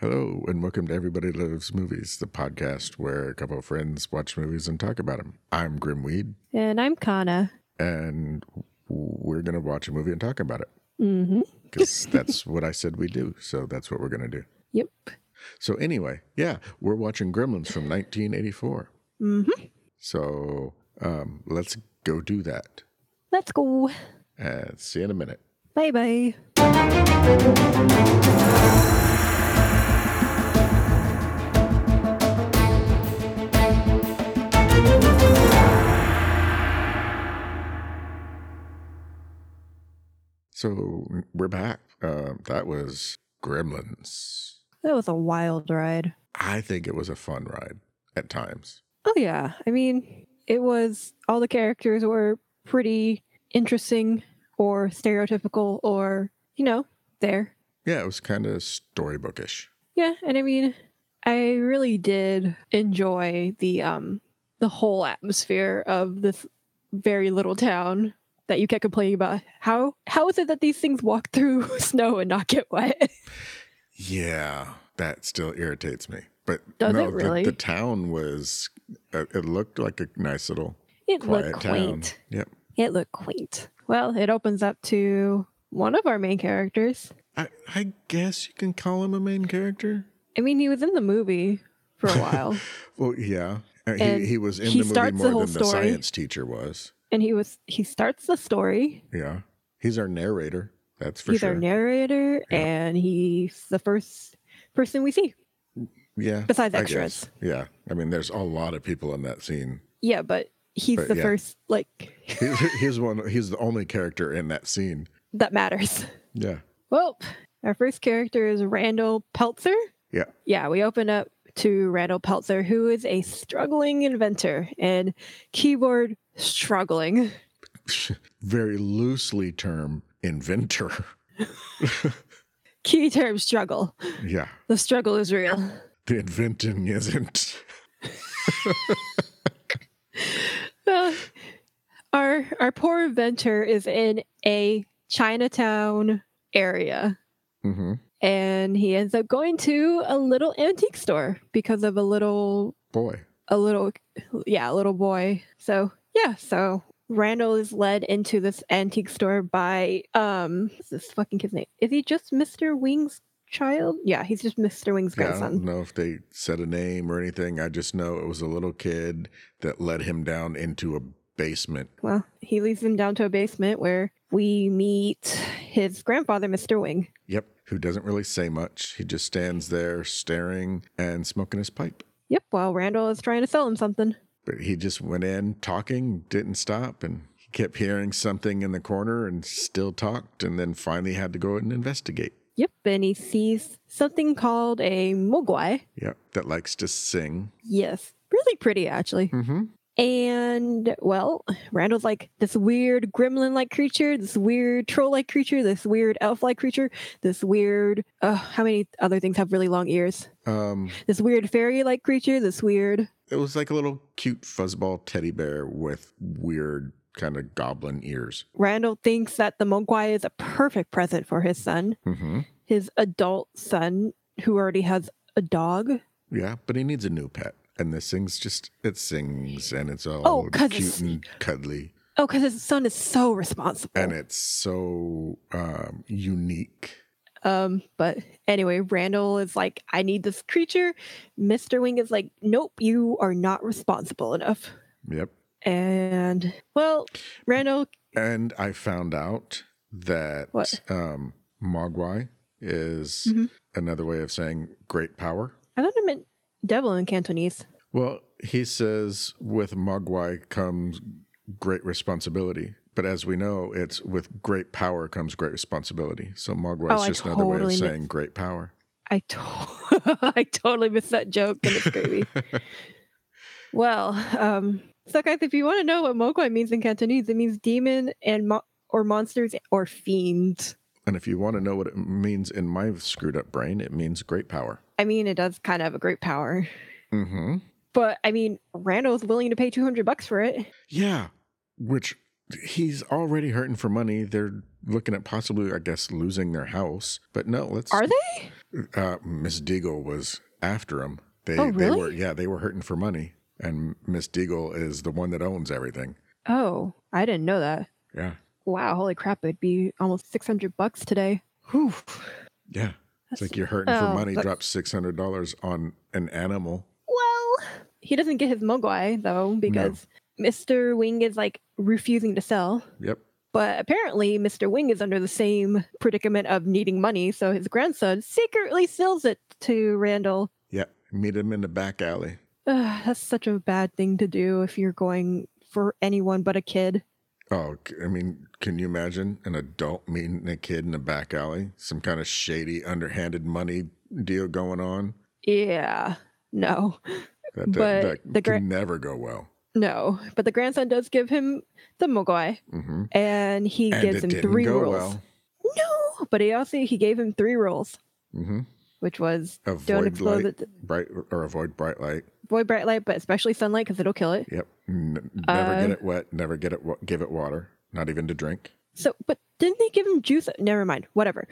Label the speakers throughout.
Speaker 1: Hello, and welcome to Everybody Loves Movies, the podcast where a couple of friends watch movies and talk about them. I'm Grimweed,
Speaker 2: And I'm Kana.
Speaker 1: and we're going to watch a movie and talk about it
Speaker 2: Mm-hmm.
Speaker 1: because that's what I said we do. So that's what we're going to do.
Speaker 2: Yep.
Speaker 1: So, anyway, yeah, we're watching Gremlins from 1984.
Speaker 2: Mm-hmm.
Speaker 1: So, um, let's go do that.
Speaker 2: Let's go.
Speaker 1: Uh, see you in a minute.
Speaker 2: Bye bye.
Speaker 1: So, we're back. Uh, that was Gremlins.
Speaker 2: That was a wild ride.
Speaker 1: I think it was a fun ride at times.
Speaker 2: Oh yeah. I mean, it was all the characters were pretty interesting or stereotypical or you know, there.
Speaker 1: Yeah, it was kind of storybookish.
Speaker 2: Yeah, and I mean, I really did enjoy the um the whole atmosphere of this very little town that you kept complaining about. How how is it that these things walk through snow and not get wet?
Speaker 1: Yeah, that still irritates me. But
Speaker 2: Does
Speaker 1: no,
Speaker 2: it
Speaker 1: the-
Speaker 2: really?
Speaker 1: the, town was, uh, it looked like a nice little
Speaker 2: It
Speaker 1: quiet
Speaker 2: looked
Speaker 1: town.
Speaker 2: quaint.
Speaker 1: Yep.
Speaker 2: It looked quaint. Well, it opens up to one of our main characters.
Speaker 1: I, I guess you can call him a main character.
Speaker 2: I mean, he was in the movie for a while,
Speaker 1: Well, yeah. Uh,
Speaker 2: And
Speaker 1: he, he was in the
Speaker 2: he
Speaker 1: movie
Speaker 2: starts the
Speaker 1: more
Speaker 2: whole
Speaker 1: than the
Speaker 2: story.
Speaker 1: science teacher was.
Speaker 2: and he was he starts the story.
Speaker 1: Yeah. He's our narrator. That's for
Speaker 2: he's
Speaker 1: sure.
Speaker 2: our narrator,
Speaker 1: Yeah.
Speaker 2: and he's the first person we see
Speaker 1: yeah.
Speaker 2: besides
Speaker 1: I
Speaker 2: extras.
Speaker 1: guess. Yeah. I mean, there's a lot of people in that scene.
Speaker 2: Yeah, but he's
Speaker 1: But
Speaker 2: the
Speaker 1: yeah.
Speaker 2: first like
Speaker 1: He's, he's one. He's the only character in that scene.
Speaker 2: that matters.
Speaker 1: Yeah.
Speaker 2: Well, our first character is Randall Peltzer.
Speaker 1: Yeah.
Speaker 2: Yeah, we open up to Randall Peltzer, who is a struggling inventor and keyboard struggling.
Speaker 1: Very loosely term inventor.
Speaker 2: Key term struggle.
Speaker 1: Yeah.
Speaker 2: The struggle is real.
Speaker 1: The inventing isn't.
Speaker 2: Uh, our our poor inventor is in a Chinatown area
Speaker 1: Mm-hmm.
Speaker 2: and he ends up going to a little antique store because of a little
Speaker 1: Boy.
Speaker 2: a little yeah a little boy so yeah so randall is led into this antique store by um what's this fucking kid's name is he just mr wing's child yeah he's just mr wing's
Speaker 1: Yeah, I don't
Speaker 2: grandson
Speaker 1: know if they said a name or anything. I just know it was a little kid that led him down into a basement.
Speaker 2: well he leads him down to a basement where we meet his grandfather mr wing
Speaker 1: Yep. Who doesn't really say much. He just stands there staring and smoking his pipe.
Speaker 2: yep while randall is trying to sell him something
Speaker 1: But he just went in talking, didn't stop, and he kept hearing something in the corner and still talked, and then finally had to go and investigate.
Speaker 2: yep and he sees something called a mogwai
Speaker 1: Yep. That likes to sing.
Speaker 2: yes really pretty actually
Speaker 1: Mm-hmm.
Speaker 2: And well, Randall's like this weird gremlin like creature, this weird troll like creature, this weird elf like creature, this weird, uh, how many other things have really long ears?
Speaker 1: Um,
Speaker 2: This weird fairy like creature, this weird,
Speaker 1: It was like a little cute fuzzball teddy bear with weird kind of goblin ears.
Speaker 2: Randall thinks that the Mogwai is a perfect present for his son,
Speaker 1: Mm-hmm.
Speaker 2: his adult son, who already has a dog.
Speaker 1: Yeah, but he needs a new pet. And this thing's just, it sings and it's all
Speaker 2: Oh, 'cause
Speaker 1: cute
Speaker 2: it's-
Speaker 1: and cuddly.
Speaker 2: Oh, because his son is so responsible.
Speaker 1: And it's so um, unique.
Speaker 2: Um, but anyway, Randall is like, I need this creature. Mr. Wing is like, Nope, you are not responsible enough.
Speaker 1: Yep.
Speaker 2: And well, Randall,
Speaker 1: And I found out that
Speaker 2: What?
Speaker 1: Um, Mogwai is
Speaker 2: Mhm.
Speaker 1: another way of saying great power.
Speaker 2: I thought I meant devil in Cantonese.
Speaker 1: Well, he says with Mogwai comes great responsibility. But as we know, it's with great power comes great responsibility. So Mogwai
Speaker 2: Oh,
Speaker 1: is
Speaker 2: I
Speaker 1: just another way of
Speaker 2: totally
Speaker 1: saying great power.
Speaker 2: I to- I totally missed that joke, and it's crazy. well, um, so guys, if you want to know what Mogwai means in Cantonese, it means demon and mo- or monsters or fiend.
Speaker 1: And if you want to know what it means in my screwed up brain, it means great power.
Speaker 2: I mean, it does kind of have a great power,
Speaker 1: Mm-hmm.
Speaker 2: but I mean, Randall's willing to pay two hundred bucks for it.
Speaker 1: Yeah. Which he's already hurting for money. They're looking at possibly, I guess, losing their house. But no, let's.
Speaker 2: Are they?
Speaker 1: Uh, Miss Deagle was after them. They, they
Speaker 2: Oh, really?
Speaker 1: were, yeah, they were hurting for money. And Miss Deagle is the one that owns everything.
Speaker 2: Oh, I didn't know that.
Speaker 1: Yeah.
Speaker 2: Wow, holy crap! It'd be almost six hundred bucks today. Whew.
Speaker 1: Yeah. It's
Speaker 2: That's-
Speaker 1: like you're hurting for
Speaker 2: Oh,
Speaker 1: money,
Speaker 2: but-
Speaker 1: drop $600 on an animal.
Speaker 2: Well, he doesn't get his Mogwai though because Mr. Wing is like refusing to sell.
Speaker 1: Yep.
Speaker 2: But apparently, Mr. Wing is under the same predicament of needing money, so his grandson secretly sells it to Randall.
Speaker 1: Yep. Meet him in the back alley.
Speaker 2: Ugh, that's such a bad thing to do if you're going for anyone but a kid.
Speaker 1: Oh, c- I mean, can you imagine an adult meeting a kid in a back alley? Some kind of shady, underhanded money deal going on?
Speaker 2: Yeah, no,
Speaker 1: That, that,
Speaker 2: But
Speaker 1: that
Speaker 2: the gra-
Speaker 1: can never go well.
Speaker 2: no. But the grandson does give him the Mogwai,
Speaker 1: hmm
Speaker 2: and he
Speaker 1: and
Speaker 2: gives
Speaker 1: it
Speaker 2: him
Speaker 1: didn't
Speaker 2: three
Speaker 1: go
Speaker 2: rolls.
Speaker 1: well.
Speaker 2: No, but he also he gave him three rolls,
Speaker 1: hmm
Speaker 2: which was don't
Speaker 1: Avoid
Speaker 2: explode
Speaker 1: light,
Speaker 2: the
Speaker 1: bright, or avoid bright light.
Speaker 2: boy bright light, but especially sunlight because it'll kill it.
Speaker 1: Yep. N- never get
Speaker 2: Uh,
Speaker 1: it wet. Never get it. wa- Give it water. Not even to drink.
Speaker 2: So, but didn't they give him juice? Never mind, whatever.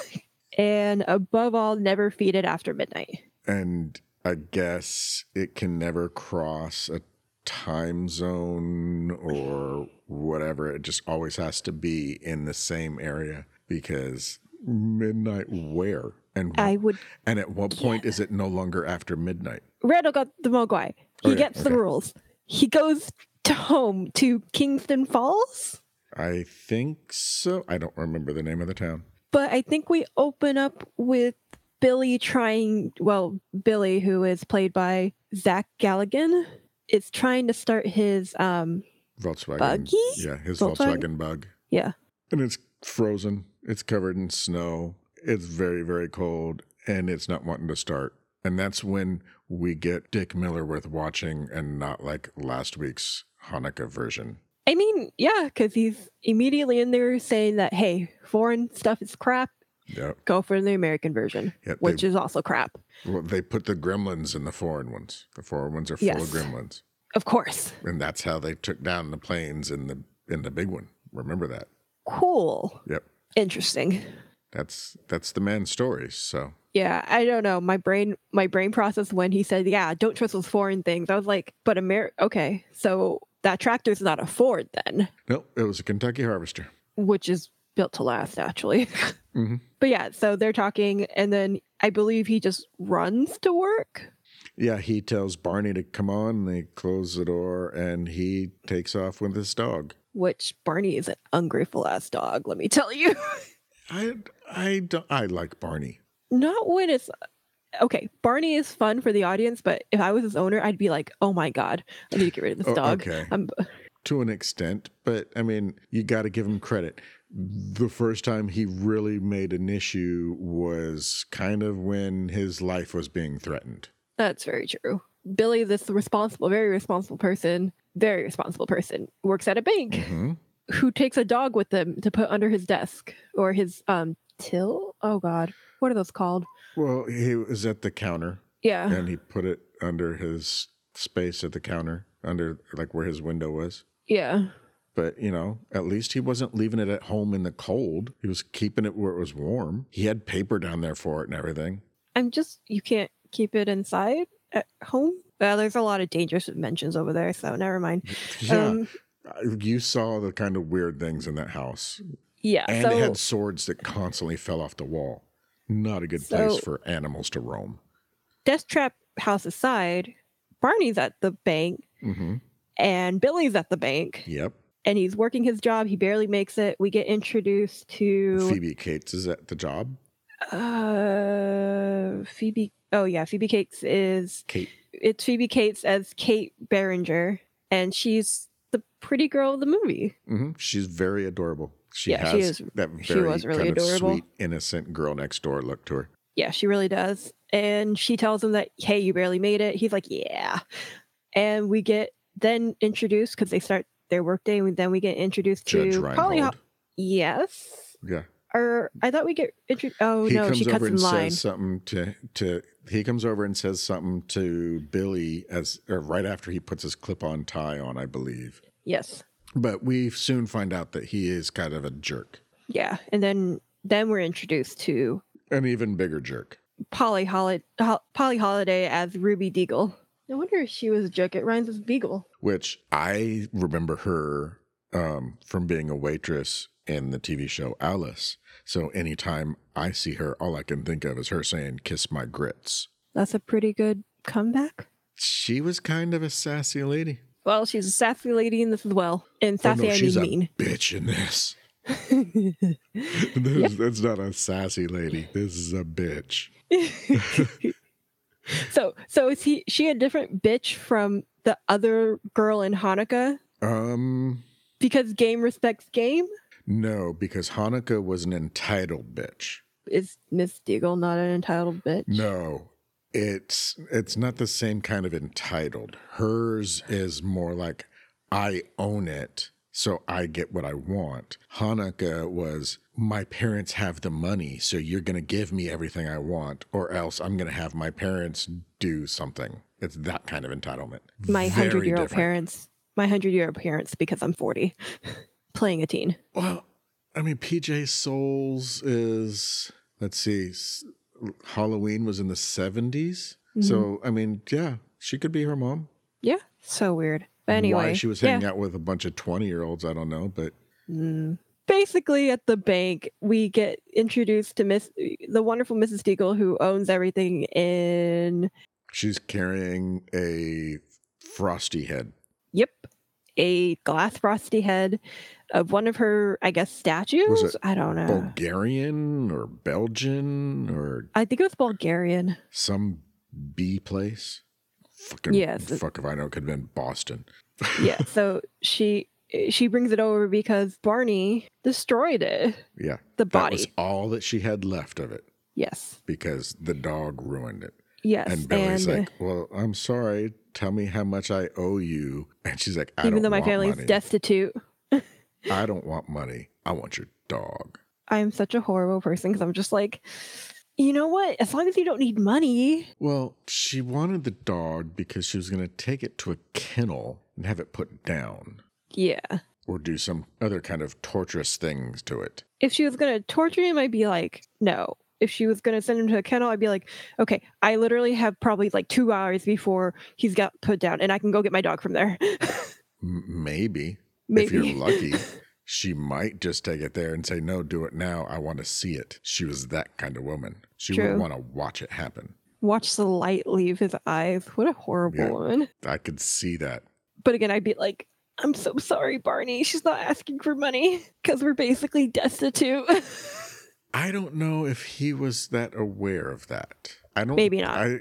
Speaker 2: and above all, never feed it after midnight.
Speaker 1: And I guess it can never cross a time zone or whatever. It just always has to be in the same area because midnight where and
Speaker 2: I would.
Speaker 1: and at what point is it no longer after midnight?
Speaker 2: Randall got the Mogwai. He
Speaker 1: Oh, yeah,
Speaker 2: gets the
Speaker 1: okay.
Speaker 2: rules. He goes to home to Kingston Falls.
Speaker 1: I think so. I don't remember the name of the town.
Speaker 2: But I think we open up with Billy trying, well, Billy, who is played by Zach Galligan, is trying to start his, um,
Speaker 1: Volkswagen.
Speaker 2: Buggy?
Speaker 1: Yeah, his
Speaker 2: Volkswagen?
Speaker 1: Volkswagen bug.
Speaker 2: yeah.
Speaker 1: And it's frozen. It's covered in snow. It's very, very cold and it's not wanting to start. And that's when we get Dick Miller worth watching and not like last week's Hanukkah version.
Speaker 2: I mean, yeah, because he's immediately in there saying that, hey, foreign stuff is crap.
Speaker 1: Yep.
Speaker 2: Go for the American version,
Speaker 1: yep.
Speaker 2: which
Speaker 1: they,
Speaker 2: is also crap.
Speaker 1: well, they put the gremlins in the foreign ones. The foreign ones are full of
Speaker 2: Yes.
Speaker 1: gremlins.
Speaker 2: Of course.
Speaker 1: And that's how they took down the planes in the in the big one. Remember that.
Speaker 2: Cool.
Speaker 1: Yep.
Speaker 2: Interesting.
Speaker 1: That's that's the man's story. So
Speaker 2: Yeah, I don't know. My brain, my brain process when he said, "Yeah, don't trust those foreign things." I was like, "But Amer, okay, so that tractor's not a Ford then,
Speaker 1: no, it was a Kentucky harvester.
Speaker 2: which is built to last, actually."
Speaker 1: Mhm.
Speaker 2: But yeah, so they're talking, and then I believe he just runs to work.
Speaker 1: Yeah, he tells Barney to come on. They close the door and he takes off with his dog.
Speaker 2: Which Barney is an ungrateful ass dog, let me tell you.
Speaker 1: I I don't I like Barney.
Speaker 2: Not when it's okay. Barney is fun for the audience, but if I was his owner, I'd be like, "Oh my god, I need to get rid of this
Speaker 1: Oh,
Speaker 2: dog."
Speaker 1: okay.
Speaker 2: I'm-
Speaker 1: To an extent, but I mean, you got to give him credit. The first time he really made an issue was kind of when his life was being threatened.
Speaker 2: That's very true. Billy, this responsible, very responsible person, very responsible person, works at a bank
Speaker 1: hmm
Speaker 2: who takes a dog with him to put under his desk or his um till. Oh God, what are those called?
Speaker 1: Well, he was at the counter
Speaker 2: Yeah, yeah.
Speaker 1: and he put it under his space at the counter, under like where his window was. But you know, at least he wasn't leaving it at home in the cold. He was keeping it where it was warm. He had paper down there for it and everything.
Speaker 2: I'm just you can't keep it inside at home. Well, there's a lot of dangerous mentions over there, so never mind.
Speaker 1: Yeah,
Speaker 2: Um,
Speaker 1: you saw the kind of weird things in that house,
Speaker 2: yeah.
Speaker 1: and
Speaker 2: so
Speaker 1: they had swords that constantly fell off the wall. Not a good place
Speaker 2: So-
Speaker 1: for animals to roam.
Speaker 2: death trap house aside, Barney's at the bank
Speaker 1: Mm-hmm.
Speaker 2: and Billy's at the bank
Speaker 1: Yep.
Speaker 2: and he's working his job. He barely makes it. We get introduced to
Speaker 1: Phoebe Cates is at the job.
Speaker 2: Uh, Phoebe. Oh yeah, Phoebe Cates is
Speaker 1: Kate.
Speaker 2: it's Phoebe Cates as Kate Berenger, and she's the pretty girl of the movie.
Speaker 1: hmm She's very adorable. She
Speaker 2: Yeah,
Speaker 1: has
Speaker 2: she is-
Speaker 1: that
Speaker 2: she
Speaker 1: very
Speaker 2: was really
Speaker 1: kind
Speaker 2: adorable.
Speaker 1: of sweet, innocent girl next door look to her.
Speaker 2: Yeah, she really does. And she tells him that hey, you barely made it. He's like, yeah. And we get then introduced because they start their workday, and then we get introduced
Speaker 1: Judge
Speaker 2: to
Speaker 1: Reinhold.
Speaker 2: Ho- Yes.
Speaker 1: yeah.
Speaker 2: Or I thought we get introduced. Oh
Speaker 1: he
Speaker 2: no,
Speaker 1: comes
Speaker 2: she cuts
Speaker 1: over
Speaker 2: in
Speaker 1: and
Speaker 2: line.
Speaker 1: says something to to he comes over and says something to Billy as or right after he puts his clip on tie on, I believe.
Speaker 2: yes.
Speaker 1: But we soon find out that he is kind of a jerk.
Speaker 2: Yeah, and then then we're introduced to
Speaker 1: An even bigger jerk.
Speaker 2: Polly Holly Hol- Polly Holiday as Ruby Deagle. No wonder she was a joke. It rhymes with beagle.
Speaker 1: which I remember her um, from being a waitress in the TV show Alice. So anytime I see her, all I can think of is her saying, Kiss my grits.
Speaker 2: That's a pretty good comeback.
Speaker 1: She was kind of a sassy lady.
Speaker 2: Well, she's a sassy lady in this as well, and
Speaker 1: Oh,
Speaker 2: sassy I
Speaker 1: she's
Speaker 2: mean mean.
Speaker 1: a bitch in this. This-
Speaker 2: Yeah.
Speaker 1: That's not a sassy lady. This is a bitch.
Speaker 2: so so is he she a different bitch from the other girl in Hanukkah?
Speaker 1: Um,
Speaker 2: Because game respects game?
Speaker 1: no, because Hanukkah was an entitled bitch.
Speaker 2: Is Miss Deagle not an entitled bitch?
Speaker 1: No, it's it's not the same kind of entitled. Hers is more like I own it, so I get what I want. Hanukkah was my parents have the money, so you're gonna give me everything I want, or else I'm gonna have my parents do something. It's that kind of entitlement. Very
Speaker 2: My hundred year old
Speaker 1: different.
Speaker 2: parents. My hundred year old parents because I'm forty. Playing a teen.
Speaker 1: Well, I mean, PJ Souls is, let's see, s- Halloween was in the 70s.
Speaker 2: Mm-hmm.
Speaker 1: So, I mean, yeah, she could be her mom.
Speaker 2: Yeah. So weird. But anyway.
Speaker 1: Why she was
Speaker 2: yeah.
Speaker 1: hanging out with a bunch of 20 year olds, I don't know, but
Speaker 2: Mm. Basically, at the bank, we get introduced to Miss, the wonderful Mrs. Deagle, who owns everything in,
Speaker 1: she's carrying a frosty head.
Speaker 2: yep, a glass frosty head of one of her, I guess, statues. I don't know.
Speaker 1: Bulgarian or Belgian or
Speaker 2: I think it was Bulgarian.
Speaker 1: some B place. Fucking,
Speaker 2: Yes.
Speaker 1: fuck if I know, could have been Boston.
Speaker 2: yeah. So she she brings it over because Barney destroyed it.
Speaker 1: Yeah.
Speaker 2: The
Speaker 1: That
Speaker 2: body.
Speaker 1: was all that she had left of it
Speaker 2: yes.
Speaker 1: because the dog ruined it.
Speaker 2: Yes.
Speaker 1: And Billy's like, Well, I'm sorry. Tell me how much I owe you. And she's like, I
Speaker 2: even
Speaker 1: don't
Speaker 2: though my
Speaker 1: want
Speaker 2: family's
Speaker 1: money.
Speaker 2: destitute,
Speaker 1: I don't want money. I want your dog.
Speaker 2: I am such a horrible person because I'm just like, you know what? As long as you don't need money,
Speaker 1: Well, she wanted the dog because she was going to take it to a kennel and have it put down
Speaker 2: yeah.
Speaker 1: or do some other kind of torturous things to it.
Speaker 2: if she was gonna torture him, I'd be like, no. If she was gonna send him to a kennel, I'd be like, okay, I literally have probably like two hours before he's got put down, and I can go get my dog from there.
Speaker 1: M- maybe,
Speaker 2: Maybe.
Speaker 1: if you're lucky, she might just take it there and say, No, do it now. I want to see it. She was that kind of woman. She would
Speaker 2: True.
Speaker 1: want to watch it happen.
Speaker 2: Watch the light leave his eyes. What a horrible
Speaker 1: Yeah.
Speaker 2: woman.
Speaker 1: I could see that.
Speaker 2: But again, I'd be like, I'm so sorry, Barney. She's not asking for money because we're basically destitute.
Speaker 1: I don't know if he was that aware of that. I don't
Speaker 2: Maybe not.
Speaker 1: I,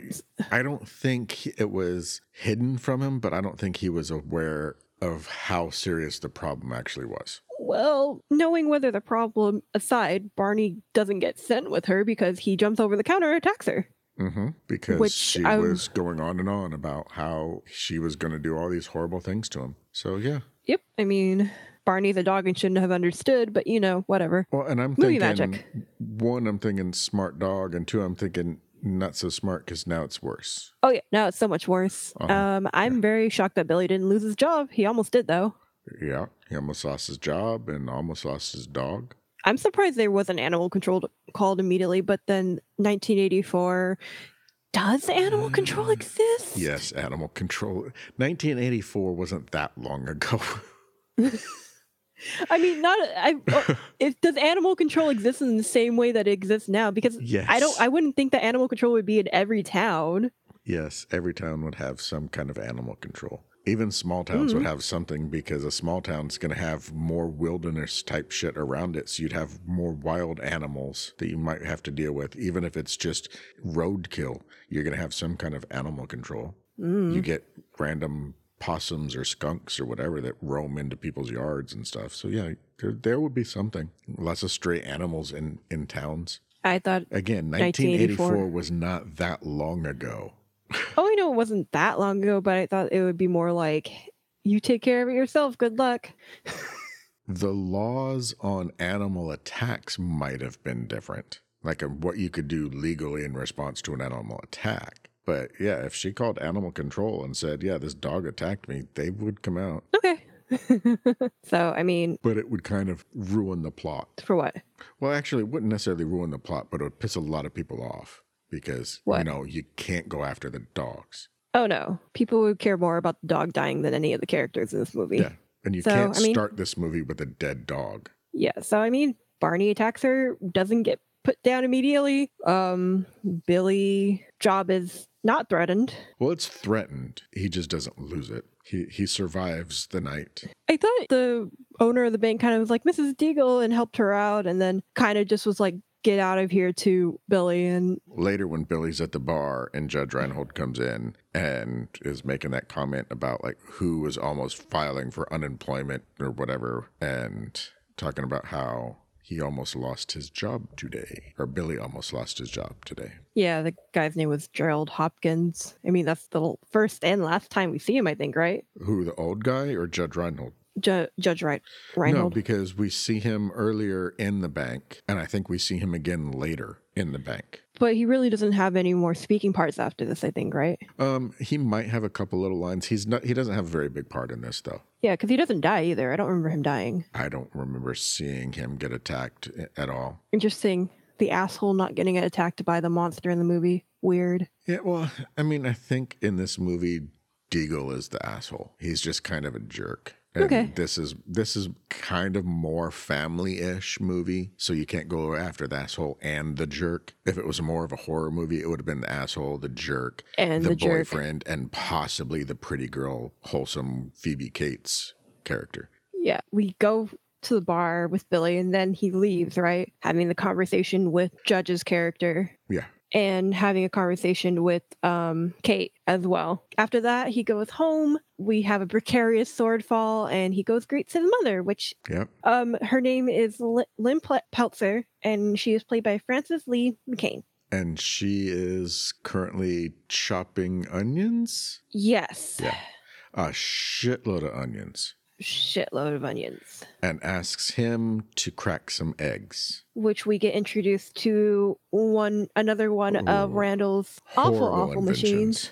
Speaker 1: I don't think it was hidden from him, but I don't think he was aware of how serious the problem actually was.
Speaker 2: well, knowing whether the problem aside, Barney doesn't get sent with her because he jumps over the counter and attacks her.
Speaker 1: Mm-hmm. Because
Speaker 2: Which,
Speaker 1: she
Speaker 2: um,
Speaker 1: was going on and on about how she was going to do all these horrible things to him. So yeah.
Speaker 2: Yep. I mean, Barney the dog and shouldn't have understood, but you know, whatever.
Speaker 1: Well, and I'm
Speaker 2: Movie
Speaker 1: thinking
Speaker 2: magic.
Speaker 1: one, I'm thinking smart dog, and two, I'm thinking not so smart because now it's worse.
Speaker 2: Oh yeah, no, it's so much worse.
Speaker 1: Uh-huh.
Speaker 2: Um, I'm very shocked that Billy didn't lose his job. He almost did though.
Speaker 1: Yeah, he almost lost his job and almost lost his dog.
Speaker 2: I'm surprised there wasn't animal control called immediately, but then 1984. Does animal control
Speaker 1: Mm,
Speaker 2: exist?
Speaker 1: Yes, animal control. 1984 wasn't that long ago.
Speaker 2: I mean, not. I. oh, it, does animal control exist in the same way that it exists now? Because
Speaker 1: yes.
Speaker 2: I don't. I wouldn't think that animal control would be in every town.
Speaker 1: Yes, every town would have some kind of animal control. Even small towns
Speaker 2: Hmm.
Speaker 1: would have something because a small town's going to have more wilderness type shit around it. So you'd have more wild animals that you might have to deal with. Even if it's just roadkill, you're going to have some kind of animal control.
Speaker 2: Mm.
Speaker 1: You get random possums or skunks or whatever that roam into people's yards and stuff. So yeah, there, there would be something. Lots of stray animals in, in towns.
Speaker 2: I thought.
Speaker 1: Again,
Speaker 2: 1984.
Speaker 1: 1984 was not that long ago.
Speaker 2: Oh, I know it wasn't that long ago, but I thought it would be more like, you take care of it yourself. Good luck.
Speaker 1: the laws on animal attacks might have been different, like of what you could do legally in response to an animal attack. But yeah, if she called animal control and said, "Yeah, this dog attacked me," they would come out.
Speaker 2: Okay. so, I mean,
Speaker 1: but it would kind of ruin the plot.
Speaker 2: for what?
Speaker 1: Well, actually, it wouldn't necessarily ruin the plot, but it would piss a lot of people off because you
Speaker 2: What?
Speaker 1: know you can't go after the dogs.
Speaker 2: Oh no, people would care more about the dog dying than any of the characters in this movie.
Speaker 1: Yeah, and you
Speaker 2: So,
Speaker 1: can't
Speaker 2: I mean-
Speaker 1: start this movie with a dead dog.
Speaker 2: Yeah, so I mean, Barney attacks her, doesn't get put down immediately. Um, Billy job is not threatened.
Speaker 1: Well, it's threatened. He just doesn't lose it. He he survives the night.
Speaker 2: I thought the owner of the bank kind of was like Mrs. Deagle and helped her out, and then kind of just was like, "Get out of here," to Billy. And
Speaker 1: Later, when Billy's at the bar and Judge Reinhold comes in and is making that comment about like who was almost filing for unemployment or whatever, and talking about how he almost lost his job today, or Billy almost lost his job today.
Speaker 2: yeah, the guy's name was Gerald Hopkins. I mean, that's the first and last time we see him, I think, right?
Speaker 1: Who the old guy or Judge Reinhold?
Speaker 2: Ju- Judge Rein-
Speaker 1: No,
Speaker 2: Reinhold.
Speaker 1: because we see him earlier in the bank, and I think we see him again later in the bank.
Speaker 2: but he really doesn't have any more speaking parts after this, I think, right?
Speaker 1: Um, he might have a couple little lines. He's not. He doesn't have a very big part in this, though.
Speaker 2: Yeah, because he doesn't die either. I don't remember him dying.
Speaker 1: I don't remember seeing him get attacked i- at all.
Speaker 2: Interesting. The asshole not getting attacked by the monster in the movie. Weird.
Speaker 1: Yeah. Well, I mean, I think in this movie, Deagle is the asshole. He's just kind of a jerk. And
Speaker 2: Okay.
Speaker 1: This is this is kind of more family-ish movie, so you can't go after the asshole and the jerk. If it was more of a horror movie, it would have been the asshole, the jerk,
Speaker 2: And
Speaker 1: the,
Speaker 2: the, jerk.
Speaker 1: boyfriend, and possibly the pretty girl, wholesome Phoebe Cates character.
Speaker 2: Yeah, we go to the bar with Billy and then he leaves, right? Having the conversation with Judge's character
Speaker 1: Yeah.
Speaker 2: and having a conversation with um, Kate as well. After that, he goes home. We have a precarious sword fall and he goes greets his mother, which
Speaker 1: Yep.
Speaker 2: um, her name is Li- Lynn Ple- Peltzer and she is played by Frances Lee McCain.
Speaker 1: And she is currently chopping onions?
Speaker 2: Yes.
Speaker 1: Yeah. A shitload of onions.
Speaker 2: Shitload of onions.
Speaker 1: And asks him to crack some eggs.
Speaker 2: which we get introduced to one another one of
Speaker 1: Ooh.
Speaker 2: Randall's awful
Speaker 1: Horrible
Speaker 2: awful machines,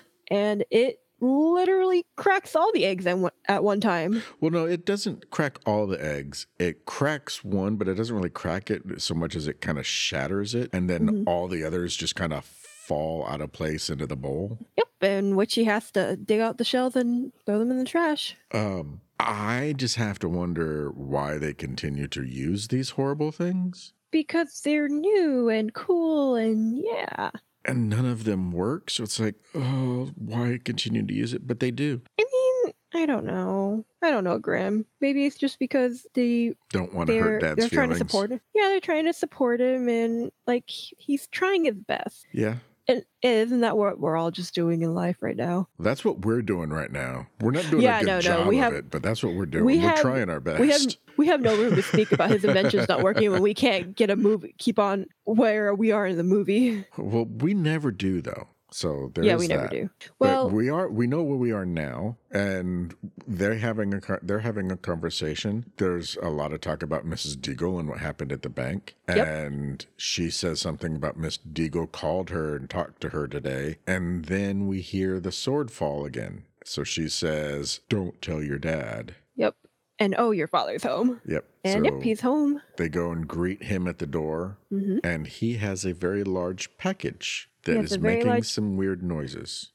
Speaker 1: inventions.
Speaker 2: and it literally cracks all the eggs at one, at one time.
Speaker 1: Well, no, it doesn't crack all the eggs. It cracks one, but it doesn't really crack it so much as it kind of shatters it. And then
Speaker 2: Mhm.
Speaker 1: all the others just kind of fall out of place into the bowl.
Speaker 2: Yep, and which he has to dig out the shells and throw them in the trash.
Speaker 1: Um, I just have to wonder why they continue to use these horrible things.
Speaker 2: Because they're new and cool and yeah.
Speaker 1: and none of them work. So it's like, oh, why continue to use it? But they do.
Speaker 2: I mean, I don't know. I don't know, Graham. Maybe it's just because the
Speaker 1: Don't want to
Speaker 2: they're
Speaker 1: hurt
Speaker 2: they're
Speaker 1: dad's
Speaker 2: trying to
Speaker 1: feelings.
Speaker 2: support him. Yeah, they're trying to support him and like he- he's trying his best.
Speaker 1: Yeah.
Speaker 2: And isn't that what we're all just doing in life right now?
Speaker 1: That's what we're doing right now. We're not doing
Speaker 2: Yeah,
Speaker 1: a good
Speaker 2: no, no,
Speaker 1: job
Speaker 2: we
Speaker 1: of
Speaker 2: have-
Speaker 1: it, but that's what we're doing.
Speaker 2: we
Speaker 1: We are
Speaker 2: have-
Speaker 1: trying our best.
Speaker 2: we have we have no room to speak about his inventions not working when we can't get a movie keep on where we are in the movie.
Speaker 1: well, we never do though. So there's
Speaker 2: yeah, we never
Speaker 1: that.
Speaker 2: do.
Speaker 1: Well,
Speaker 2: Well,
Speaker 1: but we are we know where we are now, and they're having a con- they're having a conversation. There's a lot of talk about Mrs. Deagle and what happened at the bank,
Speaker 2: Yep.
Speaker 1: and she says something about Miss Deagle called her and talked to her today, and then we hear the sword fall again. So she says, "Don't tell your dad."
Speaker 2: yep. And oh, your father's home.
Speaker 1: Yep.
Speaker 2: And
Speaker 1: so
Speaker 2: yep, he's home.
Speaker 1: they go and greet him at the door,
Speaker 2: hmm
Speaker 1: and he has a very large package that
Speaker 2: Yeah,
Speaker 1: is
Speaker 2: it's a very
Speaker 1: making
Speaker 2: large-
Speaker 1: some weird noises.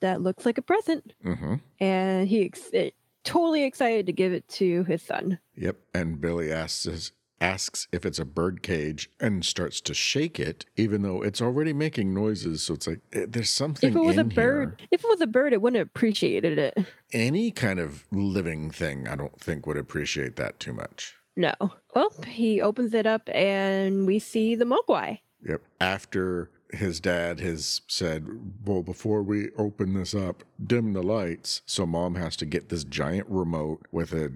Speaker 2: That looks like a present,
Speaker 1: Mm-hmm.
Speaker 2: and he ex- it, totally excited to give it to his son.
Speaker 1: Yep. And Billy asks us- asks if it's a bird cage and starts to shake it, even though it's already making noises. So it's like eh, there's something.
Speaker 2: if it was
Speaker 1: in
Speaker 2: a bird,
Speaker 1: here.
Speaker 2: if it was a bird, it wouldn't have appreciated it.
Speaker 1: any kind of living thing, I don't think would appreciate that too much.
Speaker 2: No. Well, he opens it up, and we see the mogwai.
Speaker 1: Yep. After his dad has said, "Well, before we open this up, dim the lights," so mom has to get this giant remote with a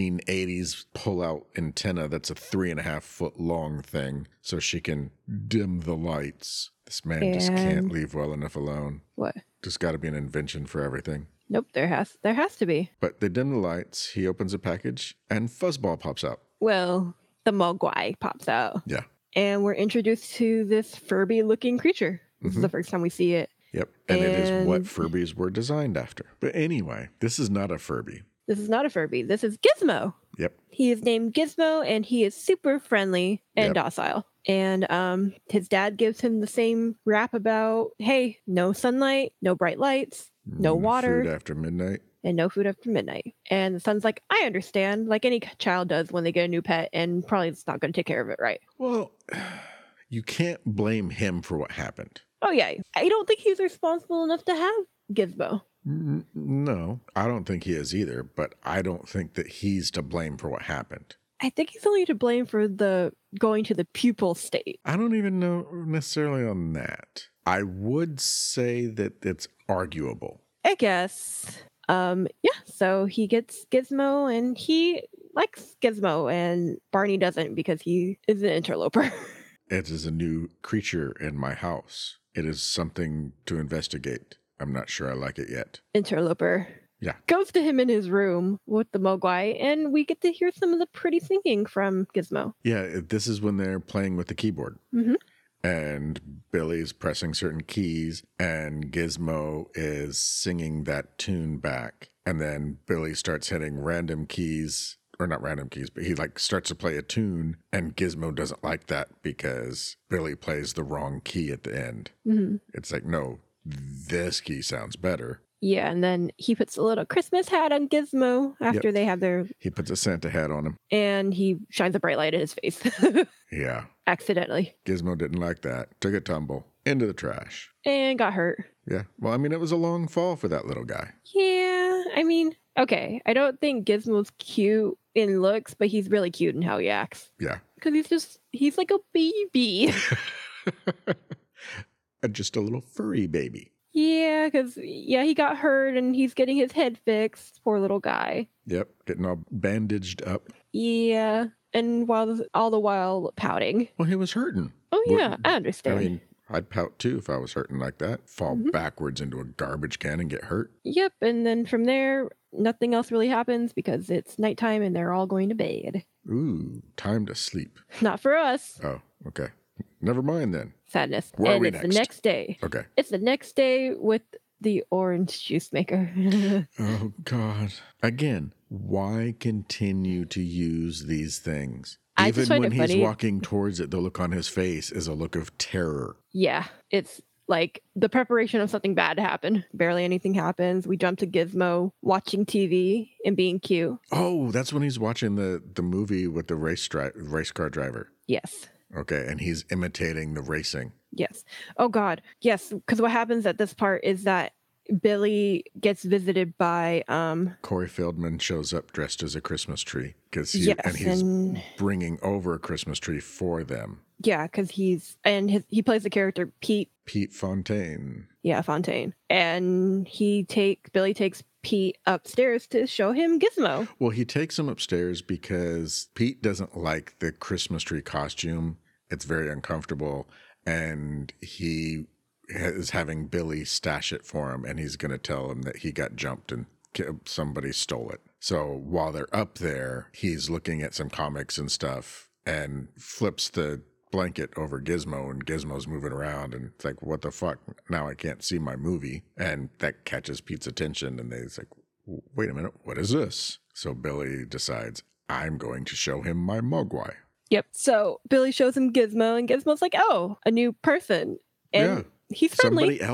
Speaker 1: 1980s pull-out antenna that's a three and a half foot long thing, so she can dim the lights. This man just can't
Speaker 2: And-
Speaker 1: leave well enough alone.
Speaker 2: What?
Speaker 1: There's got to be an invention for everything.
Speaker 2: Nope. There has there has to be.
Speaker 1: But they dim the lights. He opens a package, and fuzzball pops out.
Speaker 2: Well, the mogwai pops out.
Speaker 1: Yeah.
Speaker 2: And we're introduced to this Furby looking creature. This
Speaker 1: Mm-hmm.
Speaker 2: is the first time we see it.
Speaker 1: Yep, and it is what
Speaker 2: And-
Speaker 1: Furbies were designed after. But anyway, this is not a Furby.
Speaker 2: This is not a Furby. This is Gizmo.
Speaker 1: Yep.
Speaker 2: He is named Gizmo and he is super friendly and
Speaker 1: Yep.
Speaker 2: docile. And um, his dad gives him the same rap about hey, no sunlight, no bright lights, No water.
Speaker 1: Food after midnight.
Speaker 2: and no food after midnight. And the son's like, I understand, like any child does when they get a new pet and probably it's not going to take care of it right.
Speaker 1: Well, you can't blame him for what happened.
Speaker 2: Oh, yeah. I don't think he's responsible enough to have Gizmo.
Speaker 1: N- No, I don't think he is either, but I don't think that he's to blame for what happened.
Speaker 2: I think he's only to blame for the going to the pupil state.
Speaker 1: I don't even know necessarily on that. I would say that it's arguable.
Speaker 2: I guess. Um, yeah, so he gets Gizmo and he likes Gizmo and Barney doesn't because he is an interloper.
Speaker 1: It is a new creature in my house. It is something to investigate. I'm not sure I like it yet.
Speaker 2: interloper.
Speaker 1: Yeah.
Speaker 2: Goes to him in his room with the Mogwai and we get to hear some of the pretty singing from Gizmo.
Speaker 1: Yeah, it- this is when they're playing with the keyboard.
Speaker 2: Mhm.
Speaker 1: And Billy's pressing certain keys, and Gizmo is singing that tune back. And then Billy starts hitting random keys, or not random keys, but he like starts to play a tune, and Gizmo doesn't like that because Billy plays the wrong key at the end.
Speaker 2: hmm
Speaker 1: It's like, no, this key sounds better.
Speaker 2: Yeah, and then he puts a little Christmas hat on Gizmo after they have their
Speaker 1: He puts a Santa hat on him.
Speaker 2: and he shines a bright light in his face
Speaker 1: Yeah,
Speaker 2: accidentally
Speaker 1: Gizmo didn't like that. Took a tumble into the trash.
Speaker 2: and got hurt.
Speaker 1: Yeah. Well, I mean, it was a long fall for that little guy.
Speaker 2: Yeah, I mean, okay, I don't think Gizmo's cute in looks, but he's really cute in how he acts.
Speaker 1: Yeah.
Speaker 2: Because he's just, he's like a baby.
Speaker 1: Uh, Just a little furry baby.
Speaker 2: yeah, because, yeah, he got hurt and he's getting his head fixed. Poor little guy.
Speaker 1: Yep. Getting all bandaged up.
Speaker 2: Yeah. And while all the while pouting.
Speaker 1: Well, he was hurting.
Speaker 2: Oh,
Speaker 1: Well,
Speaker 2: yeah, I
Speaker 1: I
Speaker 2: understand.
Speaker 1: mean, I'd pout too if I was hurting like that. Fall
Speaker 2: Mhm.
Speaker 1: Oh, Oh,
Speaker 2: Oh, um, "Oh,
Speaker 1: Yes. Each one of them is a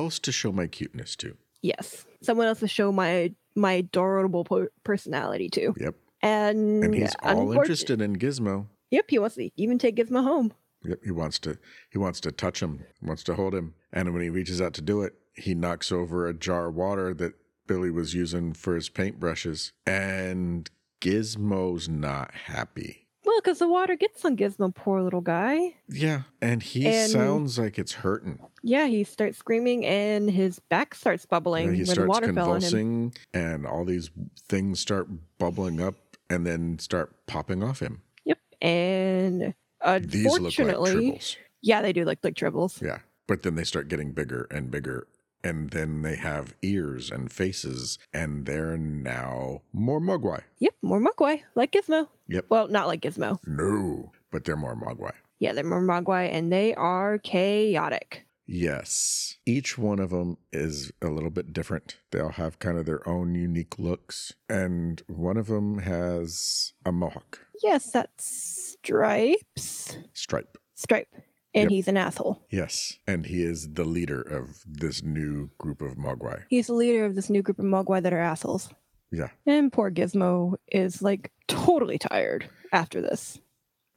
Speaker 1: little bit different. They all have kind of their own unique looks. And one of them has a mohawk
Speaker 2: Yes, that's Stripes.
Speaker 1: stripe.
Speaker 2: Stripe.
Speaker 1: Yep.
Speaker 2: And he's an asshole.
Speaker 1: Yes. And he is the leader of this new group of Mogwai.
Speaker 2: He's the leader of this new group of Mogwai that are assholes.
Speaker 1: Yeah.
Speaker 2: And poor Gizmo is like totally tired after this.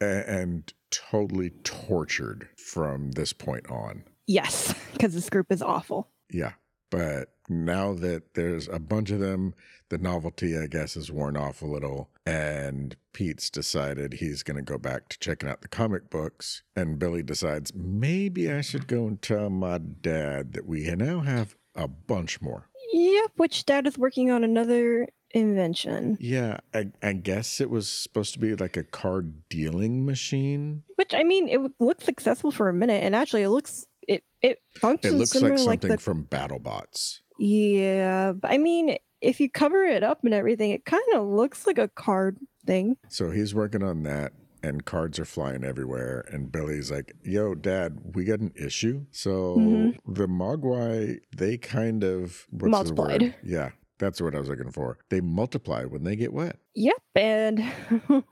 Speaker 1: A- and totally tortured from this point on.
Speaker 2: Yes, because this group is awful.
Speaker 1: Yeah. But now that there's a bunch of them, the novelty, I guess, is worn off a little. And Pete's decided he's going to go back to checking out the comic books. And Billy decides maybe I should go and tell my dad that we now have a bunch more.
Speaker 2: Yep, which dad is working on another invention.
Speaker 1: Yeah. I, I guess it was supposed to be like a card dealing machine.
Speaker 2: Which I mean, it looked successful for a minute, and actually, it looks it it
Speaker 1: It
Speaker 2: functions
Speaker 1: looks
Speaker 2: similar
Speaker 1: like something
Speaker 2: the
Speaker 1: from BattleBots.
Speaker 2: yeah. But I mean, if you cover it up and everything, it kind of looks like a card thing.
Speaker 1: So he's working on that, and cards are flying everywhere. And Billy's like, "Yo, Dad, we got an issue." So
Speaker 2: Mhm.
Speaker 1: the Mogwai, they kind of what's the
Speaker 2: Multiplied.
Speaker 1: word? Yeah, that's what I was looking for. They multiply when they get wet.
Speaker 2: Yep, and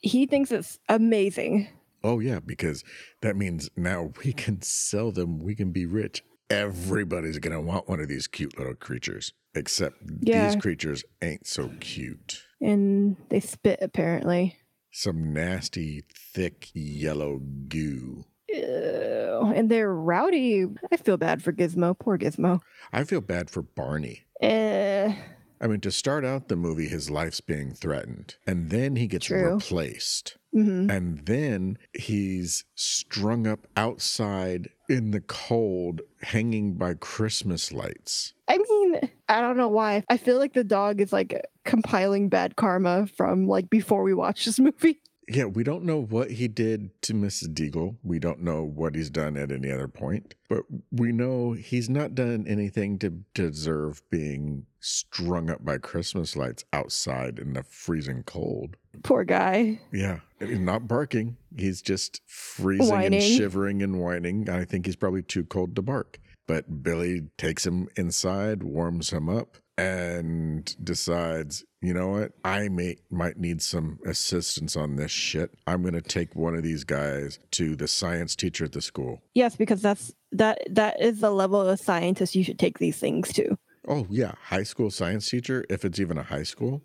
Speaker 2: he thinks it's amazing.
Speaker 1: Oh yeah, because that means now we can sell them. We can be rich. Everybody's gonna want one of these cute little creatures. Except
Speaker 2: Yeah.
Speaker 1: these creatures ain't so cute.
Speaker 2: And they spit apparently.
Speaker 1: Some nasty, thick yellow goo.
Speaker 2: Ew. And they're rowdy. I feel bad for Gizmo. Poor Gizmo.
Speaker 1: I feel bad for Barney.
Speaker 2: Uh,
Speaker 1: I mean, to start out the movie, his life's being threatened, and then he gets
Speaker 2: True.
Speaker 1: replaced,
Speaker 2: mhm.
Speaker 1: and then he's strung up outside in the cold, hanging by Christmas lights.
Speaker 2: I mean, I don't know why. I feel like the dog is like compiling bad karma from like before we watched this movie.
Speaker 1: Yeah, we don't know what he did to Mrs. Deagle. We don't know what he's done at any other point, but we know he's not done anything to deserve being strung up by Christmas lights outside in the freezing cold.
Speaker 2: Poor guy.
Speaker 1: Yeah, he's not barking. He's just freezing
Speaker 2: Whining.
Speaker 1: and shivering and whining. I think he's probably too cold to bark. But Billy takes him inside, warms him up, and decides, you know what? I may might need some assistance on this shit. I'm going to take one of these guys to the science teacher at the school.
Speaker 2: Yes, because that's that that is the level of scientist you should take these things to.
Speaker 1: Oh yeah, high school science teacher, if it's even a high school,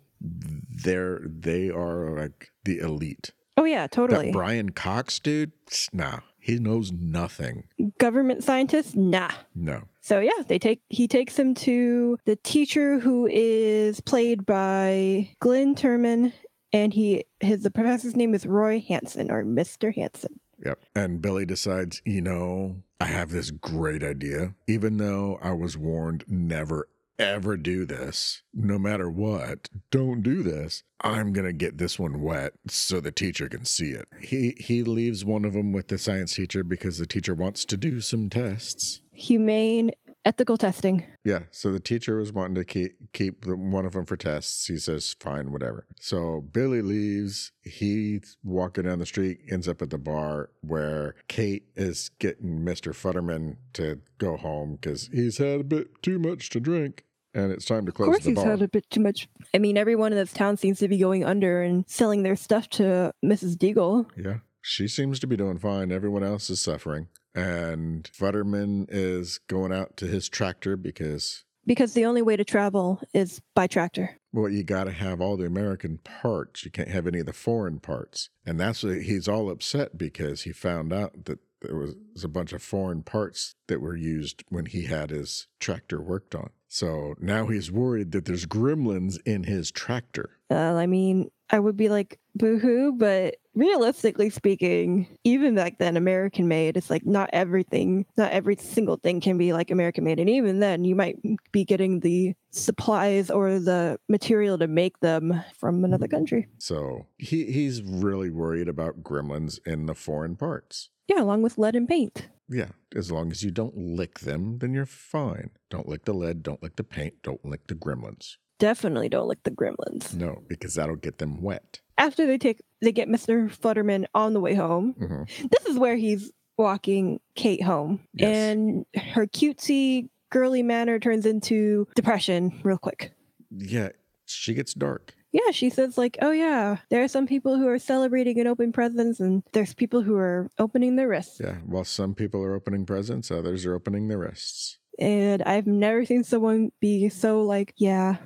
Speaker 1: they're they are like the elite.
Speaker 2: Oh yeah, totally.
Speaker 1: That Brian Cox dude, nah, he knows nothing.
Speaker 2: Government scientist? Nah.
Speaker 1: No.
Speaker 2: So yeah, they take he takes him to the teacher who is played by Glenn Turman and he his the professor's name is Roy Hansen or Mr. Hansen.
Speaker 1: Yep. And Billy decides, you know, I have this great idea. Even though I was warned never, ever do this, no matter what, don't do this. I'm going to get this one wet so the teacher can see it. He he leaves one of them with the science teacher because the teacher wants to do some tests.
Speaker 2: Humane ethical testing.
Speaker 1: Yeah, so the teacher was wanting to keep keep the, one of them for tests. He says, "Fine, whatever." So Billy leaves. He's walking down the street, ends up at the bar where Kate is getting Mister Futterman to go home because he's had a bit too much to drink, and it's time to
Speaker 2: Of
Speaker 1: close
Speaker 2: course,
Speaker 1: the
Speaker 2: he's
Speaker 1: bar.
Speaker 2: had a bit too much. I mean, everyone in this town seems to be going under and selling their stuff to Mrs. Deagle.
Speaker 1: yeah, she seems to be doing fine. Everyone else is suffering, and Futterman is going out to his tractor because
Speaker 2: Because the only way to travel is by tractor.
Speaker 1: Well, you got to have all the American parts. You can't have any of the foreign parts. And that's what he's all upset because he found out that there was a bunch of foreign parts that were used when he had his tractor worked on. So now he's worried that there's gremlins in his tractor.
Speaker 2: Uh, I mean, I would be like, boo hoo, but realistically speaking, even back then, American made, it's like not everything, not every single thing can be like American made. And even then, you might be getting the supplies or the material to make them from another country.
Speaker 1: So he, he's really worried about gremlins in the foreign parts.
Speaker 2: Yeah, along with lead and paint.
Speaker 1: Yeah, as long as you don't lick them, then you're fine. Don't lick the lead, don't lick the paint, don't lick the gremlins.
Speaker 2: Definitely don't lick the gremlins.
Speaker 1: No, because that'll get them wet.
Speaker 2: after they take they get Mr. Futterman on the way home.
Speaker 1: Mm-hmm.
Speaker 2: This is where he's walking Kate home.
Speaker 1: Yes.
Speaker 2: And her cutesy, girly manner turns into depression real quick.
Speaker 1: Yeah, she gets dark.
Speaker 2: Yeah, she says, like, oh, yeah, there are some people who are celebrating an open presence, and there's people who are opening their wrists.
Speaker 1: Yeah, while some people are opening presents, others are opening their wrists.
Speaker 2: And I've never seen someone be so like, yeah,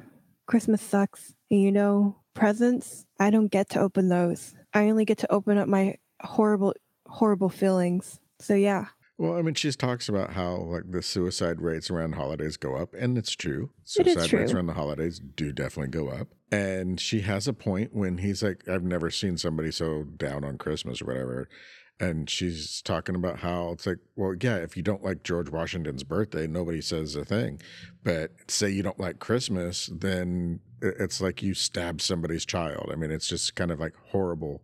Speaker 2: Christmas sucks. And you know, presents, I don't get to open those. I only get to open up my horrible, horrible feelings. So, yeah.
Speaker 1: Well, I mean, she talks about how like the suicide rates around holidays go up, and it's true.
Speaker 2: It is
Speaker 1: Suicide rates
Speaker 2: true.
Speaker 1: around the holidays do definitely go up. And she has a point when he's like, "I've never seen somebody so down on Christmas or whatever." And she's talking about how it's like, well, yeah, if you don't like George Washington's birthday, nobody says a thing. But say you don't like Christmas, then i- it's like you stab somebody's child. I mean, it's just kind of like horrible.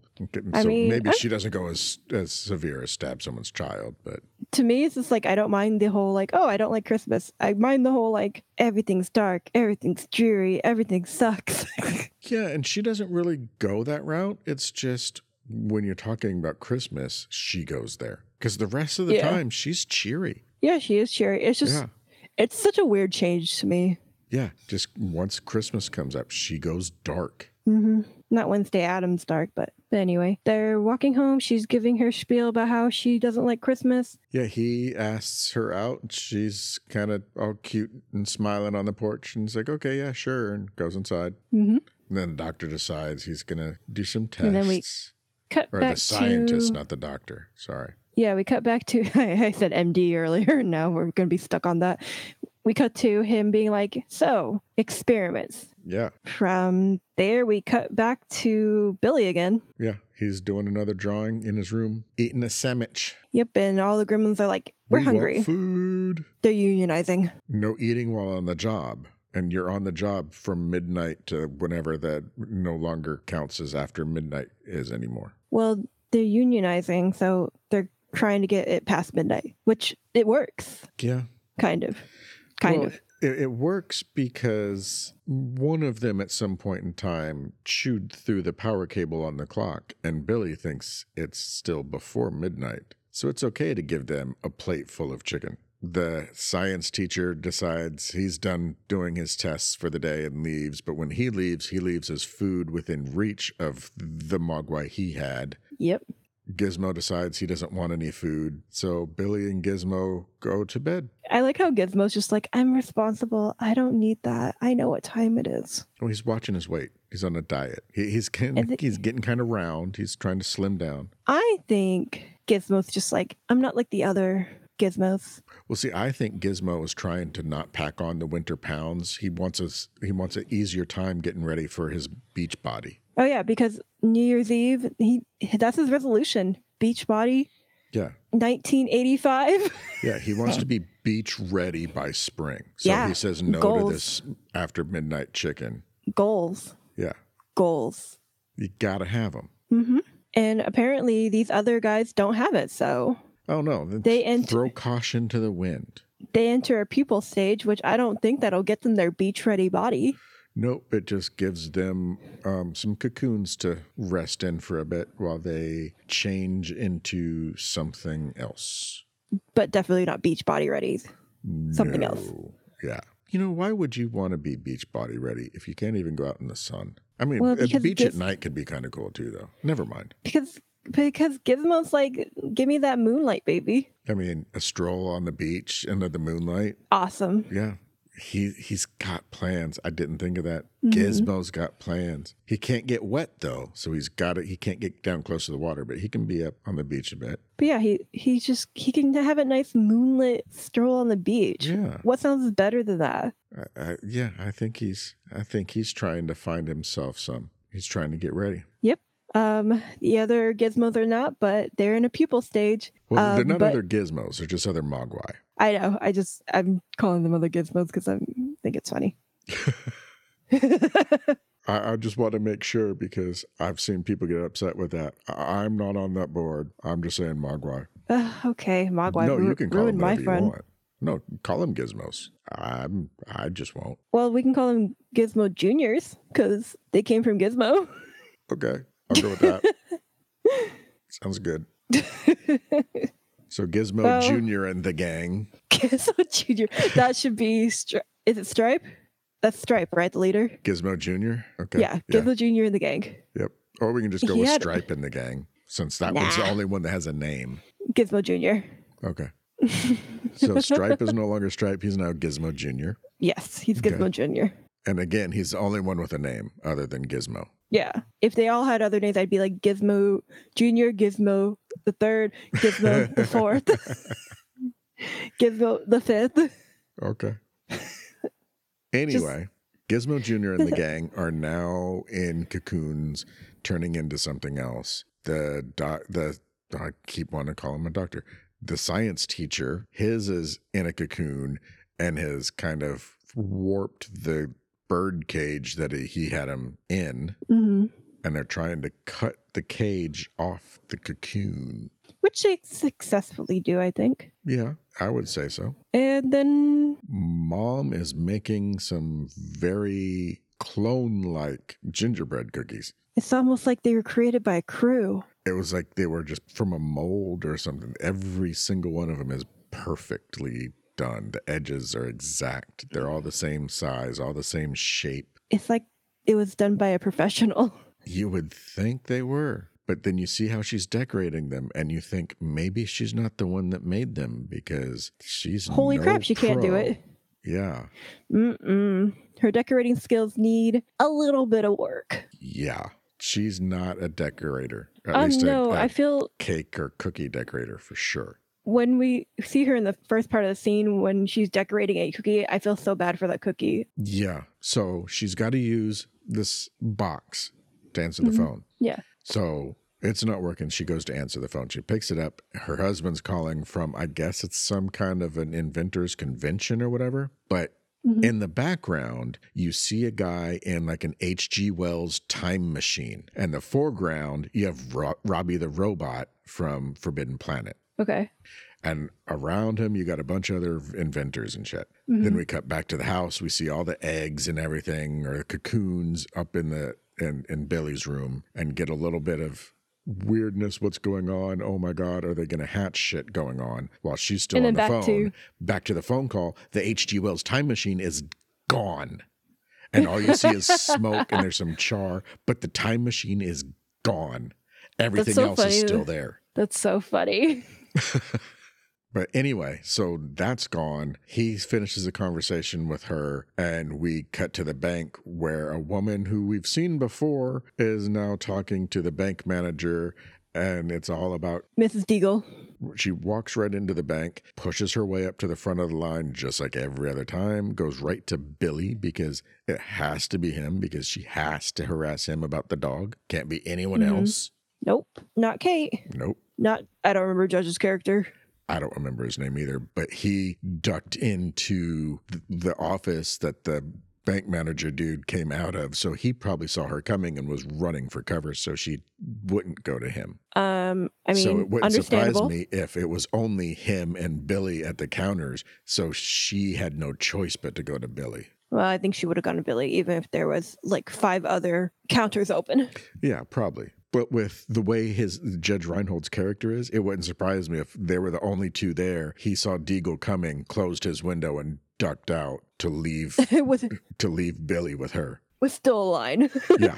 Speaker 2: I
Speaker 1: so
Speaker 2: mean,
Speaker 1: maybe
Speaker 2: I-
Speaker 1: she doesn't go as as severe as stab someone's child, but
Speaker 2: to me it's just like i don't mind the whole like oh i don't like christmas i mind the whole like everything's dark everything's dreary everything sucks
Speaker 1: Yeah, and she doesn't really go that route. It's just when you're talking about Christmas, she goes there because the rest of the
Speaker 2: Yeah.
Speaker 1: time she's cheery.
Speaker 2: yeah she is cheery it's just
Speaker 1: yeah,
Speaker 2: it's such a weird change to me
Speaker 1: yeah. Just once Christmas comes up, she goes dark.
Speaker 2: hmm not wednesday adams dark but, but anyway they're walking home she's giving her spiel about how she doesn't like christmas
Speaker 1: Yeah, he asks her out. and She's kind of all cute and smiling on the porch, and he's like, "Okay, yeah, sure," and goes inside.
Speaker 2: mm-hmm.
Speaker 1: And then the doctor decides he's gonna do some tests.
Speaker 2: And then we cut
Speaker 1: or
Speaker 2: back
Speaker 1: the scientist,
Speaker 2: to
Speaker 1: not the doctor. Sorry.
Speaker 2: yeah we cut back to I, I said md earlier now we're gonna be stuck on that we cut to him being like so experiments
Speaker 1: Yeah,
Speaker 2: From there, we cut back to Billy again.
Speaker 1: yeah. He's doing another drawing in his room, eating a sandwich.
Speaker 2: Yep, and all the gremlins are like, "We're
Speaker 1: We want
Speaker 2: hungry."
Speaker 1: food.
Speaker 2: They're unionizing.
Speaker 1: no eating while on the job and you're on the job from midnight to whenever that no longer counts as after midnight is anymore
Speaker 2: Well, they're unionizing, so they're trying to get it past midnight, which it works,
Speaker 1: yeah
Speaker 2: kind of, kind
Speaker 1: Well,
Speaker 2: of.
Speaker 1: it, it works because one of them at some point in time chewed through the power cable on the clock and billy thinks it's still before midnight so it's okay to give them a plate full of chicken the science teacher decides he's done doing his tests for the day and leaves but when he leaves he leaves his food within reach of the mogwai he had
Speaker 2: Yep.
Speaker 1: gizmo decides he doesn't want any food so billy and gizmo go to bed
Speaker 2: I like how Gizmo's just like, "I'm responsible. I don't need that. I know what time it is."
Speaker 1: Well, he's watching his weight. He's on a diet. He, he's
Speaker 2: I
Speaker 1: getting,
Speaker 2: think-
Speaker 1: he's getting kind of round. He's trying to slim down.
Speaker 2: I think Gizmo's just like, "I'm not like the other Gizmos."
Speaker 1: Well, see, I think Gizmo is trying to not pack on the winter pounds. He wants us. He wants an easier time getting ready for his beach body.
Speaker 2: Oh yeah, because New Year's Eve, he that's his resolution. Beach body
Speaker 1: Yeah,
Speaker 2: 1985.
Speaker 1: yeah. He wants to be beach ready by spring. So
Speaker 2: Yeah,
Speaker 1: he says no
Speaker 2: goals.
Speaker 1: to this after midnight chicken.
Speaker 2: Goals,
Speaker 1: Yeah,
Speaker 2: goals.
Speaker 1: you gotta have them.
Speaker 2: hmm And apparently, these other guys don't have it. So
Speaker 1: Oh no, then
Speaker 2: They ent-
Speaker 1: throw caution to the wind.
Speaker 2: they enter a pupil stage, which I don't think that'll get them their beach ready body.
Speaker 1: Nope, it just gives them um, some cocoons to rest in for a bit while they change into something else.
Speaker 2: But definitely not beach body ready. Something else.
Speaker 1: No. Yeah. You know, why would you want to be beach body ready if you can't even go out in the sun? I mean,
Speaker 2: Well,
Speaker 1: a
Speaker 2: because
Speaker 1: beach at
Speaker 2: this-
Speaker 1: night could be kind of cool too, though. Never mind.
Speaker 2: Because because Gizmo's like, give me that moonlight, baby.
Speaker 1: I mean, a stroll on the beach under the moonlight.
Speaker 2: Awesome.
Speaker 1: Yeah. He he's got plans. I didn't think of that.
Speaker 2: Mhm.
Speaker 1: Gizmo's got plans. He can't get wet though, so he's got it. He can't get down close to the water, but he can be up on the beach a bit.
Speaker 2: But yeah, he he just he can have a nice moonlit stroll on the beach.
Speaker 1: Yeah,
Speaker 2: What sounds better than that?
Speaker 1: I, I, yeah. I think he's I think he's trying to find himself some. He's trying to get ready.
Speaker 2: Um, the other gizmos are not, but they're in a pupil stage.
Speaker 1: Well, they're
Speaker 2: Um,
Speaker 1: not
Speaker 2: but-
Speaker 1: other gizmos. They're just other mogwai.
Speaker 2: I know. I just I'm calling them other gizmos because I think it's funny.
Speaker 1: I, I just want to make sure because I've seen people get upset with that. I, I'm not on that board. I'm just saying mogwai.
Speaker 2: Ugh, okay, Mogwai
Speaker 1: no,
Speaker 2: ru-
Speaker 1: you can call them
Speaker 2: ruined my
Speaker 1: whatever you
Speaker 2: friend.
Speaker 1: want. No, call them gizmos. I'm I just won't.
Speaker 2: Well, we can call them Gizmo Juniors because they came from Gizmo.
Speaker 1: Okay, I'll go with that. Sounds good. So Gizmo
Speaker 2: Well-
Speaker 1: Jr. and the gang.
Speaker 2: Gizmo Junior. That should be. Stri- is it Stripe? That's Stripe, right? The leader.
Speaker 1: Gizmo Jr. Okay.
Speaker 2: Yeah, Gizmo Junior and the gang.
Speaker 1: Or we can just go
Speaker 2: He
Speaker 1: with
Speaker 2: had-
Speaker 1: Stripe and the gang, since that one's the
Speaker 2: Nah.
Speaker 1: only one that has a name.
Speaker 2: Gizmo Junior.
Speaker 1: Okay. So Stripe is no longer Stripe. He's now Gizmo Jr.
Speaker 2: yes, he's
Speaker 1: Okay.
Speaker 2: Gizmo Junior.
Speaker 1: And again, he's the only one with a name other than Gizmo.
Speaker 2: Yeah. If they all had other names, I'd be like Gizmo Junior, Gizmo the third, Gizmo the fourth, Gizmo the fifth.
Speaker 1: Okay. Anyway, Gizmo Jr. and the gang are now in cocoons, turning into something else. The doc, the I keep wanting to call him a doctor. The science teacher, his is in a cocoon and has kind of warped the bird cage that he had him in,
Speaker 2: hmm
Speaker 1: and they're trying to cut the cage off the cocoon.
Speaker 2: Which they successfully do, I think.
Speaker 1: Yeah, I would say so.
Speaker 2: And then
Speaker 1: mom is making some very clone like gingerbread cookies.
Speaker 2: it's almost like they were created by a crew.
Speaker 1: It was like they were just from a mold or something. Every single one of them is perfectly done. The edges are exact. They're all the same size, all the same shape.
Speaker 2: It's like it was done by a professional.
Speaker 1: You would think they were. But then you see how she's decorating them, and you think maybe she's not the one that made them because she's
Speaker 2: Holy
Speaker 1: no
Speaker 2: crap, she can't do
Speaker 1: pro.
Speaker 2: it.
Speaker 1: Yeah,
Speaker 2: Mm-mm. Her decorating skills need a little bit of work.
Speaker 1: yeah, she's not a decorator. At
Speaker 2: Um,
Speaker 1: least a-
Speaker 2: no,
Speaker 1: a
Speaker 2: I feel
Speaker 1: cake or cookie decorator for sure.
Speaker 2: when we see her in the first part of the scene when she's decorating a cookie, I feel so bad for that cookie.
Speaker 1: Yeah. So she's got to use this box to answer the
Speaker 2: Mhm.
Speaker 1: phone.
Speaker 2: Yeah.
Speaker 1: So it's not working. She goes to answer the phone. She picks it up. Her husband's calling from, I guess it's some kind of an inventors convention or whatever. But
Speaker 2: Mhm.
Speaker 1: in the background, you see a guy in like an H.G. Wells time machine. And the foreground, you have Ro- Robbie the robot from Forbidden Planet.
Speaker 2: Okay.
Speaker 1: And around him, you got a bunch of other inventors and shit.
Speaker 2: Mm-hmm.
Speaker 1: Then we cut back to the house. We see all the eggs and everything, or the cocoons up in the in, in Billy's room, and get a little bit of weirdness. What's going on? Oh my God, are they going to hatch shit going on while she's still
Speaker 2: And
Speaker 1: on the
Speaker 2: then
Speaker 1: phone?
Speaker 2: back to-
Speaker 1: back to the phone call. The H.G. Wells time machine is gone, and all you see is smoke and there's some char, but the time machine is gone. Everything
Speaker 2: so
Speaker 1: else is
Speaker 2: funny.
Speaker 1: still there.
Speaker 2: That's so funny.
Speaker 1: But anyway, so that's gone. He finishes the conversation with her, and we cut to the bank where a woman who we've seen before is now talking to the bank manager. And it's all about
Speaker 2: Mrs. Deagle.
Speaker 1: she walks right into the bank, pushes her way up to the front of the line, just like every other time, goes right to Billy because it has to be him because she has to harass him about the dog. Can't be anyone
Speaker 2: Mhm.
Speaker 1: else.
Speaker 2: Nope. Not Kate.
Speaker 1: Nope.
Speaker 2: Not I don't remember Judge's character.
Speaker 1: I don't remember his name either, but he ducked into th- the office that the bank manager dude came out of. So he probably saw her coming and was running for cover so she wouldn't go to him.
Speaker 2: Um I mean
Speaker 1: so it wouldn't surprise
Speaker 2: understandable.
Speaker 1: me if it was only him and Billy at the counters. So she had no choice but to go to Billy.
Speaker 2: Well, I think she would have gone to Billy even if there was like five other counters open.
Speaker 1: Yeah, probably. But with the way his Judge Reinhold's character is, it wouldn't surprise me if they were the only two there. He saw Deagle coming, closed his window, and ducked out to leave
Speaker 2: it was
Speaker 1: to leave Billy with her.
Speaker 2: was still a line.
Speaker 1: Yeah,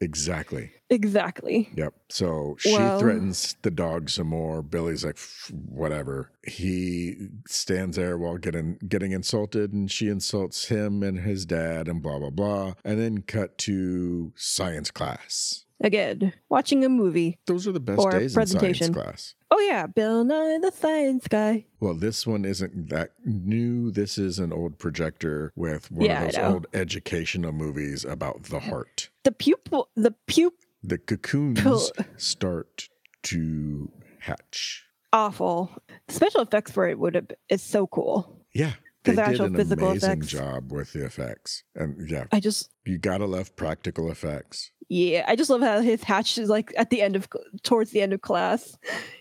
Speaker 1: exactly.
Speaker 2: exactly.
Speaker 1: Yep. So she
Speaker 2: Well-
Speaker 1: threatens the dog some more. Billy's like, "Pff, whatever. He stands there while getting getting insulted, and she insults him and his dad, and blah blah blah. And then cut to science class.
Speaker 2: Again, watching a movie.
Speaker 1: Those are the best
Speaker 2: Or
Speaker 1: days in science
Speaker 2: presentation.
Speaker 1: class.
Speaker 2: Oh yeah, Bill Nye the Science Guy.
Speaker 1: Well, this one isn't that new. This is an old projector with one
Speaker 2: Yeah, I
Speaker 1: of those
Speaker 2: know.
Speaker 1: old educational movies about the heart.
Speaker 2: The pupil the pup
Speaker 1: the cocoons
Speaker 2: Pull-
Speaker 1: start to hatch.
Speaker 2: awful. Special effects for it would have is so cool.
Speaker 1: Yeah. They
Speaker 2: 'Cause the
Speaker 1: did
Speaker 2: actual
Speaker 1: an
Speaker 2: physical
Speaker 1: amazing
Speaker 2: effects.
Speaker 1: job with the effects. And yeah,
Speaker 2: I just
Speaker 1: you gotta love practical effects.
Speaker 2: yeah, I just love how his hatch is like at the end of towards the end of class.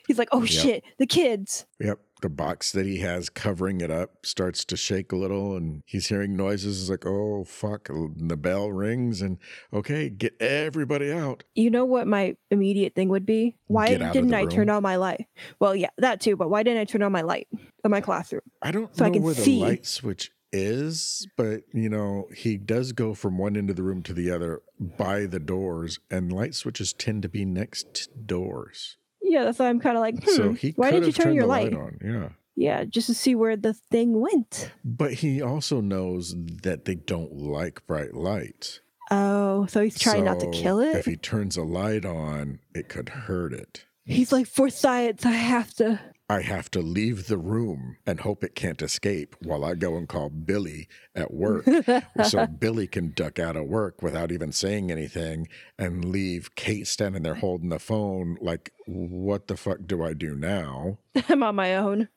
Speaker 2: He's like, "Oh
Speaker 1: Yep.
Speaker 2: shit, the kids."
Speaker 1: Yep. the box that he has covering it up starts to shake a little and he's hearing noises. It's like, oh, fuck. And the bell rings and okay, get everybody out.
Speaker 2: You know what my immediate thing would be? Why
Speaker 1: Get out of
Speaker 2: didn't
Speaker 1: the
Speaker 2: I
Speaker 1: room.
Speaker 2: turn on my light? Well, yeah, that too, but why didn't I turn on my light in my classroom?
Speaker 1: I don't
Speaker 2: So I
Speaker 1: know
Speaker 2: can
Speaker 1: where the
Speaker 2: see.
Speaker 1: light switch is, but you know, he does go from one end of the room to the other by the doors, and light switches tend to be next to doors.
Speaker 2: Yeah, that's why I'm kind of like, hmm,
Speaker 1: So he
Speaker 2: why
Speaker 1: could
Speaker 2: didn't you
Speaker 1: have
Speaker 2: turn
Speaker 1: turned
Speaker 2: your
Speaker 1: the
Speaker 2: light?
Speaker 1: light on. Yeah.
Speaker 2: Yeah, just to see where the thing went.
Speaker 1: But he also knows that they don't like bright lights.
Speaker 2: Oh, so he's trying not to
Speaker 1: So
Speaker 2: kill
Speaker 1: If
Speaker 2: it?
Speaker 1: he turns a light on, it could hurt it.
Speaker 2: He's like, for science, I have to.
Speaker 1: I have to leave the room and hope it can't escape while I go and call Billy at work so Billy can duck out of work without even saying anything and leave Kate standing there holding the phone like, what the fuck do I do now?
Speaker 2: I'm on my own.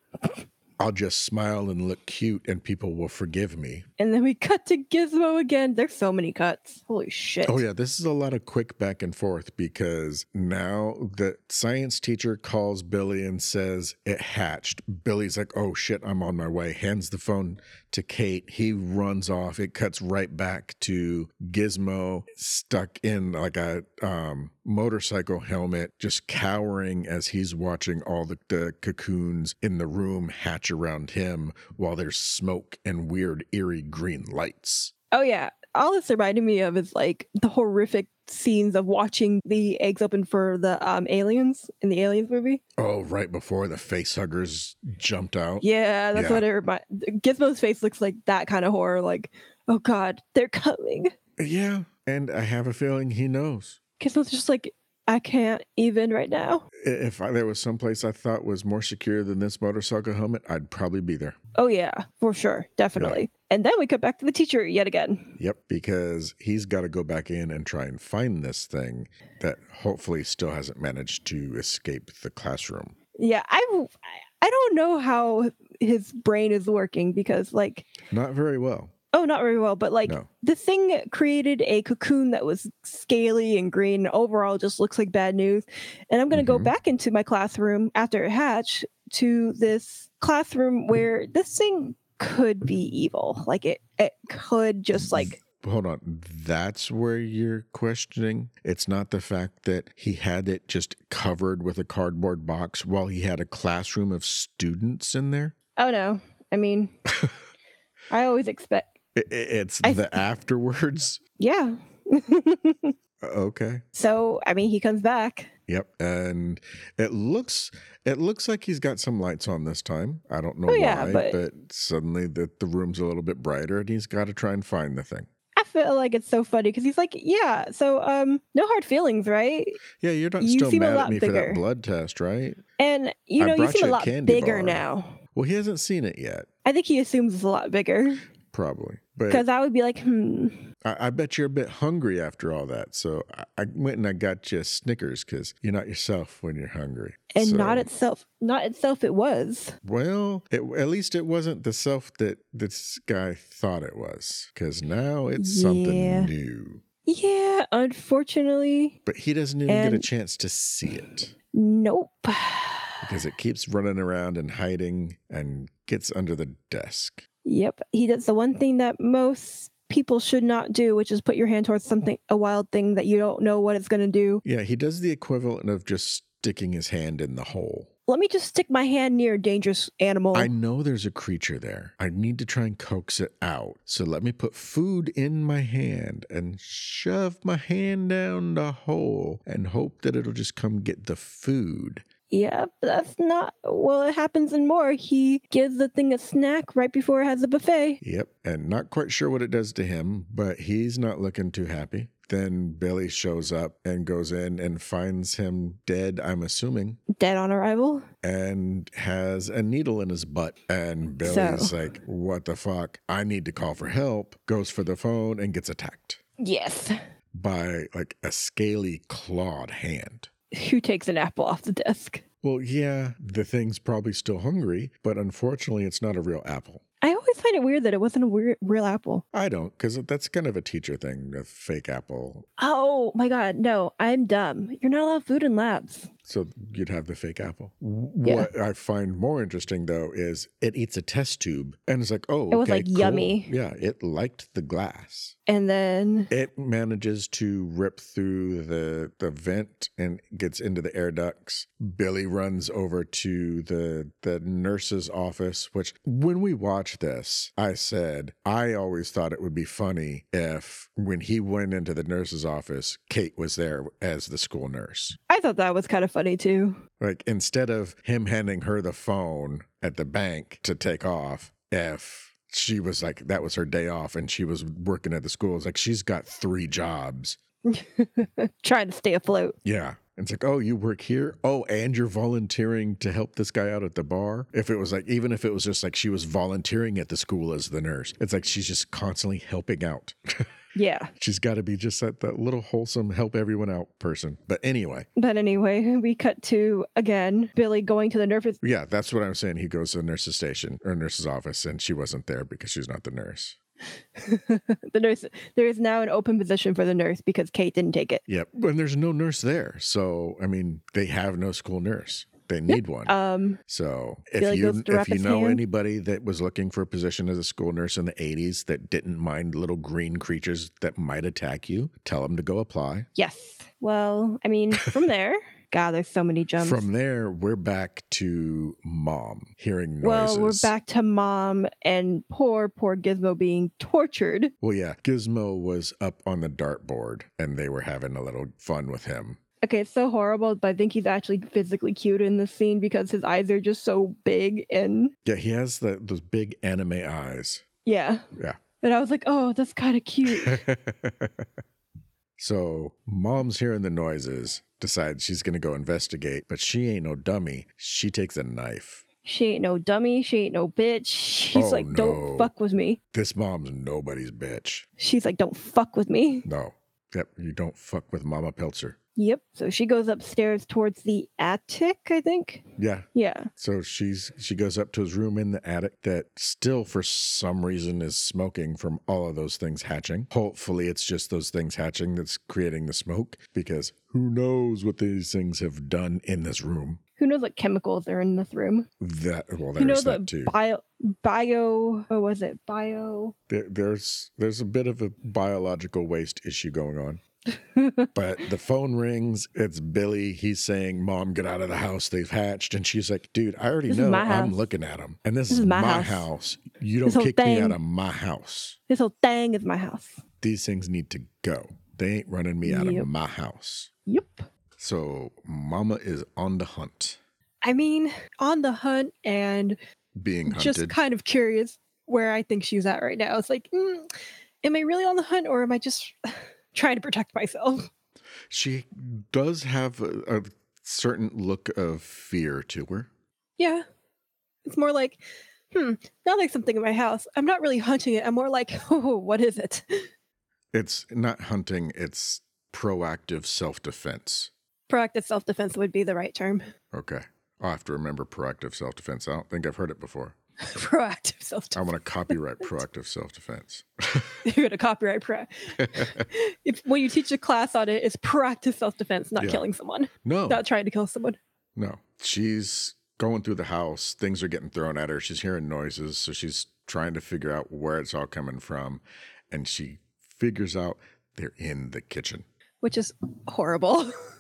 Speaker 1: I'll just smile and look cute and people will forgive me.
Speaker 2: And then we cut to Gizmo again. There's so many cuts. Holy shit.
Speaker 1: Oh, yeah, this is a lot of quick back and forth because now the science teacher calls Billy and says it hatched. Billy's like, oh shit, I'm on my way, hands the phone to Kate. He runs off. It cuts right back to Gizmo stuck in like a um, motorcycle helmet, just cowering as he's watching all the, the cocoons in the room hatch around him while there's smoke and weird, eerie green lights.
Speaker 2: Oh yeah. All this reminded me of is like the horrific scenes of watching the eggs open for the um aliens in the aliens movie.
Speaker 1: Oh, right before the face huggers jumped out.
Speaker 2: Yeah, that's
Speaker 1: Yeah.
Speaker 2: what it reminds. Gizmo's face looks like that kind of horror. Like, oh god, they're coming.
Speaker 1: Yeah, And I have a feeling he knows.
Speaker 2: Gizmo's just like, I can't even right now.
Speaker 1: I- If I, there was someplace I thought was more secure than this motorcycle helmet, I'd probably be there.
Speaker 2: Oh yeah, for sure, definitely. And then we cut back to the teacher yet again.
Speaker 1: Yep. Because he's got to go back in and try and find this thing that hopefully still hasn't managed to escape the classroom.
Speaker 2: Yeah, I, I don't know how his brain is working because like,
Speaker 1: Not very well.
Speaker 2: oh, not very well, but like.
Speaker 1: no.
Speaker 2: the thing created a cocoon that was scaly and green and overall just looks like bad news and i'm going to go
Speaker 1: Mhm.
Speaker 2: back into my classroom after it hatched to this classroom where this thing could be evil like it it could just like
Speaker 1: Hold on. That's where you're questioning. It's not the fact that he had it just covered with a cardboard box while he had a classroom of students in there.
Speaker 2: oh no i mean i always expect
Speaker 1: I- i- It's
Speaker 2: I-
Speaker 1: the afterwards.
Speaker 2: yeah
Speaker 1: Okay.
Speaker 2: so i mean he comes back
Speaker 1: Yep. And it looks it looks like he's got some lights on this time. I don't know
Speaker 2: Oh,
Speaker 1: why,
Speaker 2: yeah, but-
Speaker 1: but... suddenly the, the room's a little bit brighter and he's got to try and find the thing.
Speaker 2: i feel like it's so funny because he's like yeah so um no hard feelings right
Speaker 1: Yeah, you're not
Speaker 2: You
Speaker 1: still
Speaker 2: seem a
Speaker 1: mad
Speaker 2: lot
Speaker 1: at me for
Speaker 2: bigger.
Speaker 1: that blood test, right?
Speaker 2: and you
Speaker 1: I
Speaker 2: know you
Speaker 1: brought
Speaker 2: seem
Speaker 1: you a
Speaker 2: a lot
Speaker 1: candy
Speaker 2: bigger
Speaker 1: bar.
Speaker 2: now
Speaker 1: Well, he hasn't seen it yet,
Speaker 2: i think he assumes it's a lot bigger
Speaker 1: probably. But
Speaker 2: Because I would be like, hmm.
Speaker 1: I, I bet you're a bit hungry after all that. So I, I went and I got you a Snickers because you're not yourself when you're hungry.
Speaker 2: And
Speaker 1: So-
Speaker 2: not itself, not itself, it was.
Speaker 1: well. It, at least it wasn't the self that this guy thought it was because now it's
Speaker 2: Yeah.
Speaker 1: something new.
Speaker 2: Yeah, unfortunately,
Speaker 1: But he doesn't even get a
Speaker 2: And-
Speaker 1: chance to see it
Speaker 2: nope.
Speaker 1: because it keeps running around and hiding and gets under the desk.
Speaker 2: Yep, he does the one thing that most people should not do, which is put your hand towards something, a wild thing that you don't know what it's going to do.
Speaker 1: Yeah, he does the equivalent of just sticking his hand in the hole.
Speaker 2: Let me just stick my hand near a dangerous animal.
Speaker 1: I know there's a creature there. I need to try and coax it out. So let me put food in my hand and shove my hand down the hole and hope that it'll just come get the food.
Speaker 2: yeah, but that's not. Well, it happens and more. He gives the thing a snack right before it has a buffet.
Speaker 1: Yep. And not quite sure what it does to him, but he's not looking too happy. Then Billy shows up and goes in and finds him dead, I'm assuming,
Speaker 2: Dead on arrival.
Speaker 1: and has a needle in his butt. And Billy's
Speaker 2: So-
Speaker 1: like, What the fuck? I need to call for help. Goes for the phone and gets attacked.
Speaker 2: Yes.
Speaker 1: by like a scaly clawed hand.
Speaker 2: Who takes an apple off the desk?
Speaker 1: Well, yeah, the thing's probably still hungry, but unfortunately, it's not a real apple.
Speaker 2: I always I find it weird that it wasn't a weir- real apple.
Speaker 1: I don't, because that's kind of a teacher thing, a fake apple.
Speaker 2: Oh my god, no, I'm dumb. You're not allowed food in labs.
Speaker 1: So you'd have the fake apple.
Speaker 2: Yeah.
Speaker 1: What I find more interesting though is it eats a test tube and it's like, oh,
Speaker 2: It was,
Speaker 1: okay,
Speaker 2: like,
Speaker 1: cool.
Speaker 2: yummy.
Speaker 1: Yeah, it liked the glass.
Speaker 2: And then
Speaker 1: It manages to rip through the the vent and gets into the air ducts. Billy runs over to the the nurse's office, which when we watched this, I said I always thought it would be funny if when he went into the nurse's office, Kate was there as the school nurse.
Speaker 2: I thought that was kind of funny too.
Speaker 1: Like instead of him handing her the phone at the bank to take off, if she was like that was her day off and she was working at the school, it's like she's got three jobs.
Speaker 2: Trying to stay afloat.
Speaker 1: Yeah. And it's like, oh, you work here? Oh, and you're volunteering to help this guy out at the bar? If it was like, even if it was just like she was volunteering at the school as the nurse, it's like she's just constantly helping out.
Speaker 2: Yeah.
Speaker 1: she's got to be just that, that little wholesome, help everyone out person. But anyway,
Speaker 2: But anyway, we cut to again Billy going to the nurse
Speaker 1: Yeah, that's what I'm saying. He goes to the nurse's station or nurse's office, and she wasn't there because she's not the nurse.
Speaker 2: the nurse there is now an open position for the nurse because Kate didn't take it.
Speaker 1: Yep. And there's no nurse there. So, I mean, they have no school nurse. They need one.
Speaker 2: Um
Speaker 1: so, if
Speaker 2: Billy goes
Speaker 1: you
Speaker 2: to wrap
Speaker 1: if you
Speaker 2: his
Speaker 1: know
Speaker 2: hand.
Speaker 1: anybody that was looking for a position as a school nurse in the 80s that didn't mind little green creatures that might attack you, tell them to go apply.
Speaker 2: yes. Well, I mean from there. God, there's so many jumps.
Speaker 1: From there, we're back to mom hearing noises.
Speaker 2: well, we're back to mom and poor, poor Gizmo being tortured.
Speaker 1: Well, yeah, Gizmo was up on the dartboard, and they were having a little fun with him.
Speaker 2: Okay, it's so horrible, but I think he's actually physically cute in this scene because his eyes are just so big and
Speaker 1: Yeah, he has the, those big anime eyes.
Speaker 2: yeah.
Speaker 1: Yeah.
Speaker 2: And I was like, oh, that's kind of cute.
Speaker 1: so mom's hearing the noises, decides she's going to go investigate, but she ain't no dummy. She takes a knife.
Speaker 2: she ain't no dummy. She ain't no bitch. She's
Speaker 1: Oh,
Speaker 2: like,
Speaker 1: no.
Speaker 2: don't fuck with me.
Speaker 1: This mom's nobody's bitch.
Speaker 2: She's like, don't fuck with me.
Speaker 1: No. Yep, you don't fuck with Mama Peltzer.
Speaker 2: Yep. So she goes upstairs towards the attic, I think.
Speaker 1: Yeah.
Speaker 2: Yeah.
Speaker 1: So she's she goes up to his room in the attic that still for some reason is smoking from all of those things hatching. Hopefully it's just those things hatching that's creating the smoke because who knows what these things have done in this room.
Speaker 2: Who knows what chemicals are in this room?
Speaker 1: That well, there's
Speaker 2: you know
Speaker 1: that too.
Speaker 2: the bio, bio, what was it? Bio.
Speaker 1: there, there's there's a bit of a biological waste issue going on. but the phone rings. It's Billy. He's saying, "Mom, get out of the house. They've hatched." And she's like, "Dude, I already
Speaker 2: This is
Speaker 1: know.
Speaker 2: my
Speaker 1: I'm
Speaker 2: house.
Speaker 1: looking at them, and this,
Speaker 2: This
Speaker 1: is,
Speaker 2: is
Speaker 1: my
Speaker 2: my
Speaker 1: house.
Speaker 2: house.
Speaker 1: You
Speaker 2: This
Speaker 1: don't
Speaker 2: whole
Speaker 1: kick me
Speaker 2: thing.
Speaker 1: out of my house.
Speaker 2: This whole thing is my house.
Speaker 1: These things need to go. They ain't running me out
Speaker 2: Yep.
Speaker 1: of my house."
Speaker 2: Yep.
Speaker 1: So Mama is on the hunt,
Speaker 2: I mean, on the hunt and
Speaker 1: being hunted.
Speaker 2: just kind of curious where I think she's at right now. It's like, mm, am I really on the hunt or am I just trying to protect myself?
Speaker 1: she does have a, a certain look of fear to her.
Speaker 2: Yeah. It's more like, hmm, now there's something in my house. I'm not really hunting it. I'm more like, oh, what is it?
Speaker 1: It's not hunting, it's proactive self defense.
Speaker 2: Proactive self defense would be the right term.
Speaker 1: Okay. I'll have to remember proactive self defense. I don't think I've heard it before.
Speaker 2: Proactive self
Speaker 1: I
Speaker 2: defense.
Speaker 1: want to copyright proactive self defense.
Speaker 2: You're going to copyright pro. if, when you teach a class on it, it's proactive self defense, not
Speaker 1: Yeah. Oh.
Speaker 2: killing someone,
Speaker 1: No,
Speaker 2: not trying to kill someone.
Speaker 1: no. She's going through the house. Things are getting thrown at her. She's hearing noises. So she's trying to figure out where it's all coming from. And she figures out they're in the kitchen.
Speaker 2: Which is horrible.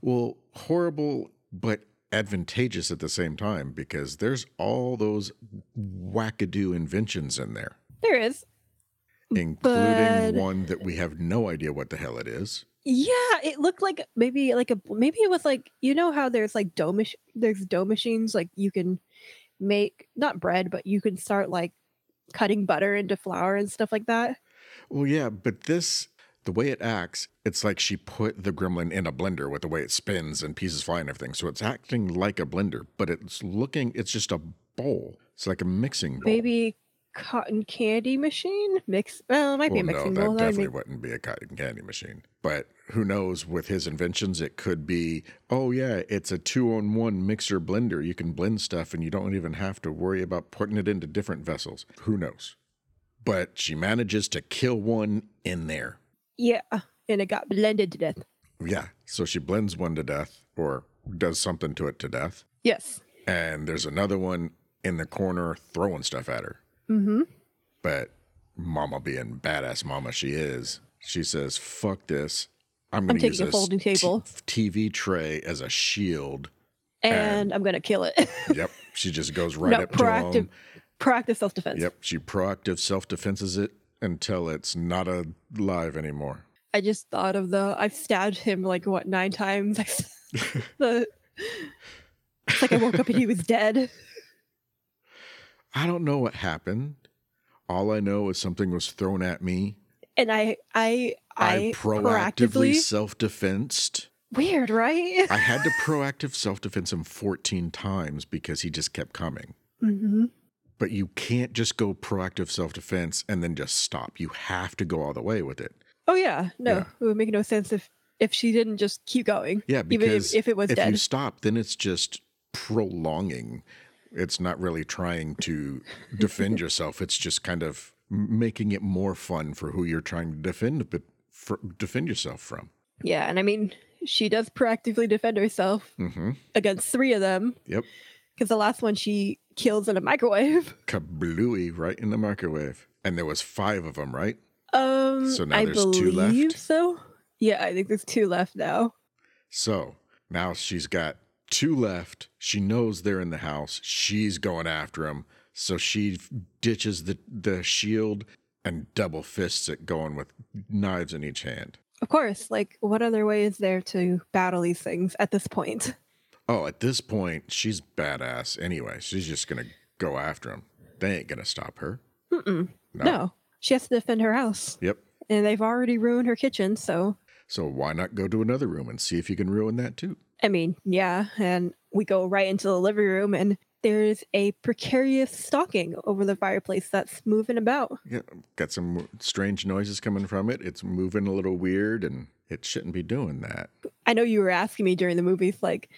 Speaker 1: Well, horrible, but advantageous at the same time because there's all those wackadoo inventions in there.
Speaker 2: there is.
Speaker 1: including
Speaker 2: But-
Speaker 1: one that we have no idea what the hell it is.
Speaker 2: Yeah, it looked like maybe like a maybe it was like you know how there's like dough mach- there's dough machines like you can make not bread but you can start like cutting butter into flour and stuff like
Speaker 1: Oh.
Speaker 2: that.
Speaker 1: Well, yeah, but this, the way it acts, it's like she put the gremlin in a blender with the way it spins and pieces fly and everything. So it's acting like a blender, but it's looking, it's just a bowl. It's like a mixing bowl.
Speaker 2: Maybe cotton candy machine mix. Well, it might be a
Speaker 1: well, Oh, no,
Speaker 2: mixing
Speaker 1: that
Speaker 2: bowl. That would
Speaker 1: definitely
Speaker 2: make-
Speaker 1: wouldn't be a cotton candy machine. But who knows? With his inventions, it could be. Oh yeah, it's a two-on-one mixer blender. You can blend stuff, and you don't even have to worry about putting it into different vessels. Who knows? But she manages to kill one in there.
Speaker 2: yeah, uh, and it got blended to death.
Speaker 1: Yeah. So she blends one to death, or does something to it to death,
Speaker 2: Yes.
Speaker 1: and there's another one in the corner throwing stuff at her.
Speaker 2: Mm-hmm.
Speaker 1: But Mama, being badass Mama she is, she says, "Fuck this! I'm going to
Speaker 2: taking
Speaker 1: use
Speaker 2: a
Speaker 1: this
Speaker 2: folding table."
Speaker 1: t- TV tray as a shield."
Speaker 2: And, I'm gonna kill it.
Speaker 1: Yep, she just goes right
Speaker 2: no,
Speaker 1: up to
Speaker 2: proactive,
Speaker 1: him.
Speaker 2: proactive self defense.
Speaker 1: Yep, she proactive self defenses it until it's not alive anymore.
Speaker 2: I just thought of the I've stabbed him like what nine times. the it's like I woke up and he was dead.
Speaker 1: I don't know what happened. All I know is something was thrown at me.
Speaker 2: And I I I,
Speaker 1: I, proactively
Speaker 2: proactively,
Speaker 1: self defensed.
Speaker 2: weird, right?
Speaker 1: I had to proactive self defense him 14 times because he just kept coming.
Speaker 2: hmm
Speaker 1: but you can't just go proactive self defense and then just stop. You have to go all the way with it.
Speaker 2: Oh yeah, no,
Speaker 1: Yeah.
Speaker 2: it would make no sense if if she didn't just keep going,
Speaker 1: Yeah,
Speaker 2: even
Speaker 1: because
Speaker 2: if, if it was
Speaker 1: if
Speaker 2: dead.
Speaker 1: you stop, then it's just prolonging. It's not really trying to defend yourself. It's just kind of making it more fun for who you're trying to defend, but for, defend yourself from.
Speaker 2: Yeah, and I mean she does proactively defend herself
Speaker 1: Mm-hmm.
Speaker 2: against three of them
Speaker 1: Yep,
Speaker 2: because the last one she kills in a microwave.
Speaker 1: kablooey right in the microwave, and there was five of them, right?
Speaker 2: Um,
Speaker 1: So now
Speaker 2: I
Speaker 1: there's two
Speaker 2: believe
Speaker 1: left?
Speaker 2: so. Yeah, I think there's two left now.
Speaker 1: So now she's got two left. She knows they're in the house. She's going after him. So she f- ditches the, the shield and double fists it, going with knives in each hand.
Speaker 2: Of course, like what other way is there to battle these things at this point?
Speaker 1: Oh, at this point, she's badass anyway. She's just going to go after him. They ain't going to stop her.
Speaker 2: Mm-mm.
Speaker 1: No.
Speaker 2: No, she has to defend her house,
Speaker 1: Yep.
Speaker 2: and they've already ruined her kitchen. So,
Speaker 1: So why not go to another room and see if you can ruin that too?
Speaker 2: I mean, yeah, and we go right into the living room, and there's a precarious stocking over the fireplace that's moving about.
Speaker 1: Yeah, got some strange noises coming from it. It's moving a little weird and it shouldn't be doing that.
Speaker 2: I know you were asking me during the movies, like,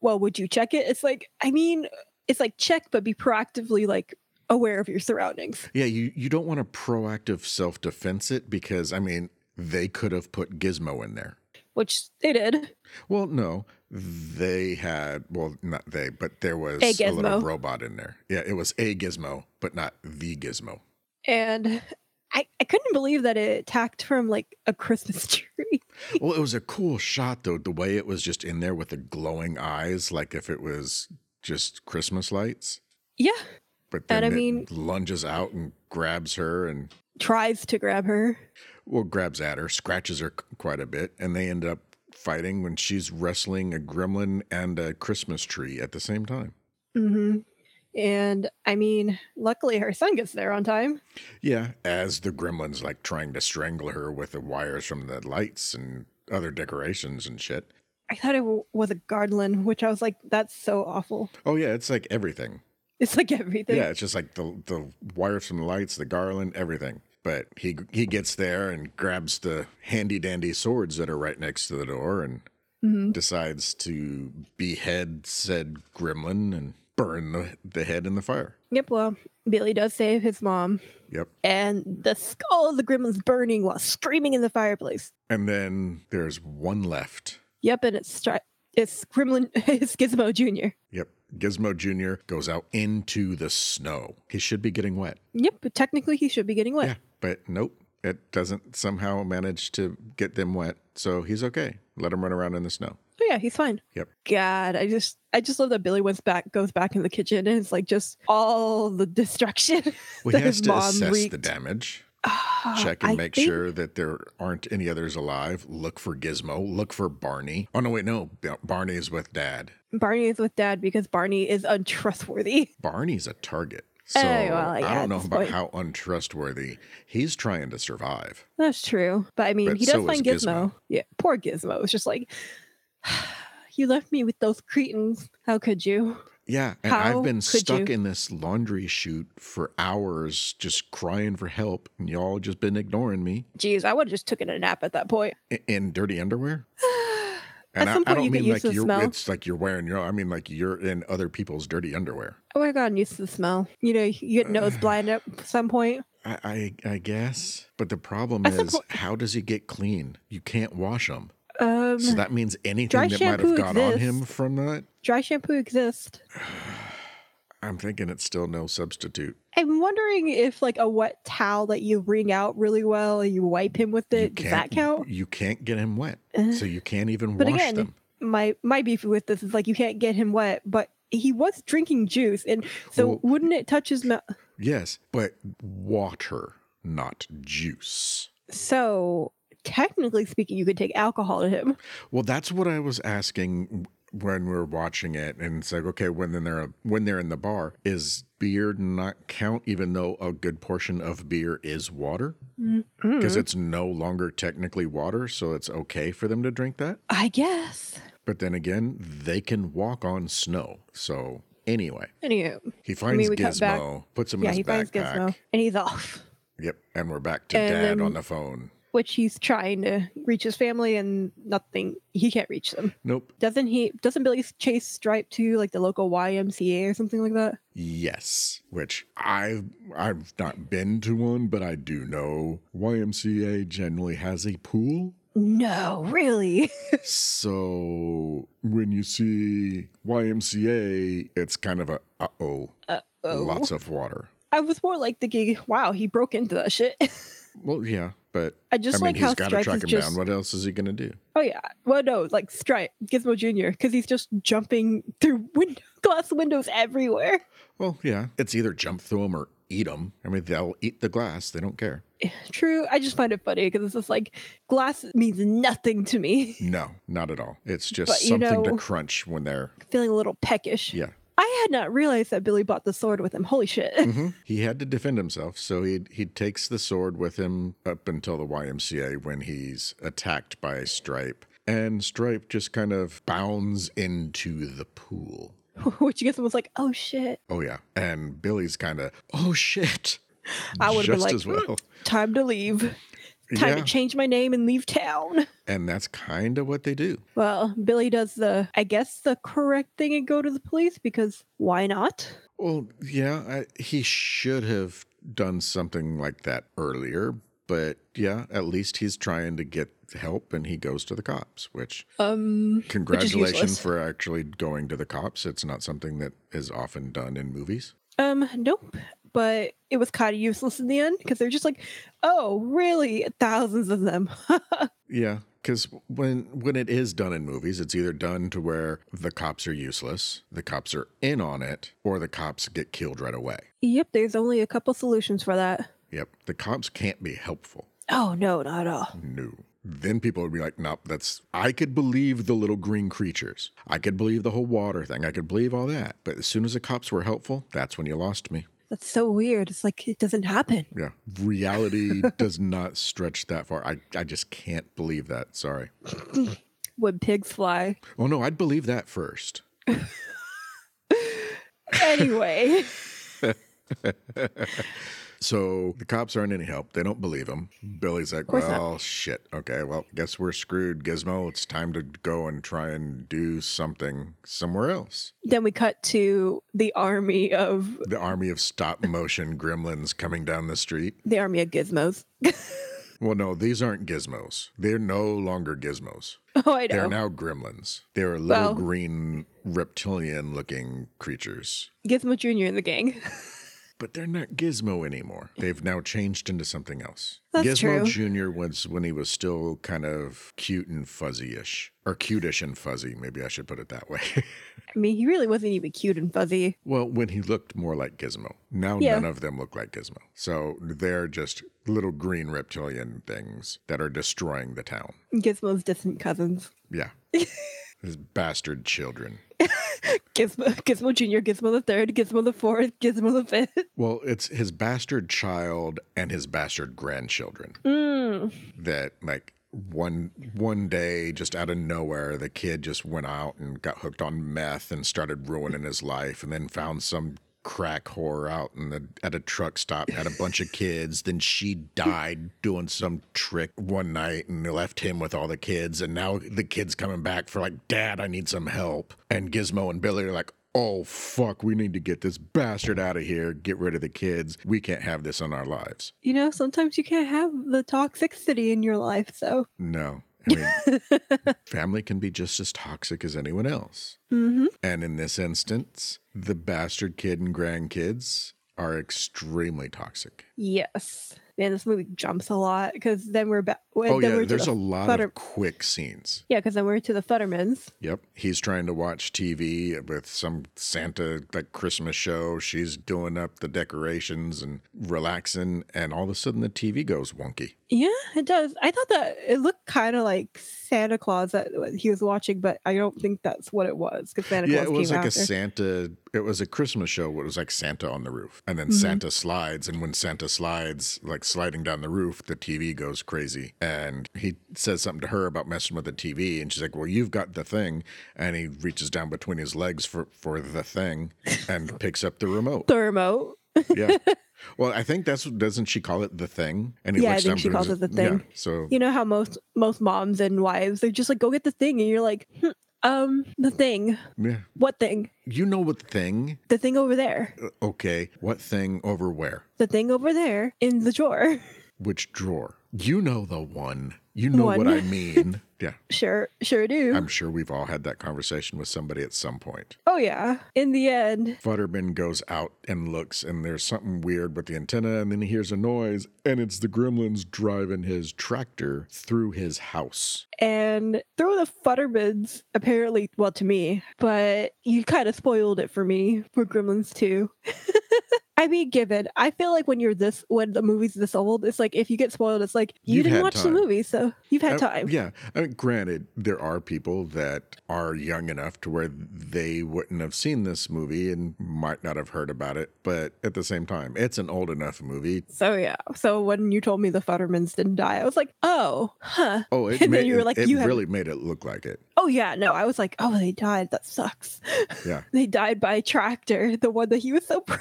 Speaker 2: well, would you check it? It's like, I mean, it's like check, but be proactively like aware of your surroundings.
Speaker 1: Yeah, you, you don't want to proactive self defense it because, I mean, they could have put Gizmo in there.
Speaker 2: Which they did.
Speaker 1: Well, no, they had, well, not they, but there was
Speaker 2: A
Speaker 1: a little
Speaker 2: Gizmo.
Speaker 1: robot in there. Yeah, it was a Gizmo, but not the Gizmo.
Speaker 2: And I, I couldn't believe that it attacked from like a Christmas tree.
Speaker 1: well, it was a cool shot, though, the way it was just in there with the glowing eyes, like if it was just Christmas lights.
Speaker 2: Yeah.
Speaker 1: But then
Speaker 2: And I
Speaker 1: it
Speaker 2: mean-
Speaker 1: lunges out and grabs her and
Speaker 2: Tries to grab her.
Speaker 1: well, grabs at her, scratches her c- quite a bit, and they end up fighting when she's wrestling a gremlin and a Christmas tree at the same time.
Speaker 2: hmm And I mean, luckily her son gets there on time.
Speaker 1: Yeah, as the gremlin's like trying to strangle her with the wires from the lights and other decorations and shit.
Speaker 2: I thought it w- was a garland, which I was like, that's so awful.
Speaker 1: Oh yeah, it's like everything.
Speaker 2: It's like everything.
Speaker 1: Yeah, it's just like the the wires from the lights, the garland, everything. But he he gets there and grabs the handy dandy swords that are right next to the door and
Speaker 2: Mhm.
Speaker 1: decides to behead said gremlin and burn the, the head in the fire.
Speaker 2: Yep. Well, Billy does save his mom,
Speaker 1: Yep.
Speaker 2: and the skull of the gremlin's burning while screaming in the fireplace.
Speaker 1: And then there's one left.
Speaker 2: Yep. And it's stri- it's gremlin, it's Gizmo Junior.
Speaker 1: Yep. Gizmo Jr. goes out into the snow. He should be getting wet.
Speaker 2: Yep. But technically, he should be getting wet.
Speaker 1: Yeah. But nope. It doesn't somehow manage to get them wet. So he's okay. Let him run around in the snow.
Speaker 2: Oh yeah, he's fine.
Speaker 1: Yep.
Speaker 2: God, I just I just love that Billy went back goes back in the kitchen and it's like just all the destruction.
Speaker 1: Well,
Speaker 2: that
Speaker 1: he has
Speaker 2: his
Speaker 1: to
Speaker 2: mom
Speaker 1: assess the
Speaker 2: wreaked.
Speaker 1: damage,
Speaker 2: Ah,
Speaker 1: check and
Speaker 2: I
Speaker 1: make
Speaker 2: think-
Speaker 1: sure that there aren't any others alive. Look for Gizmo. Look for Barney. Oh, no, wait, no. Ba- Barney is with Dad.
Speaker 2: Barney is with dad because Barney is untrustworthy.
Speaker 1: Barney's a target. So
Speaker 2: Eh, well, yeah,
Speaker 1: I don't
Speaker 2: at
Speaker 1: know
Speaker 2: this
Speaker 1: about
Speaker 2: point.
Speaker 1: how untrustworthy he's trying to survive.
Speaker 2: That's true. But I mean
Speaker 1: But
Speaker 2: he does
Speaker 1: so is
Speaker 2: find Gizmo.
Speaker 1: Gizmo.
Speaker 2: Yeah. Poor Gizmo. It's just like you left me with those cretins. How could you?
Speaker 1: Yeah, and
Speaker 2: How
Speaker 1: I've been
Speaker 2: could
Speaker 1: stuck
Speaker 2: you?
Speaker 1: in this laundry chute for hours, just crying for help, and y'all just been ignoring me
Speaker 2: Jeez, I would have just taken a nap at that point.
Speaker 1: in, in dirty underwear.
Speaker 2: At
Speaker 1: And I,
Speaker 2: some
Speaker 1: I
Speaker 2: point
Speaker 1: don't
Speaker 2: you get
Speaker 1: mean
Speaker 2: used
Speaker 1: like
Speaker 2: to the
Speaker 1: you're.
Speaker 2: smell.
Speaker 1: It's like you're wearing your. I mean like you're in other people's dirty underwear.
Speaker 2: I would have gotten used to the smell. You know, you get nose blind at some point.
Speaker 1: I I, I guess, but the problem
Speaker 2: At some
Speaker 1: is,
Speaker 2: point-
Speaker 1: how does he get clean? You can't wash him,
Speaker 2: Um,
Speaker 1: so that means
Speaker 2: dry
Speaker 1: anything that might have
Speaker 2: shampoo
Speaker 1: got on him
Speaker 2: exists.
Speaker 1: from that.
Speaker 2: dry shampoo exists.
Speaker 1: I'm thinking it's still no substitute.
Speaker 2: I'm wondering if like a wet towel that you wring out really well and you wipe him with
Speaker 1: you
Speaker 2: it, does that
Speaker 1: can't-
Speaker 2: count?
Speaker 1: You can't get him wet,
Speaker 2: Uh,
Speaker 1: so you can't even
Speaker 2: But
Speaker 1: wash
Speaker 2: again,
Speaker 1: them.
Speaker 2: my my beef with this is like you can't get him wet, but he was drinking juice, and so
Speaker 1: Well-
Speaker 2: wouldn't it touch his mouth?
Speaker 1: Yes, but water, not juice.
Speaker 2: So technically speaking, you could take alcohol to him.
Speaker 1: Well, that's what I was asking when we were watching it, and it's like, okay, when then they're when they're in the bar, is beer not count, even though a good portion of beer is water because
Speaker 2: Mm,
Speaker 1: it's no longer technically water, so it's okay for them to drink that.
Speaker 2: I guess.
Speaker 1: But then again, they can walk on snow, so. Anyway,
Speaker 2: Anywho,
Speaker 1: he finds
Speaker 2: we cut back-
Speaker 1: Gizmo, puts him
Speaker 2: yeah,
Speaker 1: in
Speaker 2: he
Speaker 1: his
Speaker 2: finds
Speaker 1: backpack.
Speaker 2: Gizmo, and he's off.
Speaker 1: Yep, and we're back to
Speaker 2: And
Speaker 1: Dad
Speaker 2: then-
Speaker 1: on the phone.
Speaker 2: Which he's trying to reach his family, and nothing. He can't reach them.
Speaker 1: Nope.
Speaker 2: Doesn't he? Doesn't Billy chase Stripe to like the local YMCA or something like that?
Speaker 1: Yes, which I've I've not been to one, but I do know YMCA generally has a pool.
Speaker 2: No, really.
Speaker 1: so when you see YMCA, it's kind of a uh oh,
Speaker 2: Oh.
Speaker 1: lots of water.
Speaker 2: I was more like the gig. Wow, he broke into that shit.
Speaker 1: Well, yeah, but
Speaker 2: I just
Speaker 1: I mean
Speaker 2: like how
Speaker 1: he's got to
Speaker 2: Stripe
Speaker 1: track
Speaker 2: is
Speaker 1: him
Speaker 2: just.
Speaker 1: down. What else is he gonna do?
Speaker 2: Oh yeah. Well, no, like Stripe Gizmo Junior, because he's just jumping through window glass windows everywhere.
Speaker 1: Well, yeah, it's either jump through them or eat them. I mean, they'll eat the glass. They don't care.
Speaker 2: True. I just find it funny because it's just like glass means nothing to me.
Speaker 1: No, not at all. It's just
Speaker 2: But, you
Speaker 1: something to
Speaker 2: know-
Speaker 1: crunch when they're
Speaker 2: Feeling a little peckish.
Speaker 1: yeah.
Speaker 2: I had not realized that Billy bought the sword with him. Holy shit.
Speaker 1: hmm He had to defend himself, so he he takes the sword with him up until the YMCA when he's attacked by Stripe, and Stripe just kind of bounds into the pool.
Speaker 2: Which Gizmo was like, oh shit,
Speaker 1: Oh yeah, and Billy's kind of oh shit.
Speaker 2: I would've been
Speaker 1: just
Speaker 2: like, "Mm,
Speaker 1: as well.
Speaker 2: time to leave. Time
Speaker 1: Yeah.
Speaker 2: to change my name and leave town.
Speaker 1: And that's kind of what they do.
Speaker 2: Well, Billy does the, I guess, the correct thing and go to the police because why not?
Speaker 1: Well, yeah, I, he should have done something like that earlier, but yeah, at least he's trying to get help, and he goes to the cops, which
Speaker 2: Um,
Speaker 1: Congratulations
Speaker 2: useless.
Speaker 1: for actually going to the cops. It's not something that is often done in movies.
Speaker 2: um, nope. But it was kind of useless in the end because they're just like, oh, really? Thousands of them.
Speaker 1: Yeah, because when when it is done in movies, it's either done to where the cops are useless, the cops are in on it, or the cops get killed right away.
Speaker 2: yep, there's only a couple solutions for that.
Speaker 1: Yep, the cops can't be helpful.
Speaker 2: Oh, no, not at all.
Speaker 1: No. Then people would be like, nope, that's. I could believe the little green creatures. I could believe the whole water thing. I could believe all that. But as soon as the cops were helpful, that's when you lost me.
Speaker 2: That's so weird. It's like, it doesn't happen.
Speaker 1: Yeah. Reality does not stretch that far. I, I just can't believe that. Sorry.
Speaker 2: When pigs fly.
Speaker 1: Oh, no, I'd believe that first.
Speaker 2: Anyway.
Speaker 1: So the cops aren't any help. They don't believe him. Billy's like,
Speaker 2: course not.
Speaker 1: well, shit. Okay, well, guess we're screwed, Gizmo. It's time to go and try and do something somewhere else.
Speaker 2: then we cut to the army of
Speaker 1: The army of stop motion gremlins coming down the street.
Speaker 2: the army of gizmos.
Speaker 1: Well, no, these aren't gizmos. They're no longer gizmos.
Speaker 2: Oh, I
Speaker 1: They're
Speaker 2: know.
Speaker 1: now gremlins. They're little
Speaker 2: Well-
Speaker 1: green reptilian looking creatures.
Speaker 2: Gizmo Jr. in the gang.
Speaker 1: But they're not Gizmo anymore. They've now changed into something else.
Speaker 2: That's
Speaker 1: Gizmo Jr. was when he was still kind of cute and fuzzy ish, or cutish and fuzzy. Maybe I should put it that way.
Speaker 2: I mean, he really wasn't even cute and fuzzy.
Speaker 1: well, when he looked more like Gizmo. Now
Speaker 2: Yeah.
Speaker 1: none of them look like Gizmo. So they're just little green reptilian things that are destroying the town.
Speaker 2: Gizmo's distant cousins.
Speaker 1: Yeah. These bastard children.
Speaker 2: Gizmo, Gizmo Jr., Gizmo the third, Gizmo the fourth, Gizmo the fifth.
Speaker 1: Well, it's his bastard child and his bastard grandchildren
Speaker 2: Mm.
Speaker 1: that, like, one one day just out of nowhere the kid just went out and got hooked on meth and started ruining his life and then found some crack whore out in the, at a truck stop had a bunch of kids then she died doing some trick one night and left him with all the kids and now the kids coming back for like dad i need some help and gizmo and billy are like oh fuck we need to get this bastard out of here get rid of the kids we can't have this in our lives
Speaker 2: You know, sometimes you can't have the toxicity in your life, so.
Speaker 1: no i mean family can be just as toxic as anyone else.
Speaker 2: hmm
Speaker 1: And in this instance, the bastard kid and grandkids are extremely toxic.
Speaker 2: Yes. Man, this movie jumps a lot because then we're back.
Speaker 1: oh,
Speaker 2: then
Speaker 1: yeah,
Speaker 2: we're to
Speaker 1: there's a
Speaker 2: the,
Speaker 1: lot
Speaker 2: butter-
Speaker 1: of quick scenes.
Speaker 2: yeah, because then we're to the Futtermans.
Speaker 1: Yep. He's trying to watch TV with some Santa like Christmas show. She's doing up the decorations and relaxing. And all of a sudden, the TV goes wonky.
Speaker 2: Yeah, it does. I thought that it looked kind of like Santa Claus that he was watching, but I don't think that's what it was because Santa
Speaker 1: yeah,
Speaker 2: Claus
Speaker 1: it was
Speaker 2: came
Speaker 1: like
Speaker 2: after.
Speaker 1: a Santa. It was a Christmas show. It was like Santa on the roof, and then
Speaker 2: Mhm.
Speaker 1: Santa slides. And when Santa slides, like sliding down the roof, the TV goes crazy. And he says something to her about messing with the TV, and she's like, "Well, you've got the thing." And he reaches down between his legs for for the thing, and picks up the remote.
Speaker 2: the remote.
Speaker 1: yeah. Well, I think that's doesn't she call it the thing? And
Speaker 2: Yeah, I
Speaker 1: looks
Speaker 2: think
Speaker 1: down
Speaker 2: she
Speaker 1: between
Speaker 2: calls
Speaker 1: his-
Speaker 2: it the thing.
Speaker 1: Yeah, so
Speaker 2: You know how most most moms and wives they're just like, go get the thing, and you're like, hmm, um, the thing.
Speaker 1: yeah,
Speaker 2: What thing?
Speaker 1: you know what thing?
Speaker 2: The thing over there.
Speaker 1: Okay, what thing over where?
Speaker 2: The thing over there in the drawer.
Speaker 1: Which drawer? You know the one. You know what
Speaker 2: One.
Speaker 1: I mean. yeah.
Speaker 2: Sure, sure do.
Speaker 1: I'm sure we've all had that conversation with somebody at some point.
Speaker 2: oh yeah. In the end,
Speaker 1: Futterman goes out and looks, and there's something weird with the antenna, and then he hears a noise, and it's the gremlins driving his tractor through his house.
Speaker 2: and throw the Futtermans apparently. Well, to me, but you kind of spoiled it for me for Gremlins too. I mean, given I feel like when you're this when the movie's this old, it's like if you get spoiled, it's like you
Speaker 1: You've
Speaker 2: didn't
Speaker 1: had
Speaker 2: watch
Speaker 1: time.
Speaker 2: the movie, so you've had
Speaker 1: Uh,
Speaker 2: time.
Speaker 1: yeah. I mean, granted, there are people that are young enough to where they wouldn't have seen this movie and might not have heard about it, but at the same time, it's an old enough movie.
Speaker 2: So yeah. So when you told me the Futtermans didn't die, I was like, oh, huh.
Speaker 1: Oh, it,
Speaker 2: And then
Speaker 1: made,
Speaker 2: you were like,
Speaker 1: it
Speaker 2: "You haven't-
Speaker 1: really made it look like it.
Speaker 2: Oh yeah, no. I was like, oh, they died. That sucks.
Speaker 1: Yeah.
Speaker 2: they died by a tractor, the one that he was so proud.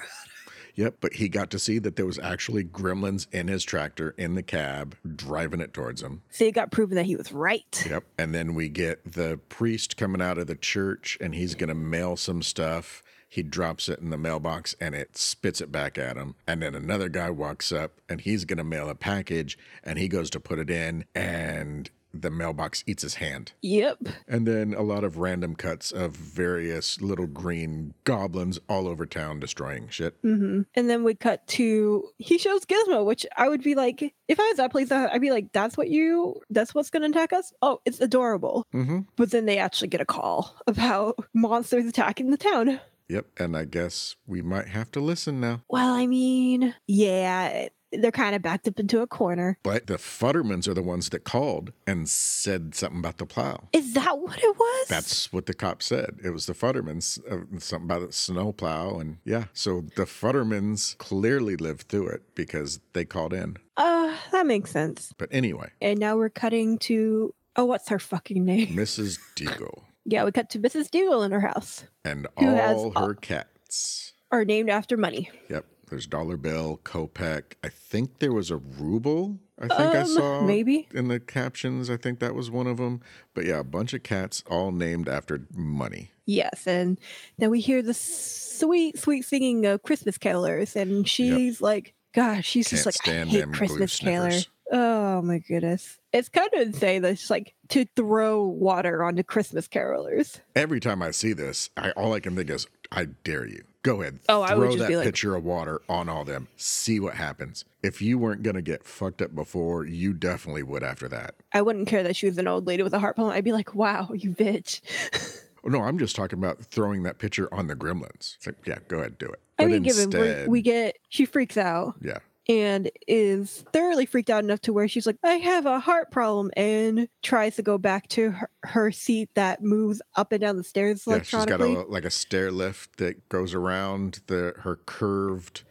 Speaker 1: Yep, but he got to see that there was actually gremlins in his tractor in the cab driving it towards him.
Speaker 2: So it got proven that he was right.
Speaker 1: Yep. And then we get the priest coming out of the church and he's going to mail some stuff. He drops it in the mailbox and it spits it back at him. And then another guy walks up and he's going to mail a package and he goes to put it in and the mailbox eats his hand.
Speaker 2: Yep.
Speaker 1: And then a lot of random cuts of various little green goblins all over town destroying shit.
Speaker 2: hmm And then we cut to he shows Gizmo, which I would be like, if I was that place, I'd be like, that's what you, that's what's gonna attack us. Oh, it's adorable.
Speaker 1: Mm-hmm.
Speaker 2: But then they actually get a call about monsters attacking the town.
Speaker 1: Yep. And I guess we might have to listen now.
Speaker 2: Well, I mean, yeah, it- they're kind of backed up into a corner.
Speaker 1: But the Futtermans are the ones that called and said something about the plow.
Speaker 2: Is that what it was?
Speaker 1: That's what the cop said. It was the Futtermans, uh, something about a snow plow. And yeah, so the Futtermans clearly lived through it because they called in.
Speaker 2: uh, that makes sense.
Speaker 1: But anyway,
Speaker 2: And now we're cutting to oh, what's her fucking name?
Speaker 1: Mrs. Deagle
Speaker 2: Yeah, we cut to Mrs. Deagle in her house,
Speaker 1: and
Speaker 2: Who has
Speaker 1: all
Speaker 2: a-
Speaker 1: her cats.
Speaker 2: are named after money.
Speaker 1: Yep. There's Dollar Bill, Kopeck. I think there was a ruble. I think I
Speaker 2: Um,
Speaker 1: saw
Speaker 2: maybe.
Speaker 1: in the captions. I think that was one of them. But yeah, a bunch of cats all named after money.
Speaker 2: Yes, and then we hear the sweet, sweet singing of Christmas carolers, and she's like, "Gosh, she's
Speaker 1: Can't
Speaker 2: just like, I
Speaker 1: stand them
Speaker 2: hate
Speaker 1: glue
Speaker 2: Christmas
Speaker 1: snippers."
Speaker 2: carolers." Oh my goodness, it's kind of insane that she's like to throw water onto Christmas carolers.
Speaker 1: Every time I see this, I all I can think is, I dare you. Go ahead.
Speaker 2: Oh, I
Speaker 1: throw
Speaker 2: would just
Speaker 1: that
Speaker 2: be like-
Speaker 1: pitcher of water on all them. See what happens. If you weren't gonna get fucked up before, you definitely would after that.
Speaker 2: I wouldn't care that she was an old lady with a heart problem. I'd be like, "Wow, you bitch."
Speaker 1: Oh, No, I'm just talking about throwing that pitcher on the gremlins. It's like, yeah, go ahead, do it.
Speaker 2: I
Speaker 1: But
Speaker 2: mean, given we, we get, she freaks out
Speaker 1: yeah,
Speaker 2: and is thoroughly freaked out enough to where she's like, "I have a heart problem," and tries to go back to her, her seat that moves up and down the stairs
Speaker 1: yeah, she's got
Speaker 2: electronically.
Speaker 1: a, like a stair lift that goes around the her curved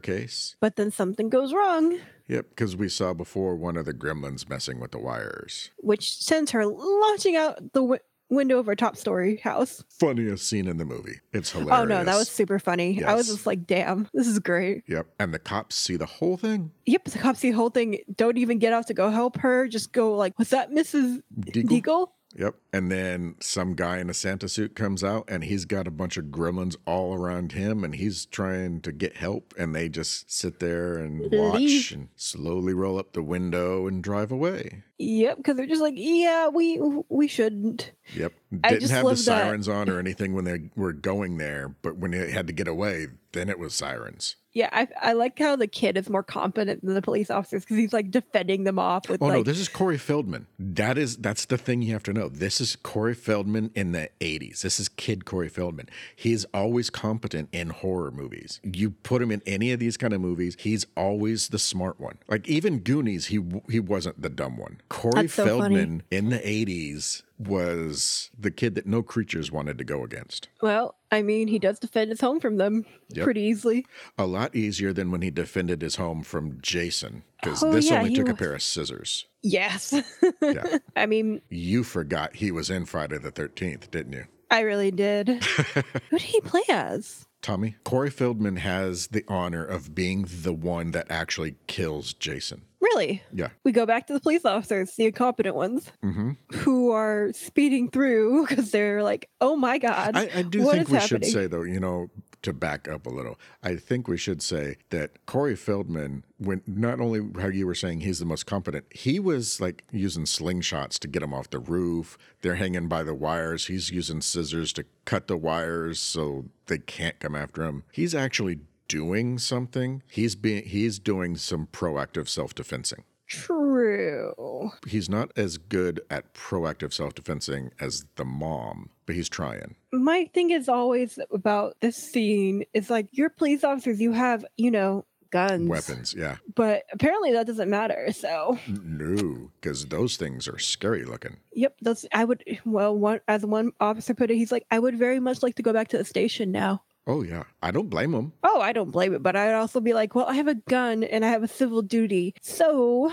Speaker 1: staircase.
Speaker 2: But then something goes wrong,
Speaker 1: Yep, because we saw before one of the gremlins messing with the wires.
Speaker 2: which sends her launching out the wi- window of her top story house.
Speaker 1: Funniest scene in the movie. It's hilarious.
Speaker 2: Oh no, that was super funny. I was
Speaker 1: Yes.
Speaker 2: just like, damn, this is great.
Speaker 1: Yep, and the cops see the whole thing.
Speaker 2: Yep, the cops see the whole thing. Don't even get out to go help her. Just go like, was that Mrs.
Speaker 1: Deagle?
Speaker 2: Deagle?
Speaker 1: Yep, and then some guy in a Santa suit comes out, and he's got a bunch of gremlins all around him, and he's trying to get help, and they just sit there and watch
Speaker 2: Leave.
Speaker 1: and slowly roll up the window and drive away.
Speaker 2: Yep, because they're just like, yeah, we we shouldn't.
Speaker 1: Yep,
Speaker 2: I
Speaker 1: didn't
Speaker 2: just
Speaker 1: have the
Speaker 2: love that-
Speaker 1: sirens on or anything when they were going there, but when they had to get away, then it was sirens.
Speaker 2: Yeah, I, I like how the kid is more competent than the police officers because he's like defending them off with
Speaker 1: Oh
Speaker 2: like,
Speaker 1: no, this is Corey Feldman. That is that's the thing you have to know. This is Corey Feldman in the 80s. This is kid Corey Feldman. He's always competent in horror movies. You put him in any of these kind of movies, he's always the smart one. Like even Goonies, he he wasn't the dumb one. Corey
Speaker 2: That's so funny.
Speaker 1: Feldman in the 80s was the kid that no creatures wanted to go against.
Speaker 2: well, I mean, he does defend his home from them
Speaker 1: Yep.
Speaker 2: pretty easily.
Speaker 1: A lot easier than when he defended his home from Jason because
Speaker 2: Oh,
Speaker 1: this
Speaker 2: yeah,
Speaker 1: only
Speaker 2: he
Speaker 1: took a
Speaker 2: was-
Speaker 1: pair of scissors.
Speaker 2: Yes.
Speaker 1: Yeah.
Speaker 2: I mean,
Speaker 1: You forgot he was in Friday the 13th, didn't you?
Speaker 2: I really did. Who did he play as?
Speaker 1: Tommy, Corey Feldman has the honor of being the one that actually kills Jason.
Speaker 2: Really?
Speaker 1: Yeah.
Speaker 2: We go back to the police officers, the incompetent ones,
Speaker 1: Mm-hmm.
Speaker 2: who are speeding through because they're like, oh my God.
Speaker 1: I, I do
Speaker 2: what
Speaker 1: think
Speaker 2: is
Speaker 1: we should
Speaker 2: happening?
Speaker 1: say, though, you know, to back up a little, I think we should say that Corey Feldman, when not only how you were saying he's the most competent, he was like using slingshots to get him off the roof. They're hanging by the wires. He's using scissors to cut the wires so they can't come after him. He's actually doing something. He's being he's doing some proactive self-defensing.
Speaker 2: True.
Speaker 1: he's not as good at proactive self-defensing as the mom, but he's trying.
Speaker 2: my thing is always about this scene is like you're police officers you have you know guns
Speaker 1: Weapons, yeah.
Speaker 2: but apparently that doesn't matter so
Speaker 1: No, because those things are scary looking.
Speaker 2: yep that's i would well one as one officer put it he's like i would very much like to go back to the station now
Speaker 1: Oh yeah, I don't blame him.
Speaker 2: oh i don't blame it but i'd also be like well i have a gun and i have a civil duty so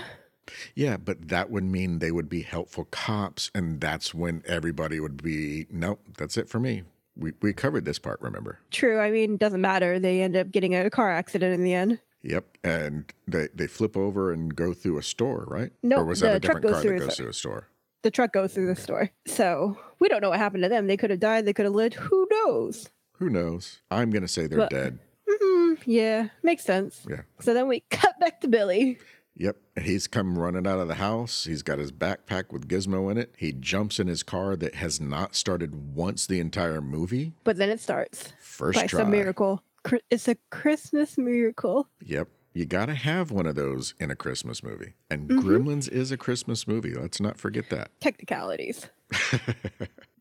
Speaker 1: Yeah, but that would mean they would be helpful cops, and that's when everybody would be. Nope, that's it for me. We we covered this part. Remember?
Speaker 2: true i mean doesn't matter they end up getting in a car accident in the end
Speaker 1: Yep. And they they flip over and go through a store, right?
Speaker 2: Nope,
Speaker 1: Or was
Speaker 2: the
Speaker 1: that a
Speaker 2: truck
Speaker 1: different
Speaker 2: goes
Speaker 1: car
Speaker 2: through
Speaker 1: that
Speaker 2: the-
Speaker 1: goes through a store?
Speaker 2: the truck goes through the store so we don't know what happened to them they could have died they could have lived who knows
Speaker 1: Who knows? I'm gonna say they're
Speaker 2: But-
Speaker 1: dead.
Speaker 2: Mm, yeah, makes sense.
Speaker 1: Yeah.
Speaker 2: So then we cut back to Billy.
Speaker 1: Yep. He's come running out of the house. He's got his backpack with Gizmo in it. He jumps in his car that has not started once the entire movie.
Speaker 2: But then it starts
Speaker 1: First
Speaker 2: by
Speaker 1: try.
Speaker 2: some miracle. Cr- It's a Christmas miracle.
Speaker 1: Yep. You got to have one of those in a Christmas movie. And
Speaker 2: Mhm.
Speaker 1: Gremlins is a Christmas movie. Let's not forget that.
Speaker 2: Technicalities.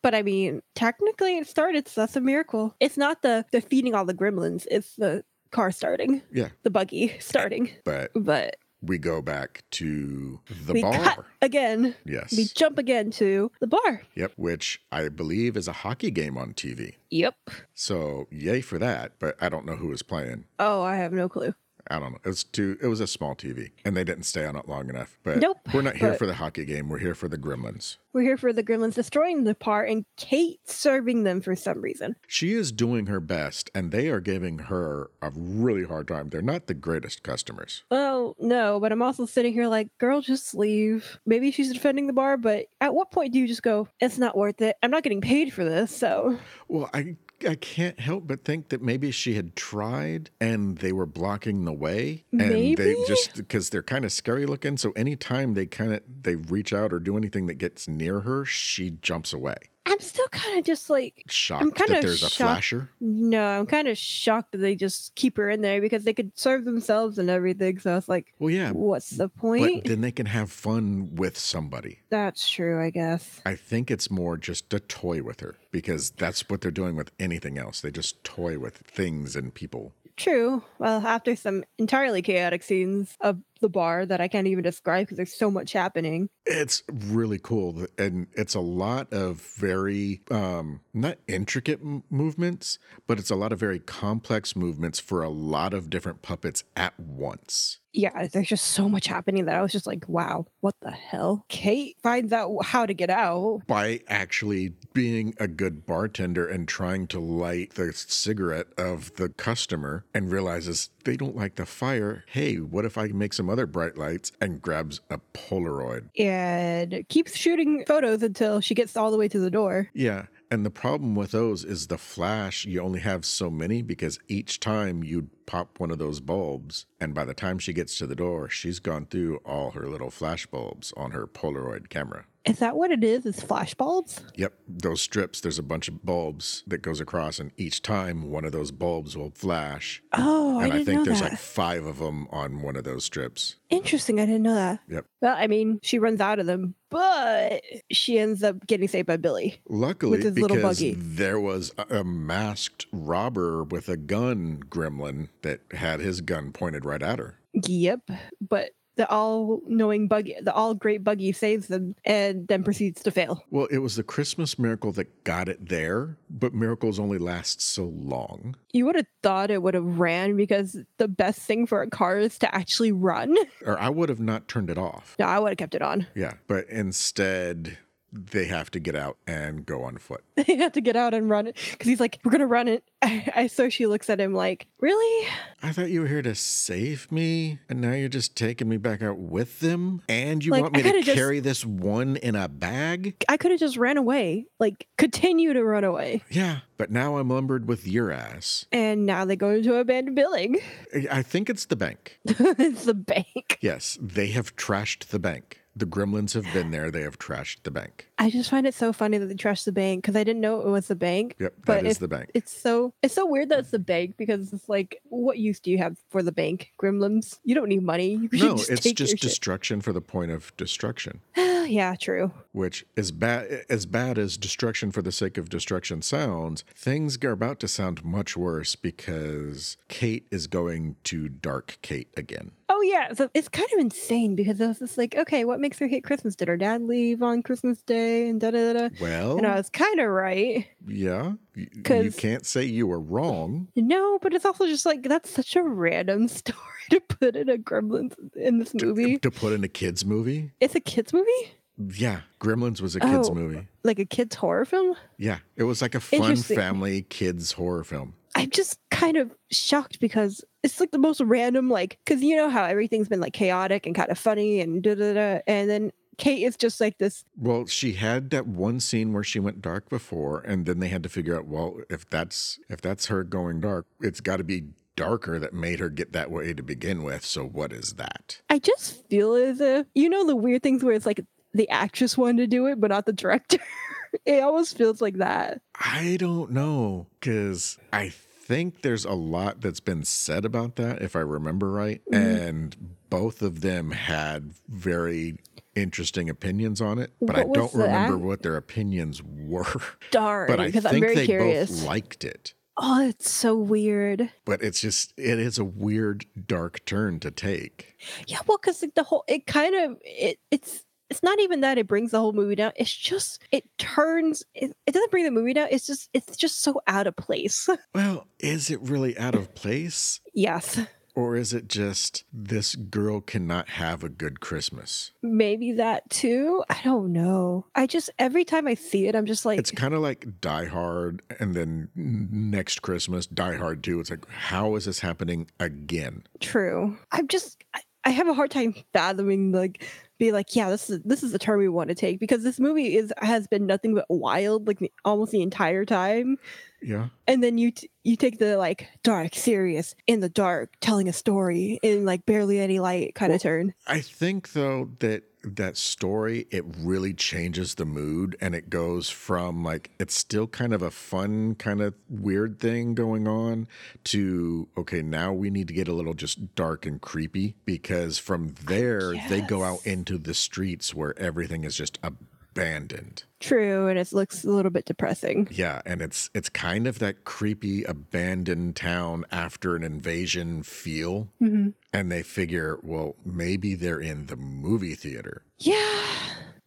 Speaker 2: But I mean, technically it started, so that's a miracle. It's not the defeating all the gremlins, it's the car starting,
Speaker 1: yeah.
Speaker 2: the buggy starting.
Speaker 1: But
Speaker 2: But
Speaker 1: we go back to the
Speaker 2: we
Speaker 1: bar.
Speaker 2: cut again.
Speaker 1: Yes.
Speaker 2: We jump again to the bar.
Speaker 1: Yep. Which I believe is a hockey game on TV.
Speaker 2: Yep.
Speaker 1: So yay for that. But I don't know who was playing.
Speaker 2: Oh, I have no clue.
Speaker 1: I don't know. It was too. It was a small TV, and they didn't stay on it long enough. But
Speaker 2: Nope,
Speaker 1: we're not here
Speaker 2: but-
Speaker 1: for the hockey game. We're here for the Gremlins.
Speaker 2: We're here for the gremlins destroying the bar and Kate serving them for some reason.
Speaker 1: She is doing her best, and they are giving her a really hard time. They're not the greatest customers.
Speaker 2: Well, no, but I'm also sitting here like, girl, just leave. Maybe she's defending the bar, but at what point do you just go, it's not worth it? I'm not getting paid for this, so
Speaker 1: Well, I I can't help but think that maybe she had tried, and they were blocking the way, and they
Speaker 2: Maybe?
Speaker 1: just because they're kind of scary looking. So anytime they kind of they reach out or do anything that gets near her, she jumps away.
Speaker 2: I'm still kind of just like,
Speaker 1: Shocked
Speaker 2: kinda
Speaker 1: that there's a
Speaker 2: shocked.
Speaker 1: flasher.
Speaker 2: no, I'm kind of shocked that they just keep her in there because they could serve themselves and everything. So I was like,
Speaker 1: Well, yeah,
Speaker 2: what's the
Speaker 1: but
Speaker 2: point?
Speaker 1: then they can have fun with somebody.
Speaker 2: That's true, I guess.
Speaker 1: I think it's more just a toy with her because that's what they're doing with anything else. They just toy with things and people.
Speaker 2: True. Well, after some entirely chaotic scenes of the bar that I can't even describe because there's so much happening.
Speaker 1: It's really cool. And it's a lot of very, um, not intricate m- movements, but it's a lot of very complex movements for a lot of different puppets at once.
Speaker 2: Yeah, there's just so much happening that I was just like, wow, what the hell? Kate finds out how to get out.
Speaker 1: By actually being a good bartender and trying to light the cigarette of the customer and realizes they don't like the fire. Hey, what if I make some other bright lights and grabs a Polaroid?
Speaker 2: and keeps shooting photos until she gets all the way to the door.
Speaker 1: Yeah. And the problem with those is the flash, you only have so many because each time you'd pop one of those bulbs. And by the time she gets to the door, she's gone through all her little flash bulbs on her Polaroid camera.
Speaker 2: Is that what it is? Is flashbulbs?
Speaker 1: Yep, those strips, there's a bunch of bulbs that goes across, and each time one of those bulbs will flash.
Speaker 2: Oh,
Speaker 1: and
Speaker 2: I
Speaker 1: I,
Speaker 2: didn't
Speaker 1: think
Speaker 2: know
Speaker 1: there's
Speaker 2: that.
Speaker 1: like five of them on one of those strips.
Speaker 2: Interesting. I didn't know that.
Speaker 1: Yep.
Speaker 2: Well, I mean, she runs out of them, but she ends up getting saved by Billy.
Speaker 1: Luckily,
Speaker 2: With his little
Speaker 1: because
Speaker 2: buggy.
Speaker 1: there was a, a masked robber with a gun gremlin that had his gun pointed right at her.
Speaker 2: Yep. But the all-knowing buggy, the all-great buggy, saves them and then proceeds to fail.
Speaker 1: Well, it was the Christmas miracle that got it there, but miracles only last so long.
Speaker 2: You would have thought it would have ran because the best thing for a car is to actually run.
Speaker 1: Or I would have not turned it off.
Speaker 2: No, I would have kept it on.
Speaker 1: Yeah. But instead, they have to get out and go on foot.
Speaker 2: They had to get out and run it because he's like, "We're gonna run it." I so she looks at him like, "Really?"
Speaker 1: I thought you were here to save me, and now you're just taking me back out with them. And you
Speaker 2: Like,
Speaker 1: want
Speaker 2: I
Speaker 1: me to
Speaker 2: could've just-
Speaker 1: carry this one in a bag?
Speaker 2: I could have just ran away, like continue to run away.
Speaker 1: Yeah. But now I'm lumbered with your ass.
Speaker 2: And now they go into abandoned building.
Speaker 1: I- I think it's the bank.
Speaker 2: it's the bank.
Speaker 1: Yes, they have trashed the bank. The gremlins have been there. They have trashed the bank.
Speaker 2: I just find it so funny that they trashed the bank because I didn't know it was the bank.
Speaker 1: Yep, that is
Speaker 2: But if-
Speaker 1: the bank.
Speaker 2: It's so it's so weird that it's the bank because it's like, what use do you have for the bank, Gremlins? You don't need money. You should
Speaker 1: No,
Speaker 2: just
Speaker 1: it's
Speaker 2: take your
Speaker 1: just
Speaker 2: shit.
Speaker 1: destruction for the point of destruction,
Speaker 2: yeah, true.
Speaker 1: which is bad as bad as destruction for the sake of destruction sounds. Things are about to sound much worse because Kate is going to dark Kate again.
Speaker 2: Oh yeah, so it's kind of insane because I was just like, okay, what makes her hate Christmas? Did her dad leave on Christmas Day and da da da? da?
Speaker 1: Well,
Speaker 2: And I was kind of right.
Speaker 1: yeah, y- you
Speaker 2: 'Cause-
Speaker 1: can't say you were wrong.
Speaker 2: No, but it's also just like that's such a random story to put in a Gremlins in this movie.
Speaker 1: To put in a kids movie?
Speaker 2: It's a kids movie,
Speaker 1: Yeah, Gremlins was a kids
Speaker 2: Oh.
Speaker 1: movie.
Speaker 2: like a kids horror film.
Speaker 1: Yeah, it was like a fun
Speaker 2: Interesting.
Speaker 1: family kids horror film.
Speaker 2: I'm just kind of shocked because it's like the most random, like because you know how everything's been like chaotic and kind of funny and da da da, and then Kate is just like this.
Speaker 1: Well, she had that one scene where she went dark before, and then they had to figure out, well, if that's if that's her going dark, it's got to be darker that made her get that way to begin with. So what is that?
Speaker 2: I just feel as if you know the weird things where it's like the actress wanted to do it, but not the director. it almost feels like that.
Speaker 1: I don't know, because I think there's a lot that's been said about that, if I remember right,
Speaker 2: Mm-hmm.
Speaker 1: and both of them had very interesting opinions on it, but I
Speaker 2: What was
Speaker 1: don't
Speaker 2: the
Speaker 1: remember
Speaker 2: act-
Speaker 1: what their opinions were.
Speaker 2: Darn,
Speaker 1: But I
Speaker 2: because
Speaker 1: think
Speaker 2: I'm very
Speaker 1: they
Speaker 2: curious.
Speaker 1: both liked it.
Speaker 2: oh, it's so weird.
Speaker 1: but it's just it is a weird dark turn to take
Speaker 2: Yeah, well, because the whole it kind of it it's it's not even that it brings the whole movie down. It's just it turns it, it doesn't bring the movie down. It's just it's just so out of place.
Speaker 1: well is it really out of place
Speaker 2: yes,
Speaker 1: or is it just this girl cannot have a good christmas
Speaker 2: maybe that too. I don't know. I just every time I see it, I'm just like,
Speaker 1: it's kind of like die hard and then next christmas die hard 2 it's like how is this happening again
Speaker 2: true. I'm just I, I have a hard time fathoming like be like, yeah, this is this is the turn we want to take because this movie is has been nothing but wild like the, almost the entire time.
Speaker 1: yeah
Speaker 2: and then you t- you take the like dark serious in the dark telling a story in like barely any light kind of turn
Speaker 1: I think though that that story it really changes the mood and it goes from like it's still kind of a fun kind of weird thing going on to okay now we need to get a little just dark and creepy because from there they go out
Speaker 2: guess.
Speaker 1: into the streets where everything is just a abandoned.
Speaker 2: True, and it looks a little bit depressing.
Speaker 1: Yeah, and it's it's kind of that creepy abandoned town after an invasion feel.
Speaker 2: Mhm.
Speaker 1: And they figure, well, maybe they're in the movie theater.
Speaker 2: Yeah.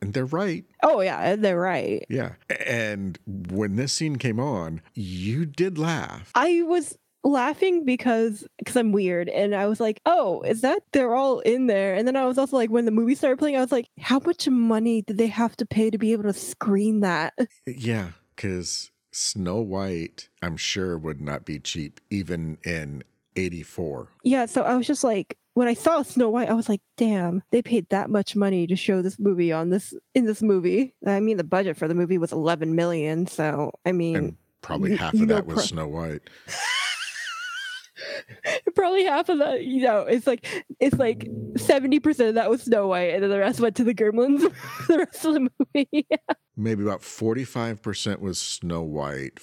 Speaker 1: And they're right.
Speaker 2: Oh yeah, they're right.
Speaker 1: Yeah. And when this scene came on, you did laugh.
Speaker 2: I was laughing because because I'm weird and I was like, "Oh, is that they're all in there?" And then I was also like when the movie started playing, I was like, "How much money did they have to pay to be able to screen that?"
Speaker 1: Yeah, because Snow White, I'm sure, would not be cheap even in 84.
Speaker 2: Yeah, so I was just like when I saw Snow White, I was like, "Damn, they paid that much money to show this movie on this in this movie." I mean, the budget for the movie was 11 million, so I mean,
Speaker 1: And probably
Speaker 2: You-
Speaker 1: half
Speaker 2: you
Speaker 1: of
Speaker 2: know
Speaker 1: that was
Speaker 2: pro-
Speaker 1: Snow White.
Speaker 2: probably half of that, you know, it's like it's like 70% of that was Snow White and then the rest went to the gremlins for the rest of the movie.
Speaker 1: Maybe about 45% was Snow White,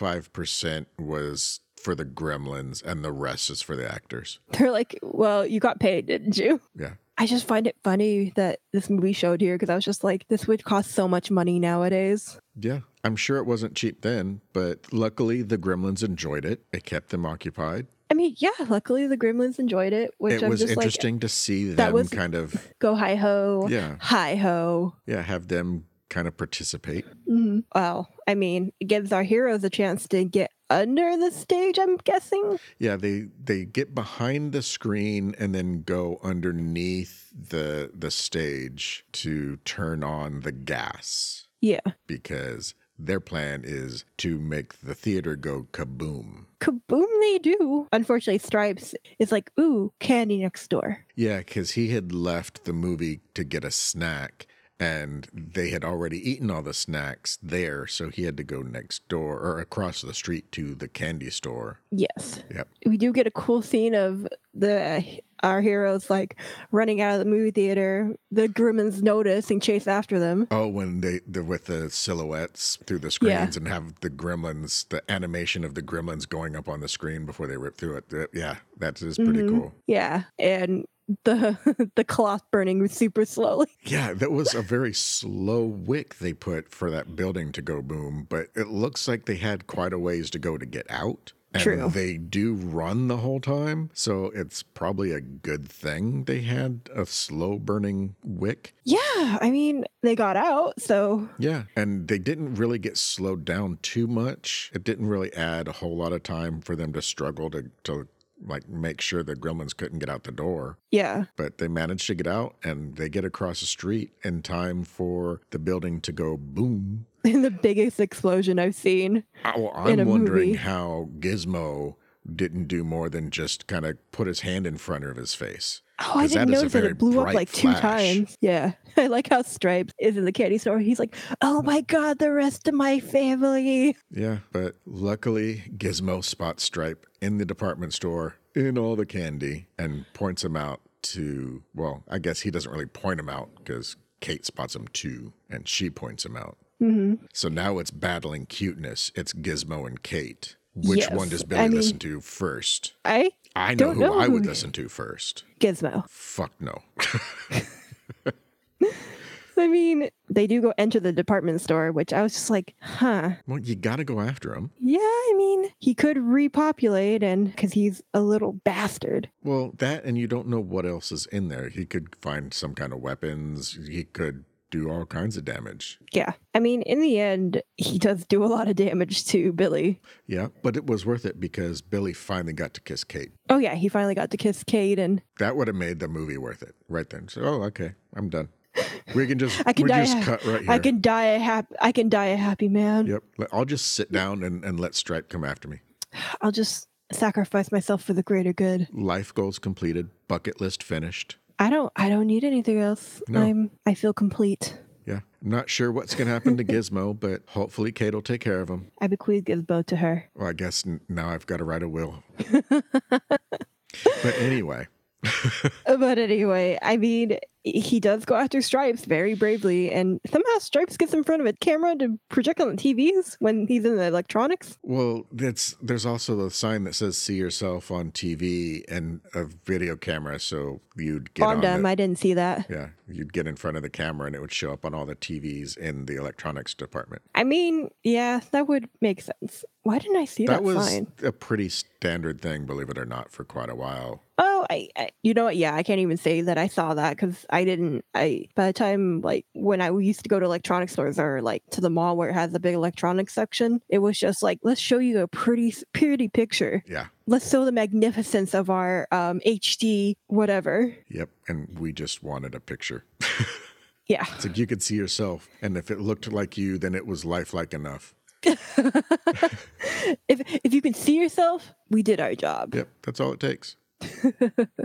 Speaker 1: 45% was for the gremlins, and the rest is for the actors.
Speaker 2: They're like, well, you got paid, didn't you?
Speaker 1: Yeah.
Speaker 2: I just find it funny that this movie showed here because I was just like, this would cost so much money nowadays.
Speaker 1: Yeah. I'm sure it wasn't cheap then, but luckily the gremlins enjoyed it. It kept them occupied.
Speaker 2: I mean, yeah, luckily the gremlins enjoyed it, which
Speaker 1: it
Speaker 2: I'm
Speaker 1: was
Speaker 2: just
Speaker 1: interesting to see
Speaker 2: that
Speaker 1: them
Speaker 2: was-
Speaker 1: kind of,
Speaker 2: like, go hi ho,
Speaker 1: yeah,
Speaker 2: hi ho.
Speaker 1: yeah, have them kind of participate.
Speaker 2: Mhm. Well, I mean, it gives our heroes a chance to get under the stage, I'm guessing.
Speaker 1: Yeah, they they get behind the screen and then go underneath the the stage to turn on the gas
Speaker 2: Yeah.
Speaker 1: because their plan is to make the theater go kaboom.
Speaker 2: Kaboom, they do. Unfortunately, Stripes is like, ooh, candy next door.
Speaker 1: Yeah, cuz he had left the movie to get a snack and they had already eaten all the snacks there, so he had to go next door or across the street to the candy store.
Speaker 2: Yes.
Speaker 1: Yep.
Speaker 2: We do get a cool scene of the our heroes like running out of the movie theater. The Grimmins notice and chase after them.
Speaker 1: Oh, when they they're with the silhouettes through the
Speaker 2: Yeah.
Speaker 1: screens and have the gremlins, the animation of the gremlins going up on the screen before they rip through it. That- Yeah, that is pretty
Speaker 2: Mhm.
Speaker 1: cool.
Speaker 2: Yeah, and the the cloth burning super slowly.
Speaker 1: Yeah, that was a very slow wick they put for that building to go boom, but it looks like they had quite a ways to go to get out. And
Speaker 2: True.
Speaker 1: they do run the whole time, so it's probably a good thing they had a slow burning wick.
Speaker 2: Yeah, I mean they got out, so
Speaker 1: Yeah. And they didn't really get slowed down too much. It didn't really add a whole lot of time for them to struggle to, to like make sure the gremlins couldn't get out the door.
Speaker 2: yeah,
Speaker 1: But they managed to get out and they get across the street in time for the building to go boom.
Speaker 2: the biggest explosion I've seen.
Speaker 1: I- Well,
Speaker 2: In
Speaker 1: I'm
Speaker 2: a
Speaker 1: wondering
Speaker 2: movie.
Speaker 1: how Gizmo didn't do more than just kind of put his hand in front of his face.
Speaker 2: Oh, I
Speaker 1: 'Cause that
Speaker 2: didn't
Speaker 1: is a
Speaker 2: notice that
Speaker 1: very
Speaker 2: it blew up
Speaker 1: bright
Speaker 2: like two
Speaker 1: flash.
Speaker 2: times. Yeah, I like how Stripes is in the candy store. He's like, "Oh my god, the rest of my family."
Speaker 1: Yeah. But luckily, Gizmo spots Stripe in the department store in all the candy and points him out to, well, I guess he doesn't really point him out because Kate spots him too and she points him out.
Speaker 2: hmm
Speaker 1: So now it's battling cuteness. It's Gizmo and Kate. Which
Speaker 2: Yes,
Speaker 1: one does Billy
Speaker 2: I mean-
Speaker 1: listen to first?
Speaker 2: I
Speaker 1: I know
Speaker 2: Don't
Speaker 1: who
Speaker 2: know
Speaker 1: I would
Speaker 2: who-
Speaker 1: listen to first.
Speaker 2: Gizmo.
Speaker 1: Fuck no.
Speaker 2: I mean, they do go enter the department store, which I was just like, huh.
Speaker 1: well, you got to go after him.
Speaker 2: Yeah, I mean, he could repopulate and because he's a little bastard.
Speaker 1: Well, that and you don't know what else is in there. He could find some kind of weapons. He could do all kinds of damage.
Speaker 2: Yeah. I mean, in the end, he does do a lot of damage to Billy.
Speaker 1: Yeah, but it was worth it because Billy finally got to kiss Kate.
Speaker 2: Oh, yeah. He finally got to kiss Kate and
Speaker 1: That would have made the movie worth it right then. So, oh, okay, I'm done. We can just
Speaker 2: I can
Speaker 1: we
Speaker 2: die-
Speaker 1: just cut right here.
Speaker 2: I can die a happy, I can die a happy man.
Speaker 1: Yep. Let- I'll just sit down and, and let Stripe come after me.
Speaker 2: I'll just sacrifice myself for the greater good.
Speaker 1: Life goals completed. Bucket list finished.
Speaker 2: I don't, I don't need anything else.
Speaker 1: No.
Speaker 2: I'm, I feel complete.
Speaker 1: Yeah. I'm not sure what's gonna happen to Gizmo, but hopefully Kate will take care of him.
Speaker 2: I bequeath Gizmo to her.
Speaker 1: Well, I guess n- now I've got to write a will. but anyway,
Speaker 2: but anyway, I mean, he does go after Stripes very bravely, and somehow Stripes gets in front of a camera to project on the TVs when he's in the electronics.
Speaker 1: Well, that's there's also a sign that says "See yourself on TV" and a video camera, so you'd get
Speaker 2: on
Speaker 1: on
Speaker 2: them,
Speaker 1: the-
Speaker 2: I didn't see that.
Speaker 1: yeah, you'd get in front of the camera, and it would show up on all the TVs in the electronics department.
Speaker 2: I mean, yeah, that would make sense. Why didn't I see that,
Speaker 1: that was
Speaker 2: sign?
Speaker 1: a pretty standard thing, believe it or not, for quite a while.
Speaker 2: Oh, I, I, you know what? Yeah, I can't even say that I saw that because I didn't. I by the time like when I used to go to electronics stores or like to the mall where it has the big electronics section, it was just like let's show you a pretty pretty picture.
Speaker 1: Yeah.
Speaker 2: Let's show the magnificence of our um, HD whatever.
Speaker 1: Yep. And we just wanted a picture.
Speaker 2: Yeah.
Speaker 1: It's like you could see yourself, and if it looked like you, then it was lifelike enough.
Speaker 2: if if you can see yourself, we did our job.
Speaker 1: Yep, that's all it takes.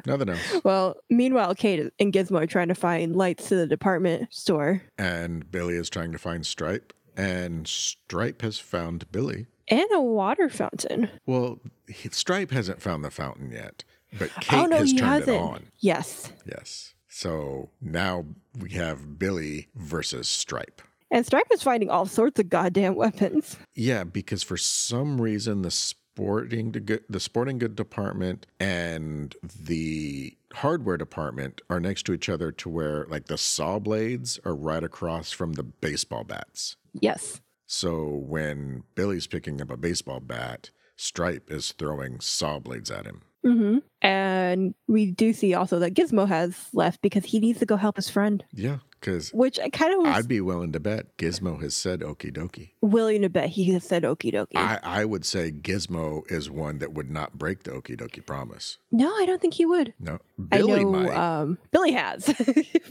Speaker 1: Nothing else.
Speaker 2: Well, meanwhile, Kate and Gizmo are trying to find lights to the department store.
Speaker 1: And Billy is trying to find Stripe, and Stripe has found Billy.
Speaker 2: And a water fountain. Oh,
Speaker 1: Well, he- Stripe hasn't found the fountain yet, but Kate
Speaker 2: oh no,
Speaker 1: has
Speaker 2: he
Speaker 1: turned
Speaker 2: hasn't.
Speaker 1: it on.
Speaker 2: Yes.
Speaker 1: Yes. So now we have Billy versus Stripe.
Speaker 2: And Stripe is finding all sorts of goddamn weapons.
Speaker 1: Yeah, because for some reason the sporting to good, the sporting good department and the hardware department are next to each other to where like the saw blades are right across from the baseball bats.
Speaker 2: Yes.
Speaker 1: So when Billy's picking up a baseball bat, Stripe is throwing saw blades at him.
Speaker 2: hmm And we do see also that Gizmo has left because he needs to go help his friend,
Speaker 1: Yeah, because
Speaker 2: which I kind of was
Speaker 1: I'd be willing to bet Gizmo has said okie dokie.
Speaker 2: willing to bet he has said okie dokie.
Speaker 1: I, I would say Gizmo is one that would not break the okie dokie promise.
Speaker 2: no, I don't think he would.
Speaker 1: No, Billy
Speaker 2: I know
Speaker 1: might.
Speaker 2: Um, Billy has.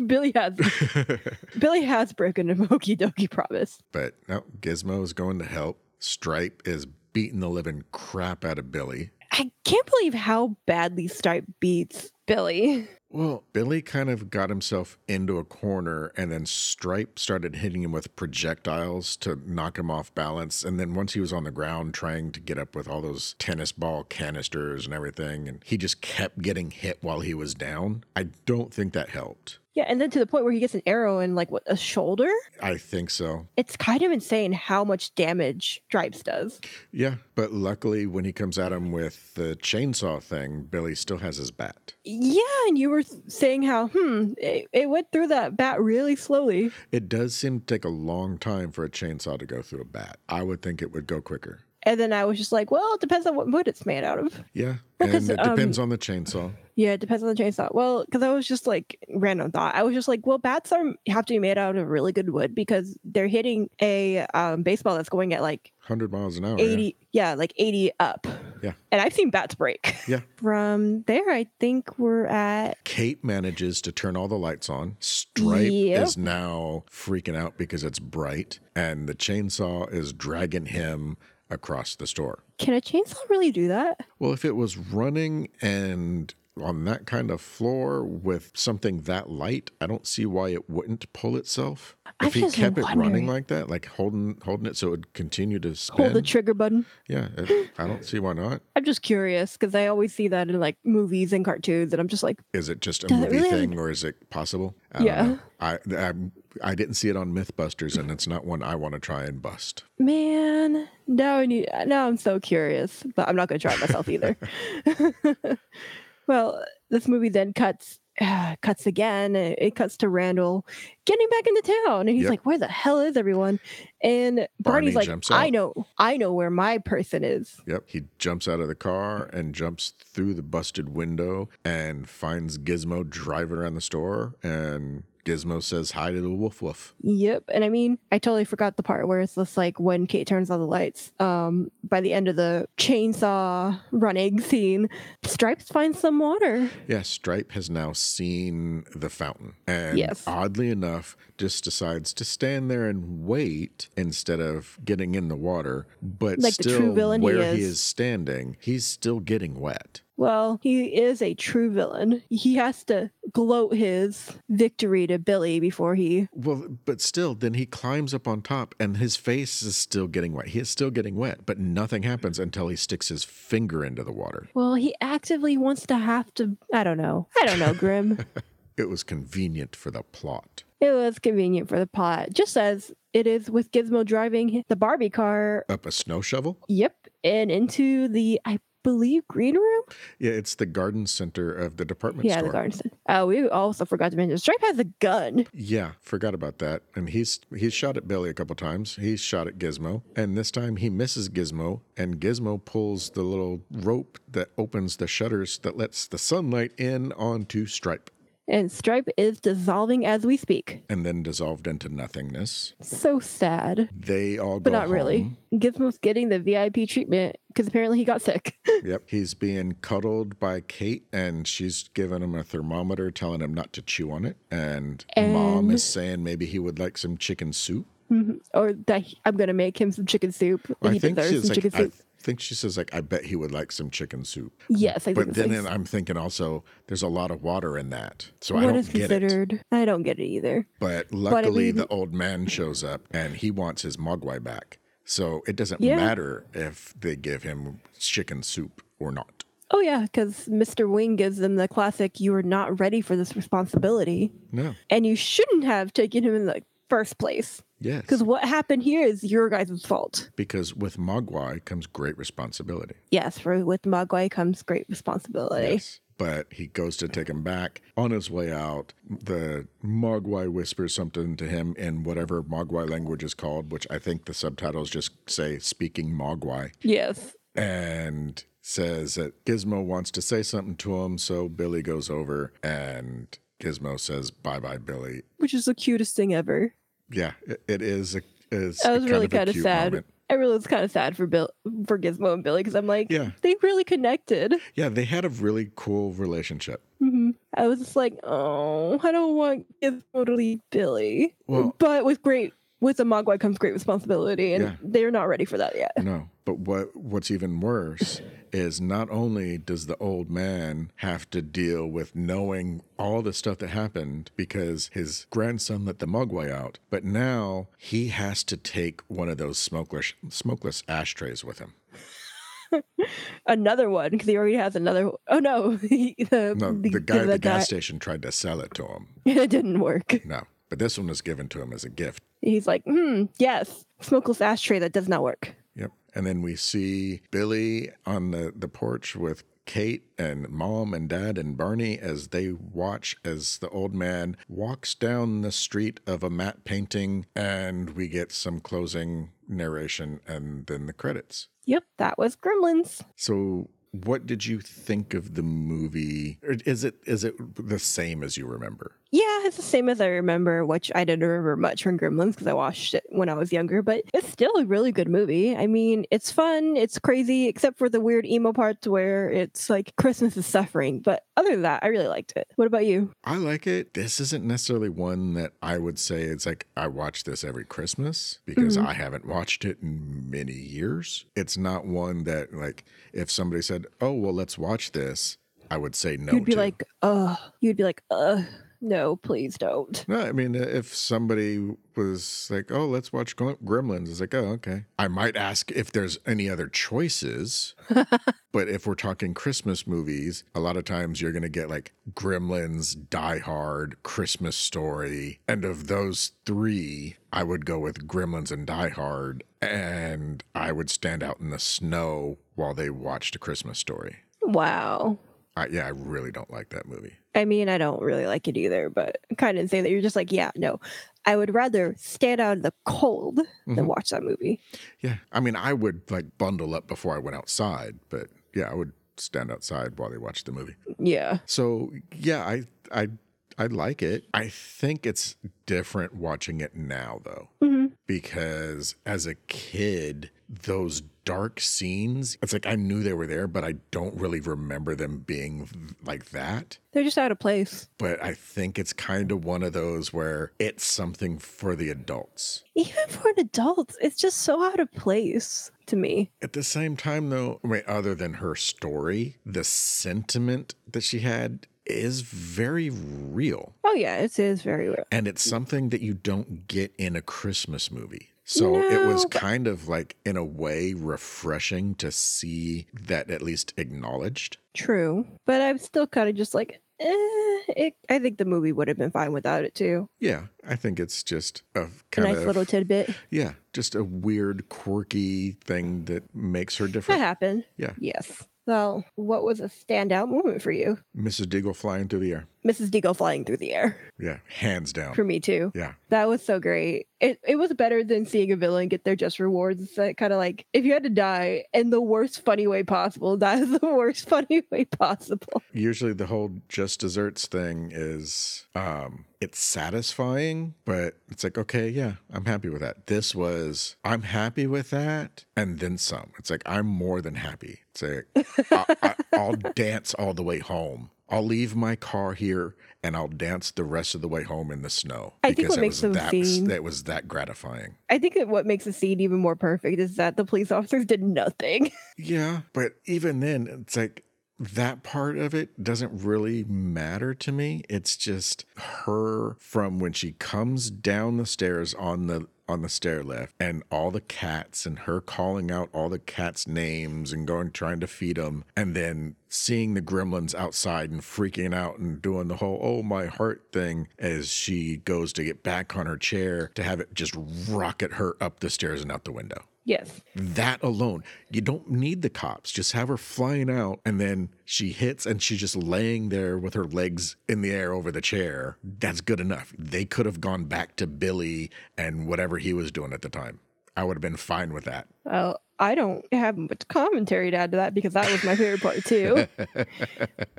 Speaker 2: Billy has. Billy has broken a okie dokie promise.
Speaker 1: But no, Gizmo is going to help. Stripe is beating the living crap out of Billy.
Speaker 2: I can't believe how badly Stripe beats Billy.
Speaker 1: Well, Billy kind of got himself into a corner, and then Stripe started hitting him with projectiles to knock him off balance. And then once he was on the ground trying to get up with all those tennis ball canisters and everything, and he just kept getting hit while he was down, I don't think that helped.
Speaker 2: Yeah, and then to the point where he gets an arrow in like what a shoulder.
Speaker 1: I think so.
Speaker 2: It's kind of insane how much damage Stripes does.
Speaker 1: Yeah. But luckily, when he comes at him with the chainsaw thing, Billy still has his bat.
Speaker 2: Yeah, and you were saying how hmm it, it went through that bat really slowly.
Speaker 1: It does seem to take a long time for a chainsaw to go through a bat. I would think it would go quicker.
Speaker 2: And then I was just like, well, it depends on what wood it's made out of.
Speaker 1: Yeah.
Speaker 2: Well, 'cause,
Speaker 1: and it
Speaker 2: um,
Speaker 1: depends on the chainsaw.
Speaker 2: Yeah, it depends on the chainsaw. Well, because I was just like random thought. I was just like, well, bats are have to be made out of really good wood because they're hitting a um, baseball that's going at like
Speaker 1: 100 miles an hour. Oh, yeah.
Speaker 2: 80 yeah. like 80 up
Speaker 1: Yeah.
Speaker 2: and i've seen bats break
Speaker 1: Yeah.
Speaker 2: from there i think we're at
Speaker 1: Kate manages to turn all the lights on. Stripe
Speaker 2: Yep.
Speaker 1: is now freaking out because it's bright, and the chainsaw is dragging him across the store.
Speaker 2: can a chainsaw really do that
Speaker 1: Well, if it was running and on that kind of floor with something that light, I don't see why it wouldn't pull itself.
Speaker 2: I've
Speaker 1: if he
Speaker 2: just
Speaker 1: kept
Speaker 2: been
Speaker 1: it running
Speaker 2: wondering.
Speaker 1: like that, like holding holding it so it would continue to spin.
Speaker 2: hold the trigger button
Speaker 1: yeah, it- I don't see why not.
Speaker 2: i'm just curious because i always see that in like movies and cartoons and i'm just like
Speaker 1: Is it just a
Speaker 2: Does it
Speaker 1: movie
Speaker 2: really?
Speaker 1: thing, or is it possible? I don't
Speaker 2: Yeah.
Speaker 1: know. I, I I didn't see it on MythBusters, and it's not one I want to try and bust.
Speaker 2: man now i need now i'm so curious but i'm not going to try it myself either well this movie then cuts cuts again it it cuts to randall getting back into town and he's
Speaker 1: Yep.
Speaker 2: like where the hell is everyone and
Speaker 1: Barney
Speaker 2: barney's like
Speaker 1: jumps
Speaker 2: i
Speaker 1: out.
Speaker 2: know i know where my person is
Speaker 1: Yep. He jumps out of the car and jumps through the busted window and finds Gizmo driving around the store. And Gizmo says hi to the woof woof.
Speaker 2: yep and i mean i totally forgot the part where it's just like when kate turns on the lights um by the end of the chainsaw running scene stripes finds some water
Speaker 1: Yeah, Stripe has now seen the fountain. And
Speaker 2: Yes.
Speaker 1: oddly enough, Olaf just decides to stand there and wait instead of getting in the water, but
Speaker 2: Like the true
Speaker 1: still
Speaker 2: villain he
Speaker 1: where he
Speaker 2: is.
Speaker 1: is standing, he's still getting wet.
Speaker 2: Well, he is a true villain. He has to gloat his victory to Billy before he.
Speaker 1: Well, but still, then he climbs up on top and his face is still getting wet. He is still getting wet, but nothing happens until he sticks his finger into the water.
Speaker 2: Well, he actively wants to have to. I don't know. I don't know, Grim.
Speaker 1: It was convenient for the plot.
Speaker 2: it was convenient for the plot, just as it is with Gizmo driving the Barbie car.
Speaker 1: Up a snow shovel?
Speaker 2: Yep, and into the I believe green room.
Speaker 1: Yeah, it's the garden center of the department
Speaker 2: yeah,
Speaker 1: store.
Speaker 2: the garden. center. Oh, we also forgot to mention Stripe has a gun.
Speaker 1: Yeah, forgot about that. And he's he's shot at Billy a couple times. He's shot at Gizmo, and this time he misses Gizmo, and Gizmo pulls the little rope that opens the shutters that lets the sunlight in onto Stripe,
Speaker 2: And Stripe is dissolving as we speak.
Speaker 1: and then dissolved into nothingness.
Speaker 2: So sad.
Speaker 1: They all go
Speaker 2: But not really.
Speaker 1: home.
Speaker 2: Gizmo's getting the VIP treatment because apparently he got sick.
Speaker 1: Yep, he's being cuddled by Kate, and she's giving him a thermometer, telling him not to chew on it. And, mom
Speaker 2: And-
Speaker 1: is saying maybe he would like some chicken soup.
Speaker 2: Mhm. or that he- I'm going to make him some chicken soup. that
Speaker 1: I
Speaker 2: he
Speaker 1: think
Speaker 2: deserves
Speaker 1: she's
Speaker 2: some
Speaker 1: like,
Speaker 2: chicken
Speaker 1: I
Speaker 2: soup.
Speaker 1: think she says like, I bet he would like some chicken soup.
Speaker 2: yes, I think
Speaker 1: But
Speaker 2: it's
Speaker 1: then
Speaker 2: like-
Speaker 1: and I'm thinking also there's a lot of water in that. So I
Speaker 2: what
Speaker 1: don't
Speaker 2: is
Speaker 1: get it.
Speaker 2: considered. I don't get it either.
Speaker 1: But luckily
Speaker 2: mean-
Speaker 1: the old man shows up and he wants his mogwai back. So it doesn't
Speaker 2: Yeah.
Speaker 1: matter if they give him chicken soup or not.
Speaker 2: Oh yeah, because Mr. Wing gives them the classic: "You are not ready for this responsibility,
Speaker 1: No.
Speaker 2: and you shouldn't have taken him in the first place."
Speaker 1: Yes.
Speaker 2: Because what happened here is your guys' fault.
Speaker 1: Because with mogwai comes great responsibility.
Speaker 2: Yes, for with Mogwai comes great responsibility.
Speaker 1: Yes. But he goes to take him back. On his way out, the Mogwai whispers something to him in whatever Mogwai language is called, which I think the subtitles just say speaking Mogwai.
Speaker 2: Yes.
Speaker 1: and says that Gizmo wants to say something to him. So Billy goes over and Gizmo says, Bye bye, Billy.
Speaker 2: Which is the cutest thing ever.
Speaker 1: Yeah, it, it is. A, is
Speaker 2: That was really
Speaker 1: kind of a cute
Speaker 2: sad.
Speaker 1: moment.
Speaker 2: I really was kind of sad for Bill, for Gizmo and Billy, because I'm like,
Speaker 1: Yeah.
Speaker 2: they really connected.
Speaker 1: Yeah, they had a really cool relationship.
Speaker 2: hmm I was just like, oh, I don't want Gizmo to leave Billy.
Speaker 1: Well-
Speaker 2: but with great, with a Mogwai comes great responsibility, and
Speaker 1: Yeah.
Speaker 2: they're not ready for that yet.
Speaker 1: No, but what what's even worse is not only does the old man have to deal with knowing all the stuff that happened because his grandson let the mugwai out, but now he has to take one of those smokeless smokeless ashtrays with him.
Speaker 2: Another one, because he already has another. Oh no, he, the,
Speaker 1: No, the, guy at the gas station tried to sell it to him.
Speaker 2: it didn't work.
Speaker 1: No, but this one was given to him as a gift.
Speaker 2: He's like, hmm, yes, smokeless ashtray that does not work.
Speaker 1: Yep. And then we see Billy on the, the porch with Kate and mom and dad and Barney as they watch as the old man walks down the street of a matte painting. And we get some closing narration and then the credits.
Speaker 2: Yep, that was Gremlins.
Speaker 1: So, what did you think of the movie? Or Is it is it the same as you remember?
Speaker 2: Yeah, it's the same as I remember, which I didn't remember much from Gremlins because I watched it when I was younger, but it's still a really good movie. I mean, it's fun, it's crazy, except for the weird emo parts where it's like Christmas is suffering. But other than that, I really liked it. What about you?
Speaker 1: I like it. This isn't necessarily one that I would say it's like I watch this every Christmas because
Speaker 2: Mm-hmm.
Speaker 1: I haven't watched it in many years. It's not one that like if somebody said, "Oh, well, let's watch this," I would say no.
Speaker 2: You'd be
Speaker 1: to.
Speaker 2: like, ugh. You'd be like, ugh, no, please don't.
Speaker 1: no. I mean, uh, if somebody was like, "Oh, let's watch Gr- Gremlins," it's like, "Oh, okay." I might ask if there's any other choices. But if we're talking Christmas movies, a lot of times you're going to get like Gremlins, Die Hard, Christmas Story. And of those three, I would go with Gremlins and Die Hard. And I would stand out in the snow while they watched A Christmas Story.
Speaker 2: Wow.
Speaker 1: I, yeah, I really don't like that movie.
Speaker 2: I mean, I don't really like it either, but kind of say that you're just like, yeah, no. I would rather stand out in the cold than
Speaker 1: Mhm.
Speaker 2: watch that movie.
Speaker 1: Yeah. I mean, I would like bundle up before I went outside, but yeah, I would stand outside while they watched the movie.
Speaker 2: Yeah.
Speaker 1: So yeah, I I I like it. I think it's different watching it now though.
Speaker 2: Mhm.
Speaker 1: because as a kid, those dark scenes, it's like I knew they were there, but I don't really remember them being like that.
Speaker 2: They're just out of place.
Speaker 1: But I think it's kind of one of those where it's something for the adults.
Speaker 2: Even for an adult, it's just so out of place to me.
Speaker 1: At the same time, though, I mean, other than her story, the sentiment that she had is very real.
Speaker 2: Oh yeah, it is very real.
Speaker 1: And it's something that you don't get in a Christmas movie. So it was
Speaker 2: No, but-
Speaker 1: kind of like, in a way, refreshing to see that at least acknowledged.
Speaker 2: True, but I'm still kind of just like, eh, it, I think the movie would have been fine without it too.
Speaker 1: Yeah, I think it's just a
Speaker 2: A
Speaker 1: kind
Speaker 2: nice
Speaker 1: of
Speaker 2: little tidbit.
Speaker 1: yeah, just a weird, quirky thing that makes her
Speaker 2: That
Speaker 1: different.
Speaker 2: happened.
Speaker 1: Yeah.
Speaker 2: Yes. So, what was a standout moment for you?
Speaker 1: Mrs. Deagle flying through the air.
Speaker 2: Mrs. Deagle flying through the air
Speaker 1: Yeah, hands down.
Speaker 2: for me too.
Speaker 1: Yeah.
Speaker 2: That was so great. It it was better than seeing a villain get their just rewards. It's that kind of like if you had to die in the worst funny way possible, that is the worst funny way possible.
Speaker 1: Usually the whole just desserts thing is um it's satisfying, but it's like, okay, yeah, I'm happy with that. This was I'm happy with that and then some. It's like I'm more than happy. It's like I, I, I'll dance all the way home. I'll leave my car here and I'll dance the rest of the way home in the snow.
Speaker 2: I think what
Speaker 1: it
Speaker 2: makes
Speaker 1: was
Speaker 2: them
Speaker 1: that
Speaker 2: seen-
Speaker 1: that was that gratifying.
Speaker 2: I think that what makes the scene even more perfect is that the police officers did nothing.
Speaker 1: Yeah, but even then, it's like that part of it doesn't really matter to me. It's just her from when she comes down the stairs on the on the stair lift and all the cats and her calling out all the cats names and going trying to feed them and then seeing the gremlins outside and freaking out and doing the whole oh my heart thing as she goes to get back on her chair to have it just rocket her up the stairs and out the window
Speaker 2: Yes.
Speaker 1: that alone you don't need the cops just have her flying out and then she hits and she's just laying there with her legs in the air over the chair that's good enough they could have gone back to billy and whatever he was doing at the time i would have been fine with that
Speaker 2: Well, I don't have much commentary to add to that because that was my favorite part too.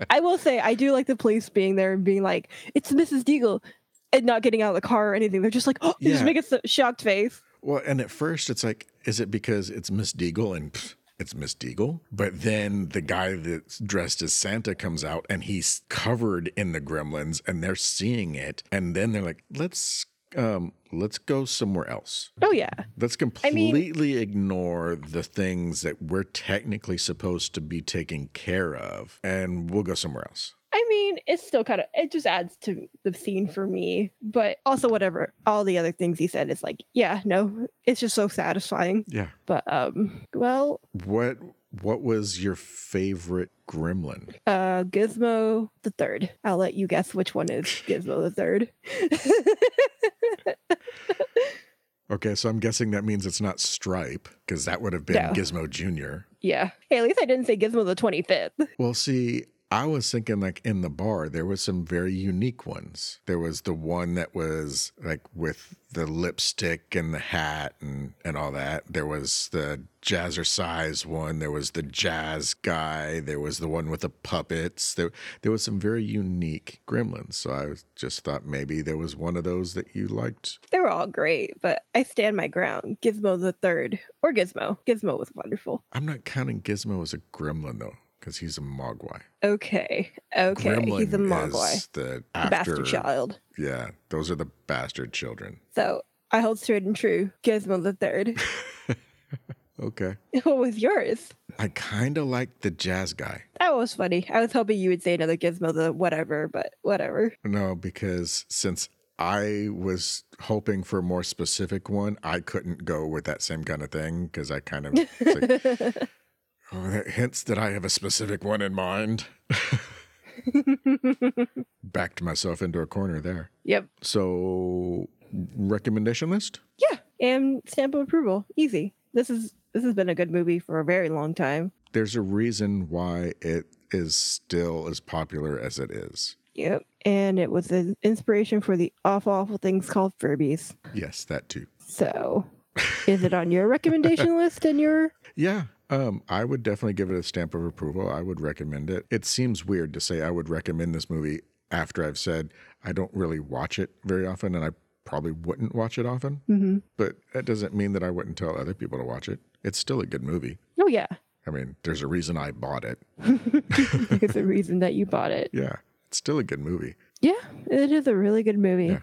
Speaker 2: I will say I do like the police being there and being like, "It's Mrs. Deagle," and not getting out of the car or anything. They're just like, "Oh," they
Speaker 1: Yeah.
Speaker 2: just make a s- shocked face.
Speaker 1: well and at first it's like is it because it's miss deagle and pfft, it's Miss Deagle. But then the guy that's dressed as Santa comes out and he's covered in the gremlins and they're seeing it. And then they're like, let's um let's go somewhere else.
Speaker 2: Oh yeah,
Speaker 1: Let's
Speaker 2: mean-
Speaker 1: completely ignore the things that we're technically supposed to be taking care of, and we'll go somewhere else.
Speaker 2: I mean, it's still kind of it just adds to the scene for me. But also, whatever, all the other things he said is like, yeah, no, it's just so satisfying.
Speaker 1: Yeah.
Speaker 2: But um, well,
Speaker 1: What What was your favorite Gremlin?
Speaker 2: uh, Gizmo the third. I'll let you guess which one is Gizmo the third.
Speaker 1: Okay, so I'm guessing that means it's not Stripe because that would have been
Speaker 2: No.
Speaker 1: Gizmo Junior.
Speaker 2: Yeah. Hey, at least I didn't say Gizmo the 25th.
Speaker 1: Well, see, I was thinking like in the bar, there was some very unique ones. There was the one that was like with the lipstick and the hat and, and all that. There was the jazzercise one. There was the jazz guy. There was the one with the puppets. There, there was some very unique gremlins. So I was- just thought maybe there was one of those that you liked.
Speaker 2: They were all great, but I stand my ground. Gizmo the third or Gizmo. Gizmo was wonderful.
Speaker 1: I'm not counting Gizmo as a gremlin though, because he's a mogwai.
Speaker 2: Okay. Okay. He's a Mogwai.
Speaker 1: is the
Speaker 2: A
Speaker 1: after
Speaker 2: bastard child.
Speaker 1: Yeah, those are the bastard children.
Speaker 2: So I hold straight and true. Gizmo the third.
Speaker 1: Okay.
Speaker 2: what was yours?
Speaker 1: I kind of like the jazz guy.
Speaker 2: That was funny. I was hoping you would say another Gizmo the whatever, but whatever.
Speaker 1: No, because since I was hoping for a more specific one, I couldn't go with that same kind of thing because I kind of it's like, oh, that hints that I have a specific one in mind. Backed myself into a corner there.
Speaker 2: yep.
Speaker 1: So, recommendation list?
Speaker 2: Yeah. And stamp of approval. Easy. This is this has been a good movie for a very long time.
Speaker 1: There's a reason why it is still as popular as it is.
Speaker 2: Yep. And it was an inspiration for the awful, awful things called Furbies.
Speaker 1: Yes, that too.
Speaker 2: So is it on your recommendation list and your
Speaker 1: Yeah. Um, I would definitely give it a stamp of approval. I would recommend it. It seems weird to say I would recommend this movie after I've said I don't really watch it very often and I probably wouldn't watch it often,
Speaker 2: hmm
Speaker 1: but that doesn't mean that I wouldn't tell other people to watch it. It's still a good movie.
Speaker 2: Oh yeah,
Speaker 1: I mean, there's a reason I bought it.
Speaker 2: because the reason that you bought it.
Speaker 1: Yeah, it's still a good movie.
Speaker 2: Yeah, it is a really good movie.
Speaker 1: Yeah.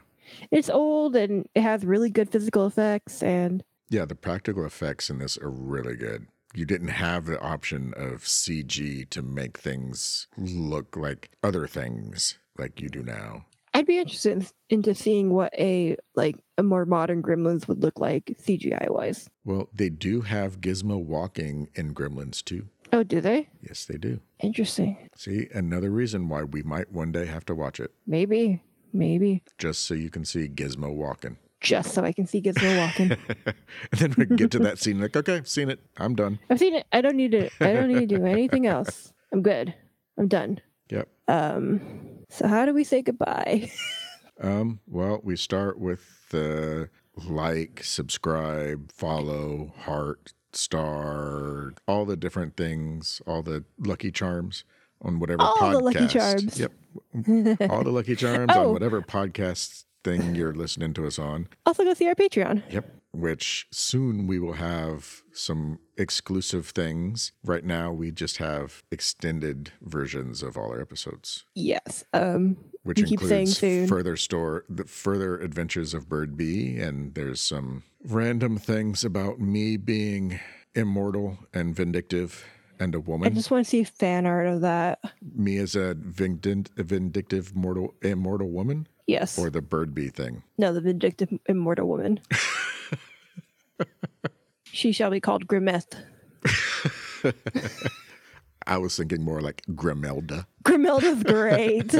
Speaker 2: It's old and it has really good physical effects and
Speaker 1: Yeah, the practical effects in this are really good. You didn't have the option of CG to make things look like other things like you do now.
Speaker 2: I'd be interested in, into seeing what a like a more modern Gremlins would look like CGI wise.
Speaker 1: Well, they do have Gizmo walking in Gremlins too.
Speaker 2: Oh, do they?
Speaker 1: Yes, they do.
Speaker 2: Interesting.
Speaker 1: See, another reason why we might one day have to watch it,
Speaker 2: Maybe, maybe
Speaker 1: just so you can see Gizmo walking.
Speaker 2: just so I can see Gizmo walking.
Speaker 1: and then we get to that scene, like, okay, seen it. I'm done.
Speaker 2: I've seen it. I don't need to. I don't need to do anything else. I'm good. I'm done.
Speaker 1: Yep.
Speaker 2: Um. So how do we say goodbye?
Speaker 1: Um, well, we start with the like, subscribe, follow, heart, star, all the different things, all the lucky charms on whatever
Speaker 2: All
Speaker 1: podcast.
Speaker 2: the lucky charms.
Speaker 1: Yep. all the lucky charms
Speaker 2: Oh.
Speaker 1: on whatever podcast thing you're listening to us on.
Speaker 2: also, go see our Patreon.
Speaker 1: Yep. Which soon we will have some exclusive things. Right now, we just have extended versions of all our episodes
Speaker 2: Yes. Um.
Speaker 1: which
Speaker 2: You keep saying
Speaker 1: includes
Speaker 2: soon.
Speaker 1: further store the further adventures of Bird B, and there's some random things about me being immortal and vindictive and a
Speaker 2: I
Speaker 1: woman.
Speaker 2: just want to see fan art of that.
Speaker 1: me as a vindint, a vindictive mortal immortal woman,
Speaker 2: Yes.
Speaker 1: or the Bird Bee thing.
Speaker 2: No, the vindictive immortal woman. she shall be called Grimeth.
Speaker 1: I was thinking more like Grimelda.
Speaker 2: Grimelda's great.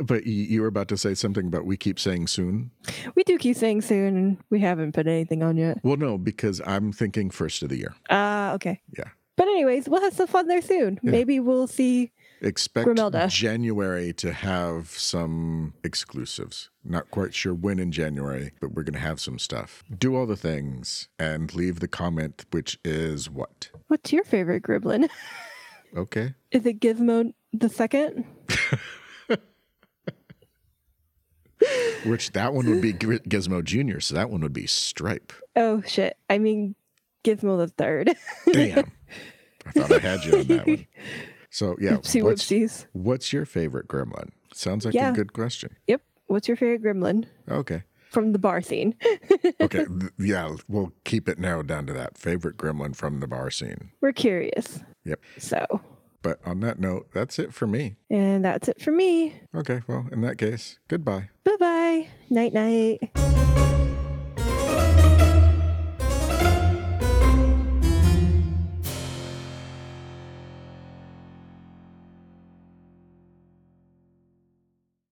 Speaker 1: But you, you were about to say something about we keep saying soon.
Speaker 2: we do keep saying soon, and we haven't put anything on yet.
Speaker 1: Well, no, because I'm thinking first of the year.
Speaker 2: Ah, okay.
Speaker 1: Yeah.
Speaker 2: But anyways, we'll have some fun there soon. Maybe we'll see.
Speaker 1: expect
Speaker 2: Grimelda.
Speaker 1: January to have some exclusives. Not quite sure when in January, but we're going to have some stuff. Do all the things and leave the comment, which is what?
Speaker 2: What's your favorite Gremlin?
Speaker 1: Okay.
Speaker 2: Is it Gizmo the second?
Speaker 1: Which that one would be Gri- Gizmo Jr., so that one would be Stripe.
Speaker 2: Oh shit! I mean, Gizmo the third.
Speaker 1: Damn. I thought I had you on that one. So, yeah.
Speaker 2: Oopsie
Speaker 1: What's,
Speaker 2: whoopsies.
Speaker 1: what's your favorite gremlin? Sounds like
Speaker 2: Yeah.
Speaker 1: a good question.
Speaker 2: Yep. What's your favorite Gremlin
Speaker 1: Okay.
Speaker 2: from the bar scene?
Speaker 1: Okay. Th- yeah. We'll keep it narrowed down to that. Favorite gremlin from the bar scene.
Speaker 2: We're curious.
Speaker 1: Yep.
Speaker 2: So,
Speaker 1: But on that note, that's it for me.
Speaker 2: and that's it for me.
Speaker 1: Okay, well, in that case, goodbye.
Speaker 2: Bye bye. Night night.